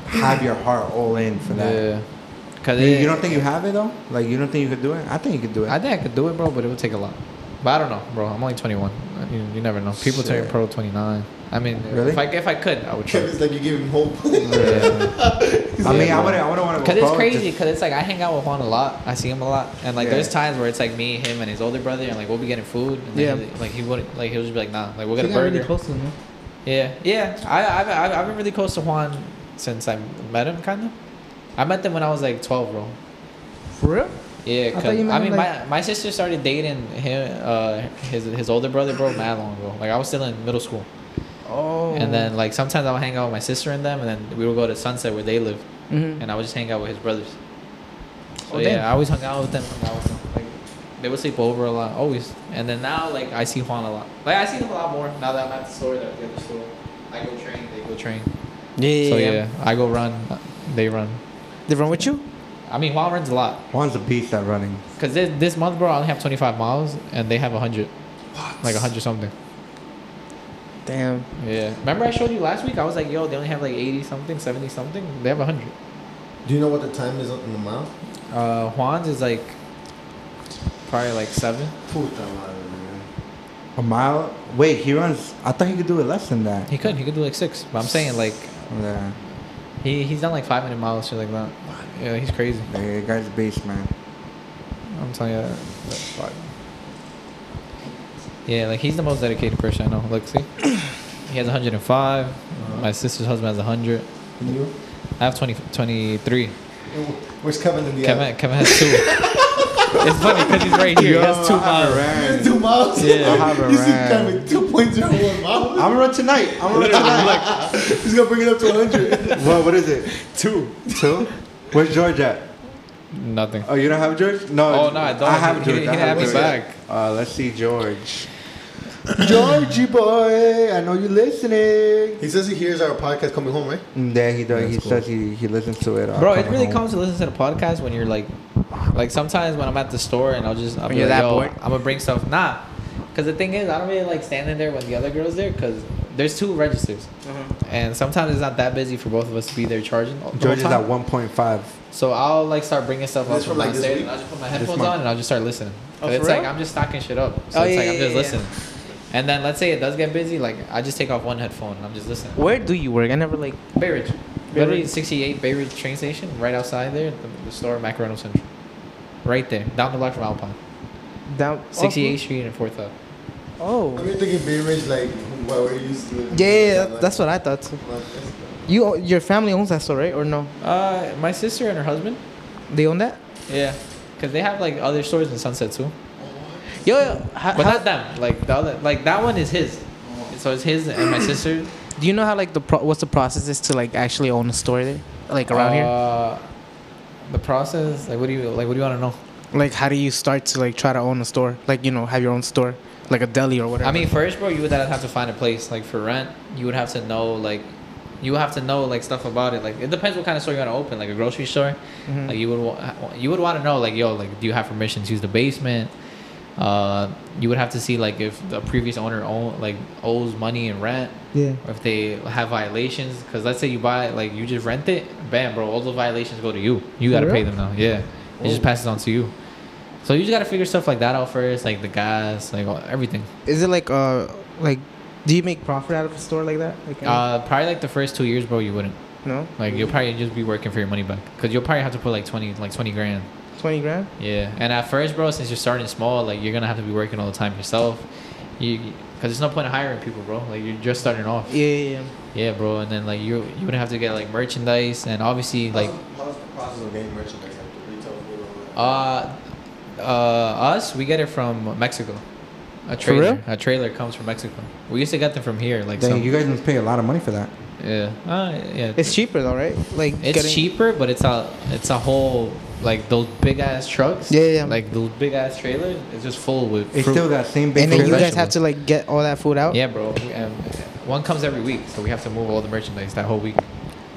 Have your heart all in for that.
yeah. Cause
You,
it-
you don't think you have it though? Like you don't think you could do it? I think you could do it.
I think I could do it, bro, but it would take a lot. But I don't know, bro. I'm only 21. You, you never know. People turn
Shit.
pro 29. I mean,
Really?
if I if I could, I would try.
Kevin's like you give him hope.
Yeah.
I mean,
Yeah,
I
bro.
wouldn't. I wouldn't want to.
Cause it's crazy. Cause it's like I hang out with Juan a lot. I see him a lot, and like
Yeah.
there's times where it's like me, him, and his older brother, and like we'll be getting food. And then
Yeah.
he- like he would like he'll just be like, nah, like we'll
He
get a
got really
burger.
close to him.
Yeah, yeah. I, I've, I've, I've been really close to Juan since I met him, kind of. I met them when I was like 12, bro.
For real?
Yeah,
I thought
'cause-
you met
I,
him,
mean, my, my sister started dating him, uh, his, his older brother, bro, mad long ago. Like, I was still in middle school.
Oh.
And then, like, sometimes I would hang out with my sister and them, and then we would go to Sunset where they live,
Mhm.
and I would just hang out with his brothers. So,
Oh,
yeah,
damn.
I always hung out with them. Hung out with them. Like, they would sleep over a lot, always. And then now, like, I see Juan a lot. Like, I see them a lot more now that I'm at the store, they're at the other store. I go train, they go train.
Yeah.
So yeah, I go run, they run.
They run with you?
I mean, Juan runs a lot
Juan's a beast at running.
because this, this month, bro, I only have 25 miles and they have 100, like 100 something.
Damn.
Yeah, remember I showed you last week? I was like, yo, they only have like 80 something, 70 something. They have 100.
Do you know what the time is in the mile?
Uh, Juan's is like probably like seven.
Puta madre, man.
A mile. Wait, he runs. I thought he could do it less than that.
He could, he could do like six, but I'm saying like
Yeah,
he, he's done like five minute miles, shit like that. Yeah, he's crazy.
like, the guy's a beast, man.
I'm telling you. that's fire. Yeah, like he's the most dedicated person I know. Look, see, he has 105. My sister's husband has 100.
And you?
I have 20, 23.
And wh- Where's Kevin in the
Kevin, Kevin has two. it's funny because he's right here. he has two
I haven't
miles.
It's
ran.
two miles.
Yeah.
I haven't
you see
ran.
Kevin two point zero one
I'm
miles.
gonna run tonight. I'm gonna run tonight.
He's gonna bring it up to hundred.
what? What is it? Two. Two. Where's George at?
Nothing.
Oh, you don't have George? No.
Oh, no, I don't.
I have
He-
George.
he
I
didn't have me
George.
back.
Uh, let's see George. Georgie boy, I know you listening.
he says he hears our podcast coming home, right?
Yeah, Mm, he does.
That's
he
cool.
says he, he listens to it. uh,
Bro, it
coming
really
home.
comes to listen to the podcast when you're like, like sometimes when I'm at the store and I'll just, I'll
When
be
you're
like,
that
yo,
boy.
I'm gonna bring stuff. Nah, because the thing is, I don't really like standing there when the other girls there because there's two registers,
Mm-hmm.
and sometimes it's not that busy for both of us to be there charging. all- the whole
George is
time.
at 1.5.
So I'll like start bringing stuff
This
up from
from, like, this
downstairs,
week?
and I'll just put my
This
headphones
month?
on and I'll just start listening.
Oh,
But
for
it's like
real?
I'm just stocking shit up, so
Oh,
it's
yeah,
like I'm
yeah,
just
yeah, yeah.
listening. And then let's say it does get busy, like I just take off one headphone and I'm just listening.
Where do you work? I never like.
Bay Ridge, literally 68 Bay Ridge train station, right outside there, the, the store Macaroni Central, right there, down the block from Alpine,
Down
68th Street and Fourth Up.
I'm
Oh.
mean, thinking Bay Ridge, like where we used to live.
Yeah, yeah, that- that's what I thought. Too. You, o- your family owns that store, right? Or no?
Uh, my sister and her husband,
They own that?
yeah, because they have like other stores in Sunset too,
Yo, yo how,
but
how-
not them. Like the other, like that one is his, so it's his and my sister.
do you know how like the pro- what's the process is to like actually own a store there, like around here?
uh, The process, like, what do you like? What do you want to know?
Like, how do you start to like try to own a store? Like, you know, have your own store, like a deli or whatever.
I mean, first, bro, you would have to find a place like for rent. You would have to know like, you would have to know like stuff about it. Like, it depends what kind of store you want to open. Like a grocery store,
Mm-hmm.
like you would wa- you would want to know like, yo, like, do you have permission to use the basement? Uh, you would have to see like if the previous owner own like owes money in rent.
yeah.
Or if they have violations, because let's say you buy like you just rent it, bam, bro, all the violations go to you. You
For
gotta pay
real?
them now. Yeah, it just passes on to you. So you just gotta figure stuff like that out first, like the gas, like all, everything.
Is it like uh like do you make profit out of a store like that? Like
Uh, probably like the first two years, bro, you wouldn't.
no,
Like you'll probably just be working for your money back, cause you'll probably have to put like twenty, like twenty grand.
twenty grand.
Yeah, and at first, bro, since you're starting small, like you're gonna have to be working all the time yourself. You, cause there's no point in hiring people, bro. Like you're just starting off.
Yeah, yeah, yeah.
Yeah, bro, and then like you, you would have to get like merchandise and obviously like
how's the process of getting merchandise, like the retail food?
Uh, uh, us, we get it from Mexico. A trailer.
real?
A trailer comes from Mexico. We used to get them from here. Like
Dang,
some,
you guys must pay a lot of money for that.
yeah, uh, yeah.
It's cheaper though, right? Like
It's cheaper, but it's a it's a whole like those big ass trucks.
Yeah, yeah, yeah.
Like those big ass trailers. It's just full with.
It's
fruit.
still that same big.
And then
for
you guys
vegetables.
have to like get all that food out.
Yeah, bro. Um, one comes every week, so we have to move all the merchandise that whole week.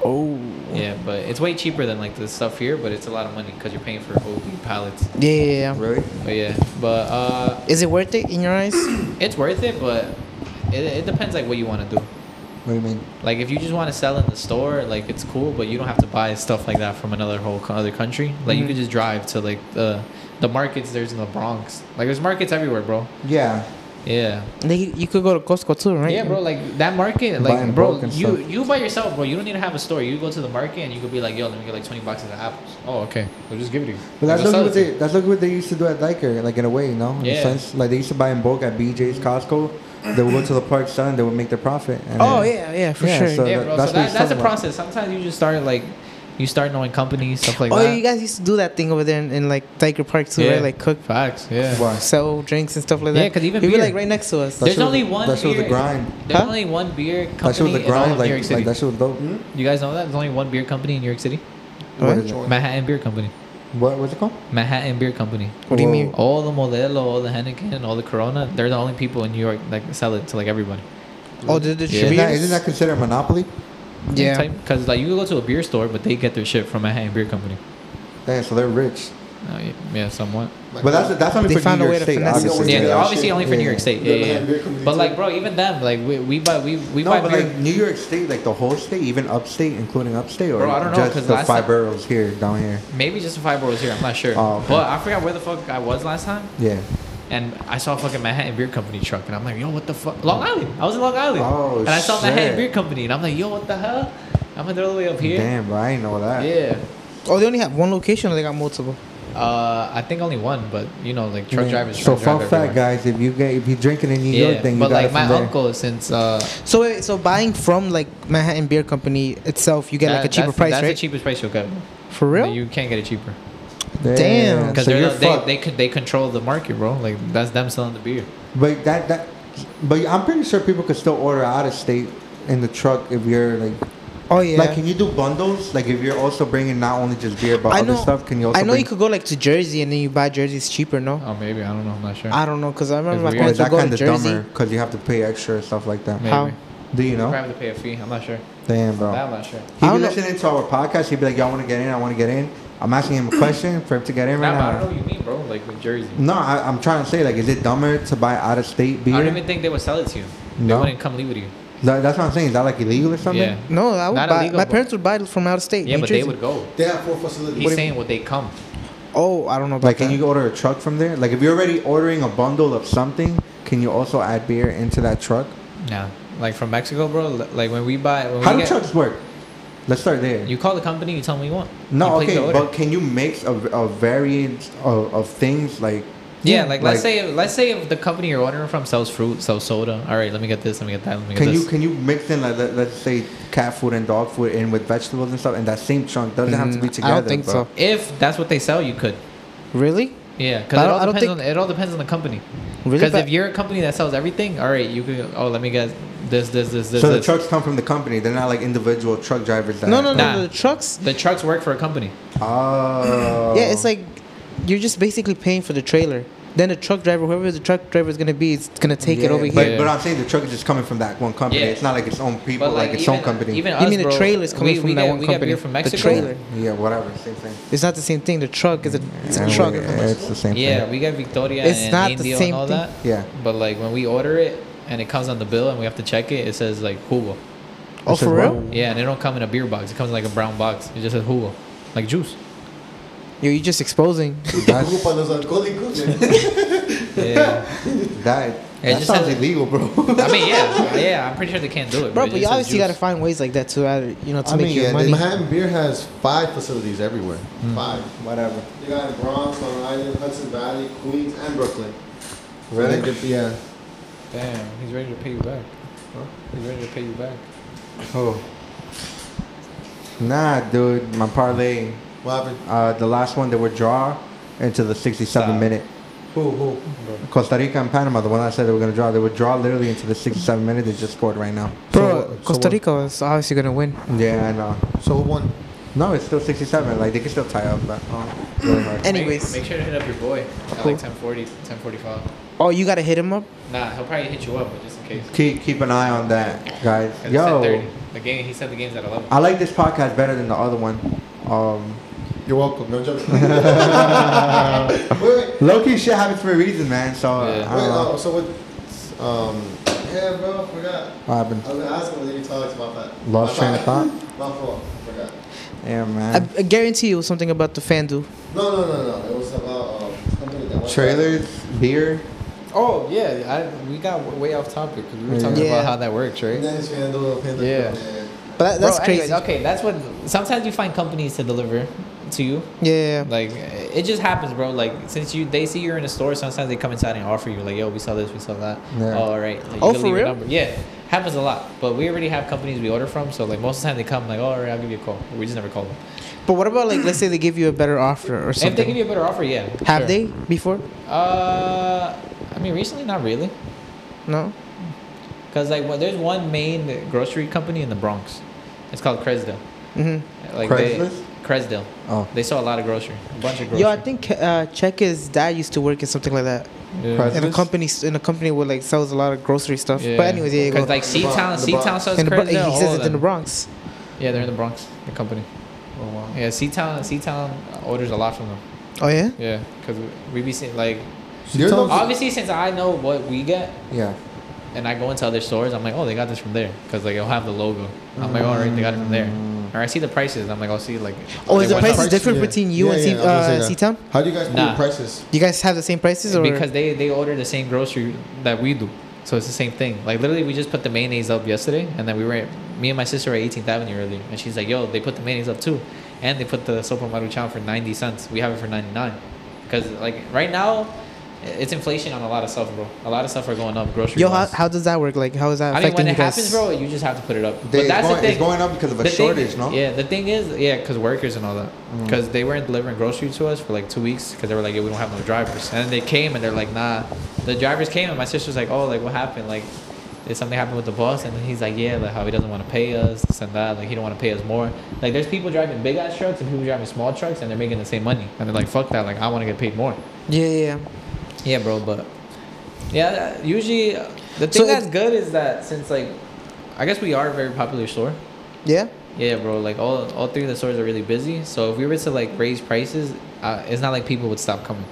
Oh.
Yeah, but it's way cheaper than like the stuff here, but it's a lot of money because you're paying for whole week pallets.
Yeah, yeah, yeah.
really.
But yeah, but uh,
Is it worth it in your eyes?
it's worth it. But it, it depends like what you want to do.
What do you mean?
Like if you just want to sell in the store, like it's cool, but you don't have to buy stuff like that from another whole co- other country. Like
Mm-hmm.
you could just drive to like the the markets. There's in the Bronx. Like there's markets everywhere, bro.
Yeah.
Yeah.
Like, you- you could go to Costco too, right?
Yeah, bro. Like that market,
Buy
like
in
bro,
bulk and
you
stuff.
you by yourself, bro. You don't need to have a store. You go to the market and you could be like, yo, let me get like twenty boxes of apples. Oh, okay. We'll just give it to you.
But that's
We'll
like
sell
what
it to
they that's like what they used to do at Diker, like in a way, you know, in
Yeah.
a sense, like they used to buy in bulk at BJ's, Costco. They would go to the park sell, and they would make their profit. And
Oh
then-
yeah, yeah, for
Yeah,
sure.
so-
you. Yeah,
uh, that-
bro.
that's
so
what
that, that's
he's
a
talking about.
process. Sometimes you just start like, you start knowing companies, stuff like
oh,
that.
you guys used to do that thing over there in, in like Tiger Park too,
Yeah.
right? Like cook,
Facts. Yeah.
Why?
sell drinks and stuff like that.
Yeah, 'cause even
you were
beer-
like right next to us.
That
There's
shit was
only
the-
one
That shit was the
beer.
grind.
There's
Huh?
only one beer company
That shit was the
in all
grind.
of New York
Like,
City.
like that shit was dope.
you guys know that? There's only one beer company in New York City.
Hmm?
What,
What?
is it?
Manhattan Beer Company.
what what's it called?
Manhattan Beer Company.
What do you mean?
All the Modelo, all the Henneken, all the Corona, they're the only people in New York that sell it to like everybody.
Oh, the
Yeah.
Isn't
distributors.
that, isn't that considered a monopoly?
yeah.
Because like you go to a beer store, but they get their shit from Manhattan Beer Company.
Damn, so they're rich.
Uh, y- yeah, somewhat.
But that's that's only
They
for
found
New
a way
York
to
State,
finesse it.
obviously.
Yeah,
Yeah,
obviously
shit.
only for New
Yeah.
York State.
Yeah,
Yeah,
Manhattan Beer
yeah.
Company
But
too.
like, bro, even them, like we, we buy we we
No,
buy
but
beer.
like New York State, like the whole state, even upstate, including upstate, or
Bro, I don't know, 'cause
just the
last
five
time-
boroughs here, down here.
Maybe just five was here. I'm not sure.
Oh, okay.
But I forgot where the fuck I was last time,
Yeah.
and I saw a fucking Manhattan Beer Company truck, and I'm like, yo, what the fuck? Long Island. I was in Long Island,
Oh,
and I saw Manhattan
shit.
Beer Company, and I'm like, yo, what the hell? I'm like, they're all the way up here.
Damn, bro, I didn't know that.
Yeah.
Oh, they only have one location. or They got multiple.
Uh, I think only one, but you know, like truck
Yeah.
drivers.
So
truck drive
fun fact,
everywhere.
guys, if you get if you drinking in New York,
Yeah,
then you
but
got
like
it
my
from there.
uncle, since uh,
So wait, so buying from like Manhattan Beer Company itself, you get like a
that-
cheaper
that's,
price,
that's
right?
the cheapest price you'll get.
for real?
You can't get it cheaper
Damn.
because
so
they're
you're
the- they
fucked.
they could they control the market, bro. Like that's them selling the beer.
but that that, but I'm pretty sure people could still order out of state in the truck if you're like,
oh yeah.
like, can you do bundles? Like, if you're also bringing not only just beer but
I
other
know-
stuff, can you also?
I know
bring,
you could go like to Jersey and then you buy jerseys cheaper, no?
Oh, maybe I don't know. I'm not sure.
I don't know, cause I remember
It's
my
weird.
Or
parents
is
would
that
go
kind
to
of
Jersey.
dumber because you have to pay extra and stuff like that?
maybe.
How?
Do
Probably
you know? Oh.
have to pay a fee. I'm not sure.
Damn,
That
bro.
I'm not sure.
He'd
I
be
don't know.
listening to our podcast. He'd be like, "Y'all want to get in? I want to get in." I'm asking him a question for him to get in right
Nah, but I
now.
don't know what you mean, bro. Like with Jersey.
No, I, I'm trying to say, like, is it dumber to buy out of state beer?
I don't even think they would sell it to you. They
No.
wouldn't come leave with you.
That- that's what I'm saying. Is that like illegal or something?
Yeah.
No, I would
Not
buy.
illegal,
my
but-
parents would buy it from out of state.
Yeah,
New
but
Jersey.
they would go.
They have full facilities.
He's saying would they come?
Oh, I don't know about
Like,
that.
can you order a truck from there? Like, if you're already ordering a bundle of something, can you also add beer into that truck?
No. Like from Mexico, bro. li- Like when we buy, when
How
we
do
get,
trucks work? Let's start there.
you call the company, you tell them what you want.
no,
You place
okay,
the order.
but can you mix a, a variant of, of things? Like,
Yeah, like, let's
like-
say let's say if the company you're ordering from sells fruit, sells soda. All right, let me get this, let me get that, let me get
can
this.
you can you mix in like let, let's say cat food and dog food in with vegetables and stuff, and that same trunk doesn't have to
Mm-hmm.
be
Mm,
together.
I don't think
bro.
so.
if that's what they sell, you could.
Really?
Yeah,
But
because
I
it
don't-
all
I don't
depends
think-
on it all depends on the company.
Really?
Because
But-
if you're a company that sells everything, all right, you could. Oh, let me get this, this, this, this.
So the
this.
trucks come from the company. They're not like individual truck drivers. That
No, no, no.
Nah.
The trucks.
The trucks work for a company.
Oh.
Yeah, it's like you're just basically paying for the trailer. Then the truck driver, whoever the truck driver is gonna be, is gonna take it
Yeah,
over
but,
here.
Yeah.
But I'm saying the truck is just coming from that one company.
Yeah.
It's not like its own people, like, its
even, uh,
own company.
Even
You
us,
mean the
bro,
trailer's coming
we,
from
we
that
get,
one
we
company.
Get beer from
The
Mexico.
trailer.
yeah, whatever, same thing.
It's not the same thing. The truck is a, it's a
Yeah,
truck.
It's the same
Yeah,
thing.
we get Victoria
It's
and
not the
Indio
same
and all
thing.
that.
Yeah.
Oh,
But like when we order it and it comes on the bill and we have to check it, it says like Hugo.
Oh,
It's a
for real?
roll.
Yeah, and it don't come in a beer box. It comes in like a brown box. It just says Hugo, like juice.
Yo, you're just exposing.
That's,
Grupo los alcohólicos.
Yeah.
that
It
that
just
sounds
has-
illegal, bro.
I mean, yeah, yeah. I'm pretty sure they can't do it.
Bro, but
it just
you
says
obviously
juice.
gotta find ways like that to, add- you know, to
I
make
mean,
your
yeah,
money.
Manhattan Beer has five facilities everywhere. Five.
whatever.
They got in Bronx, Long Island, Hudson Valley, Queens, and Brooklyn.
Really?
They uh, did- Yeah.
Damn, he's ready to pay you back. He's ready to pay you back.
Oh. Nah, dude, my parlay.
What happened?
Uh, the last one that would draw, into the 67
Stop.
minute.
Who, who?
Costa Rica and Panama, the one I said they were going to draw, they would draw literally into the 67 minute. They just scored right now.
So
Bro,
what- so
Costa
what-
Rica is obviously gonna win.
Yeah, I know.
So who won?
No, it's still 67. Like, they can still tie up, but oh, really hard.
Anyways,
Make, make sure to hit up your boy at
Cool.
like 1040, 1045.
oh, you gotta hit him up.
Nah, he'll probably hit you up, but just in case.
Keep, keep an eye on that, guys.
'Cause it's at
Yo,
10:30. The game, he said the game's at 11.
I like this podcast better than the other one. Um,
You're welcome. No joke. wait, wait, wait.
Low key shit happens for a reason, man. So,
Yeah.
I don't know.
uh, so what? Um, yeah, bro, I forgot.
What
I
happened?
was gonna ask him, but then you talked about that.
Lost train of thought?
My fault. I forgot.
Yeah,
I,
man.
I guarantee you something about the FanDuel.
No, no, no, no. It was about um, something that was
Trailers, beer.
Oh, yeah. I, we got way off topic because we were
talking
Yeah. about how
that works,
And then it's Fandle, Fandle,
Yeah.
But that, that's
Bro,
crazy.
anyways, okay, that's what. Sometimes you find companies to deliver to you.
Yeah.
Like it just happens, bro. Like since you they see you're in a store, sometimes they come inside and offer you like, yo, we saw this, we saw that.
Yeah.
Oh, all right. Like, you
Oh,
can
for
leave your
real?
Number. Yeah, happens a lot. But we already have companies we order from, so like most of the time they come like, oh, all right, I'll give you a call. We just never call them.
But what about like let's say they give you a better offer or
If they
something?
give you a better offer, yeah.
Have
sure.
they before?
Uh, I mean, recently not really,
No.
because like well, there's one main grocery company in the Bronx. It's called Cresdale.
hmm
Like they,
Craigslist?
Cresdale.
Oh,
They saw a lot of grocery, a bunch of grocery.
Yo, I think uh, Cheka's dad used to work in something like that.
Yeah.
Cres-
In a
Business?
company, in a company where like sells a lot of grocery stuff.
Yeah.
But anyways, yeah, you go.
Cause like Sea
Bronx,
Town,
the
Sea Town
Bronx.
sells
in the, Bro-
Cresdale.
he
all
says
of
it's in the
them.
Bronx.
Yeah, they're in the Bronx. The company.
Oh, wow.
Yeah, Sea Town, Sea Town orders a lot from them.
Oh yeah.
Yeah, cause we be seeing like
You're the-
obviously since I know what we get
yeah.
and I go into other stores, I'm like, oh, they got this from there, cause like it'll have the logo. I'm like, "Oh, all right, they got it from there. Or I see the prices, I'm like, I'll see like.
Oh, is
they
the
went
price is
up.
different
Yeah.
between you
Yeah,
and
yeah,
C-
I was gonna say
uh,
that.
C Town?
How do you guys put
Nah.
your prices?
You guys have the same prices or?
because they they order the same grocery that we do, so it's the same thing. Like literally, we just put the mayonnaise up yesterday, and then we were at, me and my sister were at 18th Avenue earlier, and she's like, "Yo, they put the mayonnaise up too, and they put the sopa maruchan for 90 cents. We have it for 99, because like right now, it's inflation on a lot of stuff, bro. A lot of stuff are going up. Grocery.
Yo, how,
wise.
how does that work? Like, how is that
I mean,
affecting
when it
you guys?
happens, bro, you just have to put it up.
They,
but that's
it's, going,
the thing.
it's going up because of a
The thing-
shortage, no? Mm-hmm.
Yeah, the thing is, yeah, because workers and all that, because they weren't delivering groceries to us for like two weeks, because they were like, yeah, we don't have no drivers, and then they came and they're like, nah, the drivers came and my sister's like, oh, like what happened, like. Did something happen with the boss? And then he's like, yeah, like how he doesn't want to pay us, this and that. Like he don't want to pay us more. Like there's people driving big ass trucks and people driving small trucks, and they're making the same money. And they're like, fuck that. Like I want to get paid more.
Yeah, yeah. yeah.
Yeah, bro, but yeah, usually uh, the
So
thing
it-
that's good is that since like I guess we are a very popular store.
Yeah.
Yeah, bro, like all all three of the stores are really busy. So if we were to like raise prices, uh, it's not like people would stop coming.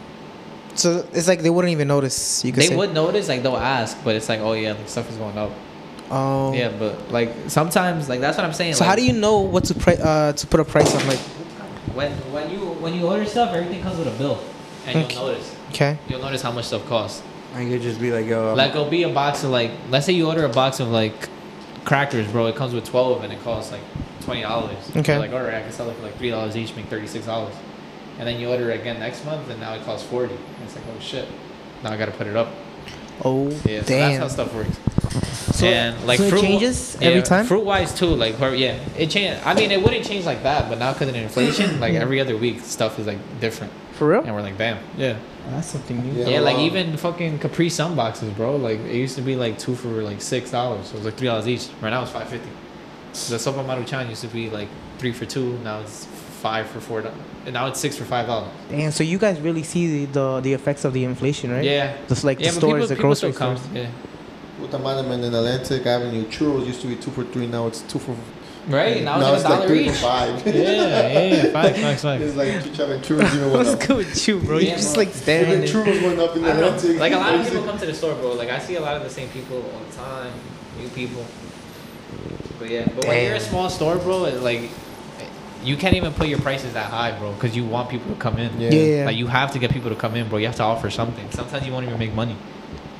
So it's like they wouldn't even notice. You could
They
say.
would notice, like they'll ask, but it's like, oh yeah, like stuff is going up.
Oh.
Yeah, but like sometimes, like that's what I'm saying.
So how do you know what to pri- uh, to put a price on? Like,
when when you when you order stuff, everything comes with a bill, and
Okay.
you'll notice.
okay.
You'll notice how much stuff costs.
And you just be like, yo. um,
Like it'll be a box of like let's say you order a box of like crackers, bro. It comes with twelve and it costs like twenty dollars.
Okay.
like, all right, I can sell it for like three dollars each, make thirty six dollars. And then you order it again next month and now it costs forty. And it's like, oh shit. Now I gotta put it up.
Oh
Yeah, so that's how
damn.
stuff works.
So-
and like
so it
fruit
changes every time?
Fruit wise too, like where- yeah, it changed. I mean, it wouldn't change like that, but now because of inflation, like every other week, stuff is like different,
For real?
and we're like, damn, yeah.
That's something new.
Yeah,
Yeah, like
well,
even fucking Capri Sun boxes, bro. Like it used to be like two for like six dollars. So it was like three dollars each. Right now it's five fifty. The sopa maruchan used to be like three for two. Now it's five for four. dollars. And now it's six for five dollars.
Damn. So you guys really see the the, the effects of the inflation, right?
Yeah.
Just like
yeah,
the
but
stores, the grocery
still come.
stores.
Yeah.
Puta madre, man, in Atlantic Avenue, churros used to be two for three. Now it's two for.
Right now,
now
it's,
it's
like a
like
dollar
three
each.
for five.
yeah, yeah, five, five, five.
It's like you having churros even went up.
good with you, bro?
You're Yeah, just, bro. like,
Even churros went up in
I don't know.
Atlantic.
Like a lot of people come to the store, bro. Like I see a lot of the same people all the time, new people. But yeah, but when you're a
Damn.
small store, bro, it, like you can't even put your prices that high, bro, because you want people to come in.
Yeah.
Yeah.
Like you have to get people to come in, bro. You have to offer something. Sometimes you won't even make money.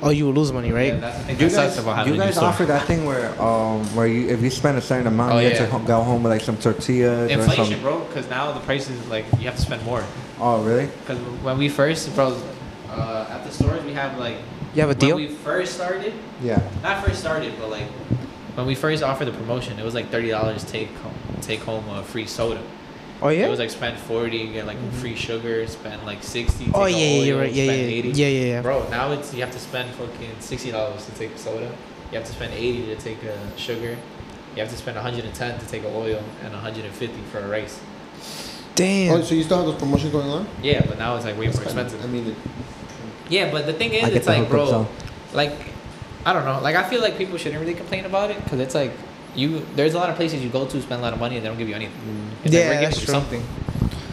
oh, you will lose money, right?
Yeah, that's the thing
you
that
guys,
sucks about
you
having a new
guys
store.
offer that thing where, um, where you if you spend a certain amount,
Oh,
you get
yeah.
to ho- go home with like some tortillas or
Inflation,
some.
bro, because now the prices like you have to spend more.
Oh, really?
Because when we first, bro, uh, at the stores we have like
You have a
when
deal.
we first started,
Yeah.
not first started, but like when we first offered the promotion, it was like thirty dollars take home, take home a free soda,
Oh yeah. Mm-hmm.
It was like spend forty, get like free sugar, spend like sixty.
oh
take
yeah,
a
yeah,
Oreo,
you're right. Yeah,
spend
yeah,
80.
yeah, yeah, yeah.
Bro, now it's you have to spend fucking sixty dollars to take a soda. You have to spend eighty to take a sugar. You have to spend one hundred and ten to take a oil and one hundred and fifty for a rice.
Oh,
Damn.
so you still have those promotions going on?
Yeah, but now it's like way more expensive.
I mean,
Yeah, but the thing is,
I get
it's
the
like,
hookup
bro,
zone.
like, I don't know. Like, I feel like people shouldn't really complain about it because it's like, you. There's a lot of places you go to spend a lot of money and they don't give you anything. It's
Yeah,
like, we're giving
that's
you
true.
something.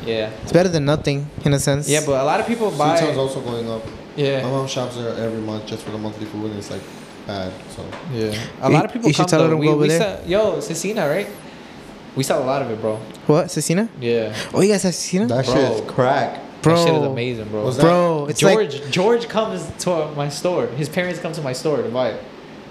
Yeah.
It's better than nothing in a sense.
Yeah, but a lot of people buy.
Seatown's also going up. My
yeah.
mom shops there every month just for the monthly food, and it's like bad. So
Yeah. A
You-
lot of people
you should
come
tell her
though.
to
we,
go over
we
there.
Sell, yo, Cecina, right? We sell a lot of it, bro.
what, Cecina?
Yeah.
Oh, you guys have Cecina?
that
Bro.
shit's crack.
bro,
That shit is amazing, bro.
Was that-
bro, it's like,
George George comes to our- my store. His parents come to my store to buy it.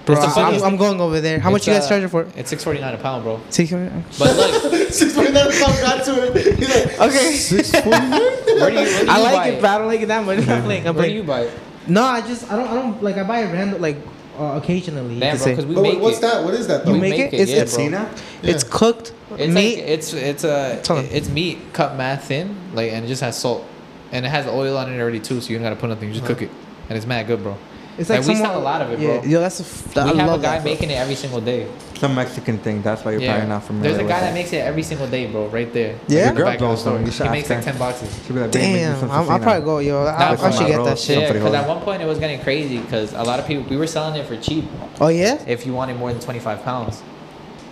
bro,
It's the
I'm,
funniest
I'm going over there. How much
It's,
you guys
uh,
charging for?
It's six forty nine a pound, bro.
Take
But look,
Six forty nine pounds got to it. He's like,
Okay.
Six forty nine.
where do you? Where do you
I
buy
like it, but I don't like it that much. I'm playing. I'm
Where do
playing.
you buy it?
No, I just I don't I don't like I buy it random like uh, occasionally. you
Damn,
could
bro,
say.
because we
But
make
wait, what's
it.
that? What is that
You
though?
make it? It's-
yeah,
it's-
bro.
Cena?
It's cooked
It's
meat.
like it's it's a
Tell 'em.
it's meat cut mad thin, like and it just has salt, and it has oil on it already too, so you don't gotta put nothing. You just
Uh-huh.
cook it, and it's mad good, bro.
it's
like, we sell a lot of it,
yeah,
bro.
Yo, that's a f-
we
I
have
love
a guy
that. Oh,
making it every single day.
Some Mexican thing. That's why you're probably not familiar.
There's a
with
guy
it.
that makes it every single day, bro. Right there.
Yeah?
Like, in the
Your
back
girl
of the
goes
store.
on. You should
He
ask
makes like
her.
ten boxes.
She'll be like, "Babe, make me
Damn,
some
I'm, I'll
Cecina."
probably go, yo. I,
Nah,
I
for
should
my
get
bro.
that shit.
Some
Yeah, because
frijoles.
at one point it was getting crazy because a lot of people we were selling it for cheap.
Oh yeah,
If you wanted more than twenty five pounds,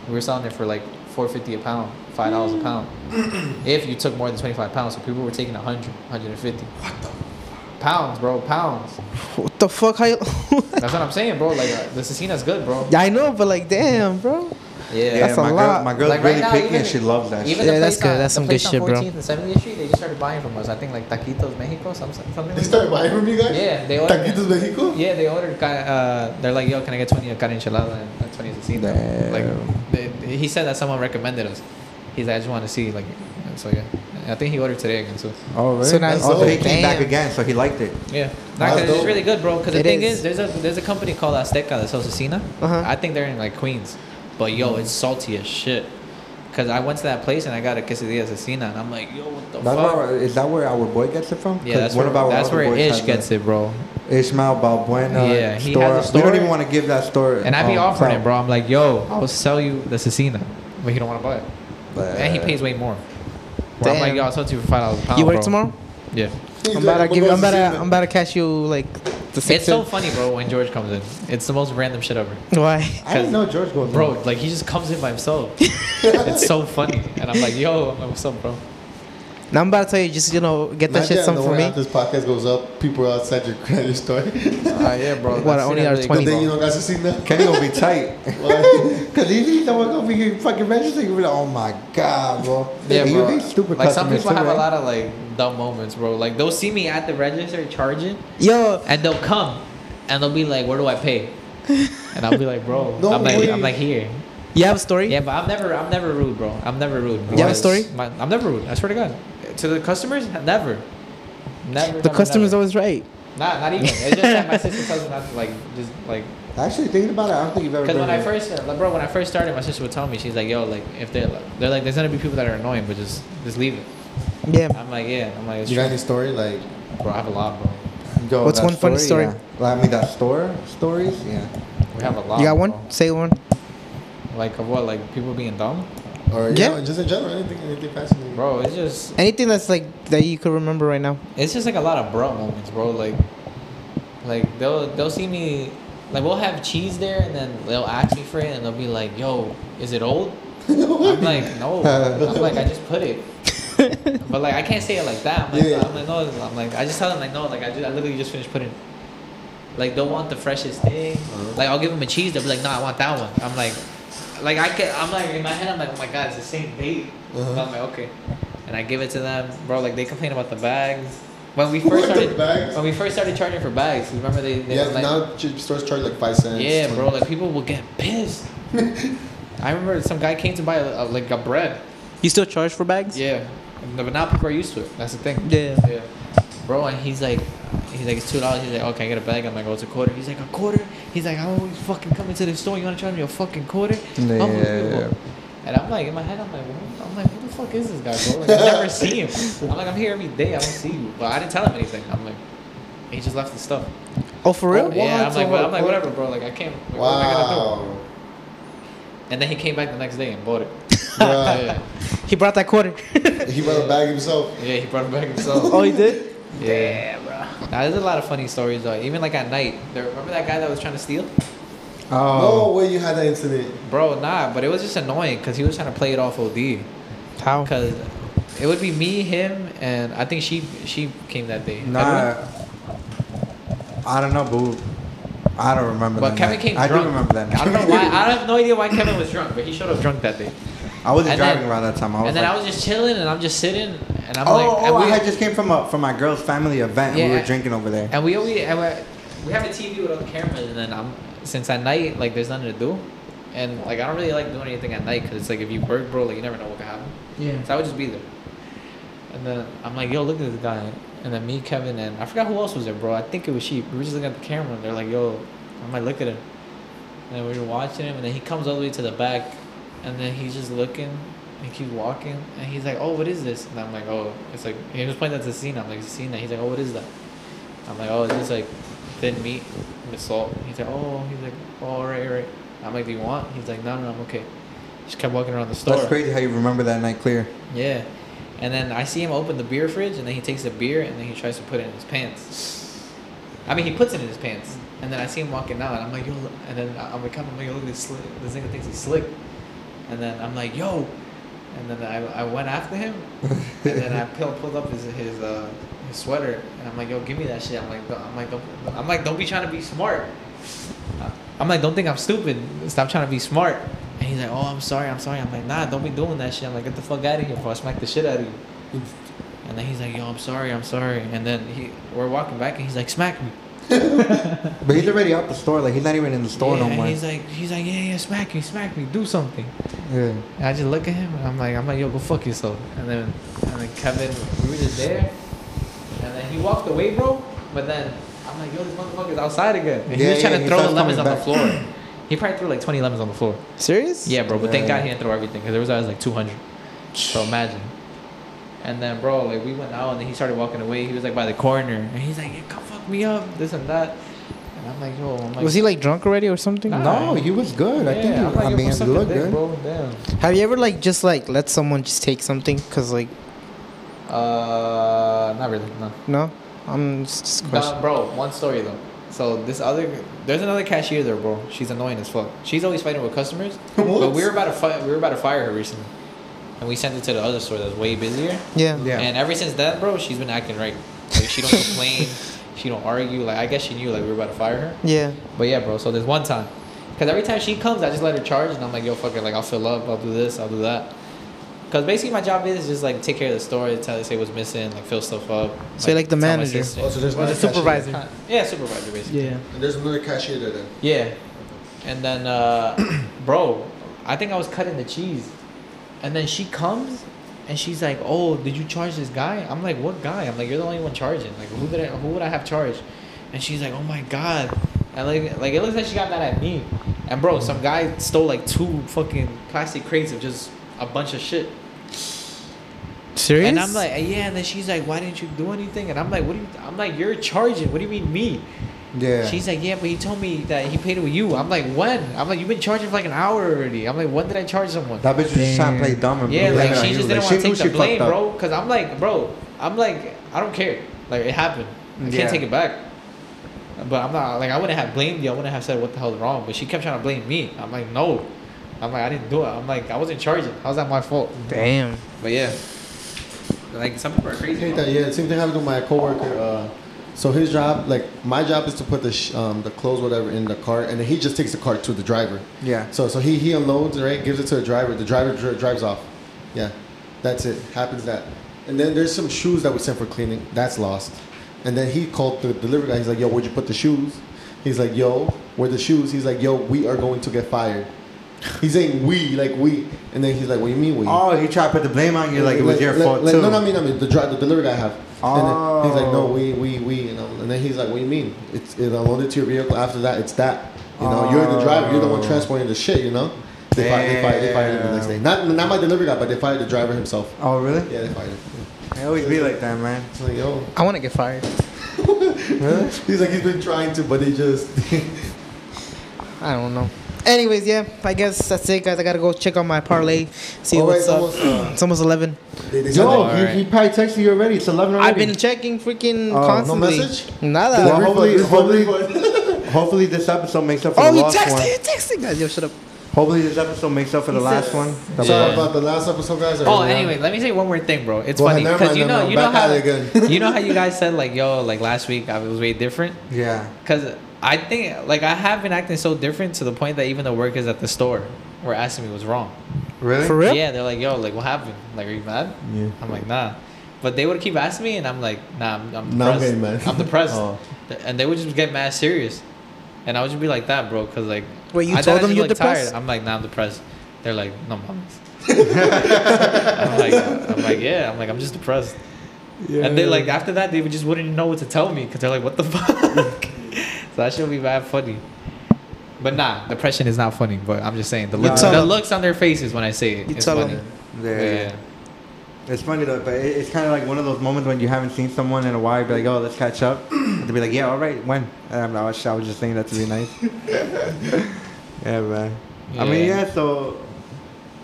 we were selling it for like four fifty a pound, five dollars a pound. if you took more than twenty five pounds, so people were taking 100, 150. Pounds, bro, pounds.
what the fuck? How you?
That's what I'm saying, bro. Like uh, the Cecina's good, bro.
Yeah, I know, but like, damn, bro.
Yeah.
Yeah,
That's a
my girl,
lot.
my girl's
Like, right
really
now,
picky
even-
and she loves that shit.
Even
Yeah,
the
that's
place
good.
on-
That's
the
some
place
good
on
shit, bro.
14th and 70th Street, they just started buying from us. I think like Taquitos Mexico, some, something.
They
Like
started buying from you guys.
Yeah, they ordered.
Taquitos Mexico.
Yeah, they ordered. ca- Uh, they're like, yo, can I get twenty of carne enchilada and like, twenty of cecina? Like, they, they- he said that someone recommended us. He's like, I just want to see like, and so yeah. And I think he ordered today again. So
Oh, really?
So now
That's
it's
dope.
Also, he
like,
came back
damn.
again, so he liked it.
yeah,
That's
because it's
dope.
really good, bro. Because the
It
thing
is.
is. there's a there's a company called Azteca that sells cecina.
Uh-huh.
I think they're in like Queens, but yo, it's salty as shit. Cause I went to that place and I got a quesadilla cecina, and I'm like, yo, what the
That's
fuck?
where, is that where our boy gets it from?
yeah, that's
one
where,
of our
that's
other
where
boys
Ish
has
gets
a-
it, bro.
Ishmael Balbuena.
Yeah, he
store.
has a
We
store.
don't even want to give that store.
And I be
um,
offering it,
clout.
bro. I'm like, yo, I'll sell you the cecina, but he don't want to buy it.
But-
and he pays way more. Where I'm
Damn.
like, yo, I'll sell it to you for five dollars a pound.
You work
bro."
tomorrow?
Yeah.
He's
I'm
like,
about to give.
go
I'm about
to
to.
Cena.
I'm about to catch you like the
It's
six.
so funny, bro, when George comes in. It's the most random shit ever.
Why?
I didn't know George goes.
Bro,
in.
like he just comes in by himself. it's so funny. And I'm like, yo, I'm like, what's up, bro?
Now I'm about to tell you, just you know, get that
Imagine
shit
I
something for
know when
me.
After this podcast goes up, people are outside your credit store. but
Uh, yeah, bro.
What, only are 20
then you don't got to see them.
Kenny gonna be tight. Cause you see someone gonna be here fucking registering, you be like, oh my god, bro.
Yeah,
And
bro.
You be stupid
like some
customers
people
too,
have a
right?
lot of like dumb moments, bro. Like they'll see me at the register charging,
Yo,
and they'll come, and they'll be like, where do I pay? And I'll be like, bro,
No
I'm like,
way.
I'm like here.
you have a story?
Yeah, but I'm never, I'm never rude, bro. I'm never
You
rude.
have a
Because
story?
my- I'm never rude. I swear to God. To the customers, never, never.
The customer's
never.
always right.
Not, not even. It's just that my sister tells me not to like, just like.
Actually, thinking about it, I don't think you've ever.
Because when
been
I
here.
first, like, bro, when I first started, my sister would tell me, she's like, yo, like, if they're, like, they're like, there's gonna be people that are annoying, but just, just leave it.
Yeah.
I'm like, yeah. I'm like, it's
You got
true.
any story like?
bro, I have a lot, bro.
Yo,
What's
that
one funny story?
Yeah. Like, I mean, that store stories. Yeah.
We have a lot.
You got
bro.
one? Say one.
Like of what? Like people being dumb,
Or
Yeah.
yeah, just in general, anything, anything fascinating.
bro. It's just,
Anything that's like that you could remember right now.
it's just like a lot of bro moments, bro. Like, like they'll they'll see me, like we'll have cheese there, and then they'll ask me for it, and they'll be like, "Yo, is it old?" I'm like, "No," I'm like, "I just put it," but like I can't say it like that. I'm like,
Yeah.
I'm like, "No," I'm like, I just tell them like, "No," like I just I literally just finished putting. it. Like they'll want the freshest thing.
Uh-huh.
Like I'll give them a cheese, they'll be like, "No, I want that one." I'm like, like I can, I'm like in my head, I'm like, "Oh my god, it's the same date."
Uh-huh.
I'm like, okay, and I give it to them, bro. Like they complain about the bags. When we first
What, the
started,
bags?
when we first started charging for bags, 'cause remember they, they
yeah,
were like,
now ch- stores charge like five cents.
yeah,
20.
bro, like people will get pissed. I remember some guy came to buy a, a, like a bread.
You still charge for bags?
Yeah, And- but now people are used to it. That's the thing.
Yeah.
Yeah, bro, and he's like, he's like, it's two dollars. He's like, okay, I get a bag. I'm like, oh, it's a quarter. He's like, a quarter. He's like, I always fucking come into the store. You wanna charge me a fucking quarter?
Yeah.
Unbelievable. And I'm like, in my head, I'm like, what? I'm like, what the fuck is this guy, bro? Like, I never see him. I'm like, I'm here every day. I don't see you. But I didn't tell him anything. I'm like, he just left the stuff.
Oh, for real?
yeah, I'm
what?
like,
Oh,
well, I'm like,
what?
whatever, bro. Like, I can't. Like, What am I gonna do?
Wow.
And then he came back the next day and bought it.
Bruh.
yeah.
He brought that quarter.
He brought a bag himself.
yeah, he brought it back himself.
oh, he did?
Yeah, bro. Now there's a lot of funny stories though. Even like at night, there, remember that guy that was trying to steal?
Oh, wait, you had that incident.
Bro, nah. But it was just annoying because he was trying to play it off OD.
Oh.
How?
Because it would be me, him, and I think she she came that day.
Nah. I don't know, boo. I don't remember
But
that
Kevin
night.
came
I
drunk.
do remember that.
I don't know
night.
why. I have no idea why Kevin was drunk, but he showed up drunk that day.
I wasn't
And
driving
then-
around that time. I was
and then
like,
I was just chilling, and I'm just sitting, and I'm
oh,
like,
oh,
and
I
we,
had just came from a from my girl's family event. and we
Yeah.
were drinking over there.
and we always and we, we have a TV with all the cameras, and then I'm since at night like there's nothing to do, and like I don't really like doing anything at night because it's like if you work, bro, like you never know what can happen.
Yeah.
So I would just be there. And then I'm like, yo, look at this guy. And then me, Kevin, and I forgot who else was there, bro. I think it was she. We were just looking at the camera, and they're like, yo, I'm like, look at him. And we were watching him, and then he comes all the way to the back, and then he's just looking, and keeps walking, and he's like, oh, what is this? And I'm like, oh, it's like, he was pointing at the scene. I'm like, scene that. He's like, oh, what is that? I'm like, oh, it's just like thin meat with salt. He's like, oh, he's like, oh, all right, all right. I'm like, do you want? He's like, no, no, I'm okay. Just kept walking around the store.
That's crazy how you remember that night clear.
Yeah. And then I see him open the beer fridge, and then he takes the beer, and then he tries to put it in his pants. I mean, he puts it in his pants, and then I see him walking out, and I'm like, yo, look- and then I- I'm like, come, I'm like, look at this slick. This nigga thinks he's slick. And then I'm like, yo. And then I, I went after him, and then I pull, pulled up his his, uh, his sweater, and I'm like, yo, give me that shit. I'm like, "Don't- I'm like, don't, I'm like, don't be trying to be smart. I'm like, don't think I'm stupid. Stop trying to be smart. And he's like, oh, I'm sorry, I'm sorry. I'm like, nah, don't be doing that shit. I'm like, get the fuck out of here, before I smack the shit out of you. And then he's like, yo, I'm sorry, I'm sorry. And then he, we're walking back, and he's like, smack me.
But he's already out the store. Like he's not even in the store
yeah,
no
and
more.
He's like, he's like, yeah, yeah, smack me, smack me, do something.
yeah.
And I just look at him, and I'm like, I'm like, yo, go fuck yourself. And then, and then Kevin, we were just there, and then he walked away, bro. But then I'm like, yo, this motherfucker's outside again. And
Yeah,
he was
yeah,
trying to
he
throw the
starts
lemons on
coming
the floor. He probably threw like 20 lemons on the floor.
Serious?
Yeah, bro. But
Yeah.
thank God he didn't throw everything because there was always like 200. So imagine. And then, bro, like we went out and then he started walking away. He was like by the corner and he's like, yeah, "Come fuck me up, this and that." And I'm like, "Yo, I'm like,
Was he like drunk already or something?
Nah.
No, he was good. I think. He,
I'm like,
I
"Yo,
mean,
go
he
suck a
looked
dick,
good.
bro. Damn.
Have you ever like just like let someone just take something? Cause like
Uh, not really. No.
no, I'm just, just question.
Nah, bro, one story though. So this other, there's another cashier there, bro. She's annoying as fuck. She's always fighting with customers. But we were about to fight. We were about to fire her recently, and we sent it to the other store that's way busier.
Yeah.
Yeah.
And ever since that, bro, she's been acting right. Like she don't complain, she don't argue. Like I guess she knew like we were about to fire her.
Yeah.
But yeah, bro. So there's one time, cause every time she comes, I just let her charge, and I'm like, yo, fuck it. Like I'll fill up, I'll do this, I'll do that. Cause basically my job is just like take care of the store, tell say what's missing, like fill stuff up.
So you're like the
tell my
manager.
sister.
Oh, so there's
Or the
another cashier.
supervisor.
Yeah, supervisor basically.
Yeah.
And there's another cashier there then.
Yeah. And then, uh, bro, I think I was cutting the cheese. And then she comes and she's like, Oh, did you charge this guy? I'm like, What guy? I'm like, You're the only one charging. Like, who did I, who would I have charged? And she's like, Oh my God. And like, like it looks like she got mad at me. And bro, some guy stole like two fucking plastic crates of just a bunch of shit.
Serious?
And I'm like, yeah. And then she's like, why didn't you do anything? And I'm like, what do you? I'm like, you're charging. What do you mean me?
Yeah.
She's like, yeah, but he told me that he paid it with you. I'm like, when? I'm like, you've been charging for like an hour already. I'm like, when did I charge someone?
that bitch was just trying to play dumb and
yeah, like
blaming
she
you.
just didn't
Like,
want
she
to
knew
take
she
the blame,
fucked up.
bro. Cause I'm like, bro, I'm like, I don't care. Like it happened. I
Yeah.
can't take it back. But I'm not like I wouldn't have blamed you. I wouldn't have said what the hell's wrong. But she kept trying to blame me. I'm like, no. I'm like, I didn't do it. I'm like, I wasn't charging. How's that my fault?
damn.
But yeah. Like some people are
I
crazy.
hate
bro.
that. Yeah, same thing happened with my coworker. Uh, so his job, like my job, is to put the sh- um, the clothes, whatever, in the cart, and then he just takes the cart to the driver.
Yeah.
So so he he unloads right, gives it to the driver. The driver dri- drives off. Yeah, that's it. Happens that. And then there's some shoes that we sent for cleaning. That's lost. And then he called the delivery guy. He's like, "Yo, where'd you put the shoes?" He's like, "Yo, where the shoes?" He's like, "Yo, we are going to get fired." He's saying "we" like we, and then he's like, "What do you mean we?"
Oh, he tried to put the blame on you like it was your
like-
fault
like,
too.
No, no, I mean, I mean the, dri- the delivery I have. And then he's like, no,
Oh.
we, we, we, you know. And then he's like, what do you mean? It's it unloaded to your vehicle. After that, it's that. You know, you're the driver. You're the one
Oh.
transporting the shit. You know. They fired, they fired, they fired him the next
Damn.
day. Not, not my delivery guy, but they fired the driver himself.
Oh, really?
Yeah, they fired him.
I always be like that, man.
It's like, yo.
I want to get fired.
He's like, he's been trying to, but they just.
I don't know. Anyways, yeah, I guess that's it, guys. I gotta go check on my parlay, see
Oh, wait,
what's
it's
up.
almost, uh,
it's almost eleven.
They, they
Yo,
said
he, he probably texted you already. It's 11 already.
I've been checking freaking
Oh, no
constantly.
message?
Nada.
that-
Well, hopefully,
hopefully-
hopefully, hopefully this episode makes up for
oh,
the
he
last
texted.
one.
He texted, guys. Yo, shut up.
Hopefully, this episode makes up for the last one.
So
Yeah.
about the last episode, guys. or-
Oh, anyway, let me say one more thing, bro. It's
Go
funny
ahead, uh, never
because
mind,
you
never
know,
mind.
you know
Back
how
at it again.
you know how you guys said like, yo, like last week I was way different.
Yeah.
Cause I think like I have been acting so different to the point that even the workers at the store were asking me what's wrong.
Really?
For real?
Yeah, they're like, yo, like what happened? Like, are you mad?
Yeah.
I'm like, nah. But they would keep asking me, and I'm like, nah, I'm, I'm
Nah, I'm
depressed.
getting mad.
I'm depressed.
Oh.
And they would just get mad serious, and I would just be like that, bro, cause like.
Wait, you
I
told
thought I
them
was,
you're
like, tired.
depressed?
I'm like, nah, I'm depressed. They're like, no, mom. I'm like, I'm like, yeah. I'm like, I'm just depressed. And they like after that they would just wouldn't know what to tell me because they're like, what the fuck? so that should be bad funny. But nah, depression is not funny. But I'm just saying the,
You
look,
tell
the
'em.
looks on their faces when I say it,
You
it's
tell 'em.
funny.
Yeah.
But yeah.
It's funny though, but it, it's kind of like one of those moments when you haven't seen someone in a while. Be like, oh, let's catch up. And they'll be like, yeah, all right, when? And I'm like, oh, shit, I was just saying that to be nice. yeah, man. I mean,
Yeah.
yeah. So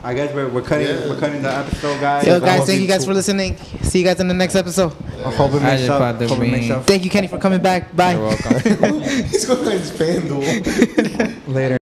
I guess we're, we're cutting
Yeah.
we're cutting the episode, guys.
Yo,
I
guys,
hope
thank you guys for listening. See you guys in the next episode.
I hope it
I
makes
just
up.
found the
Hope it makes
meme.
up.
Thank you, Kenny, for coming back. Bye.
You're welcome.
he's going to expand. though.
Later.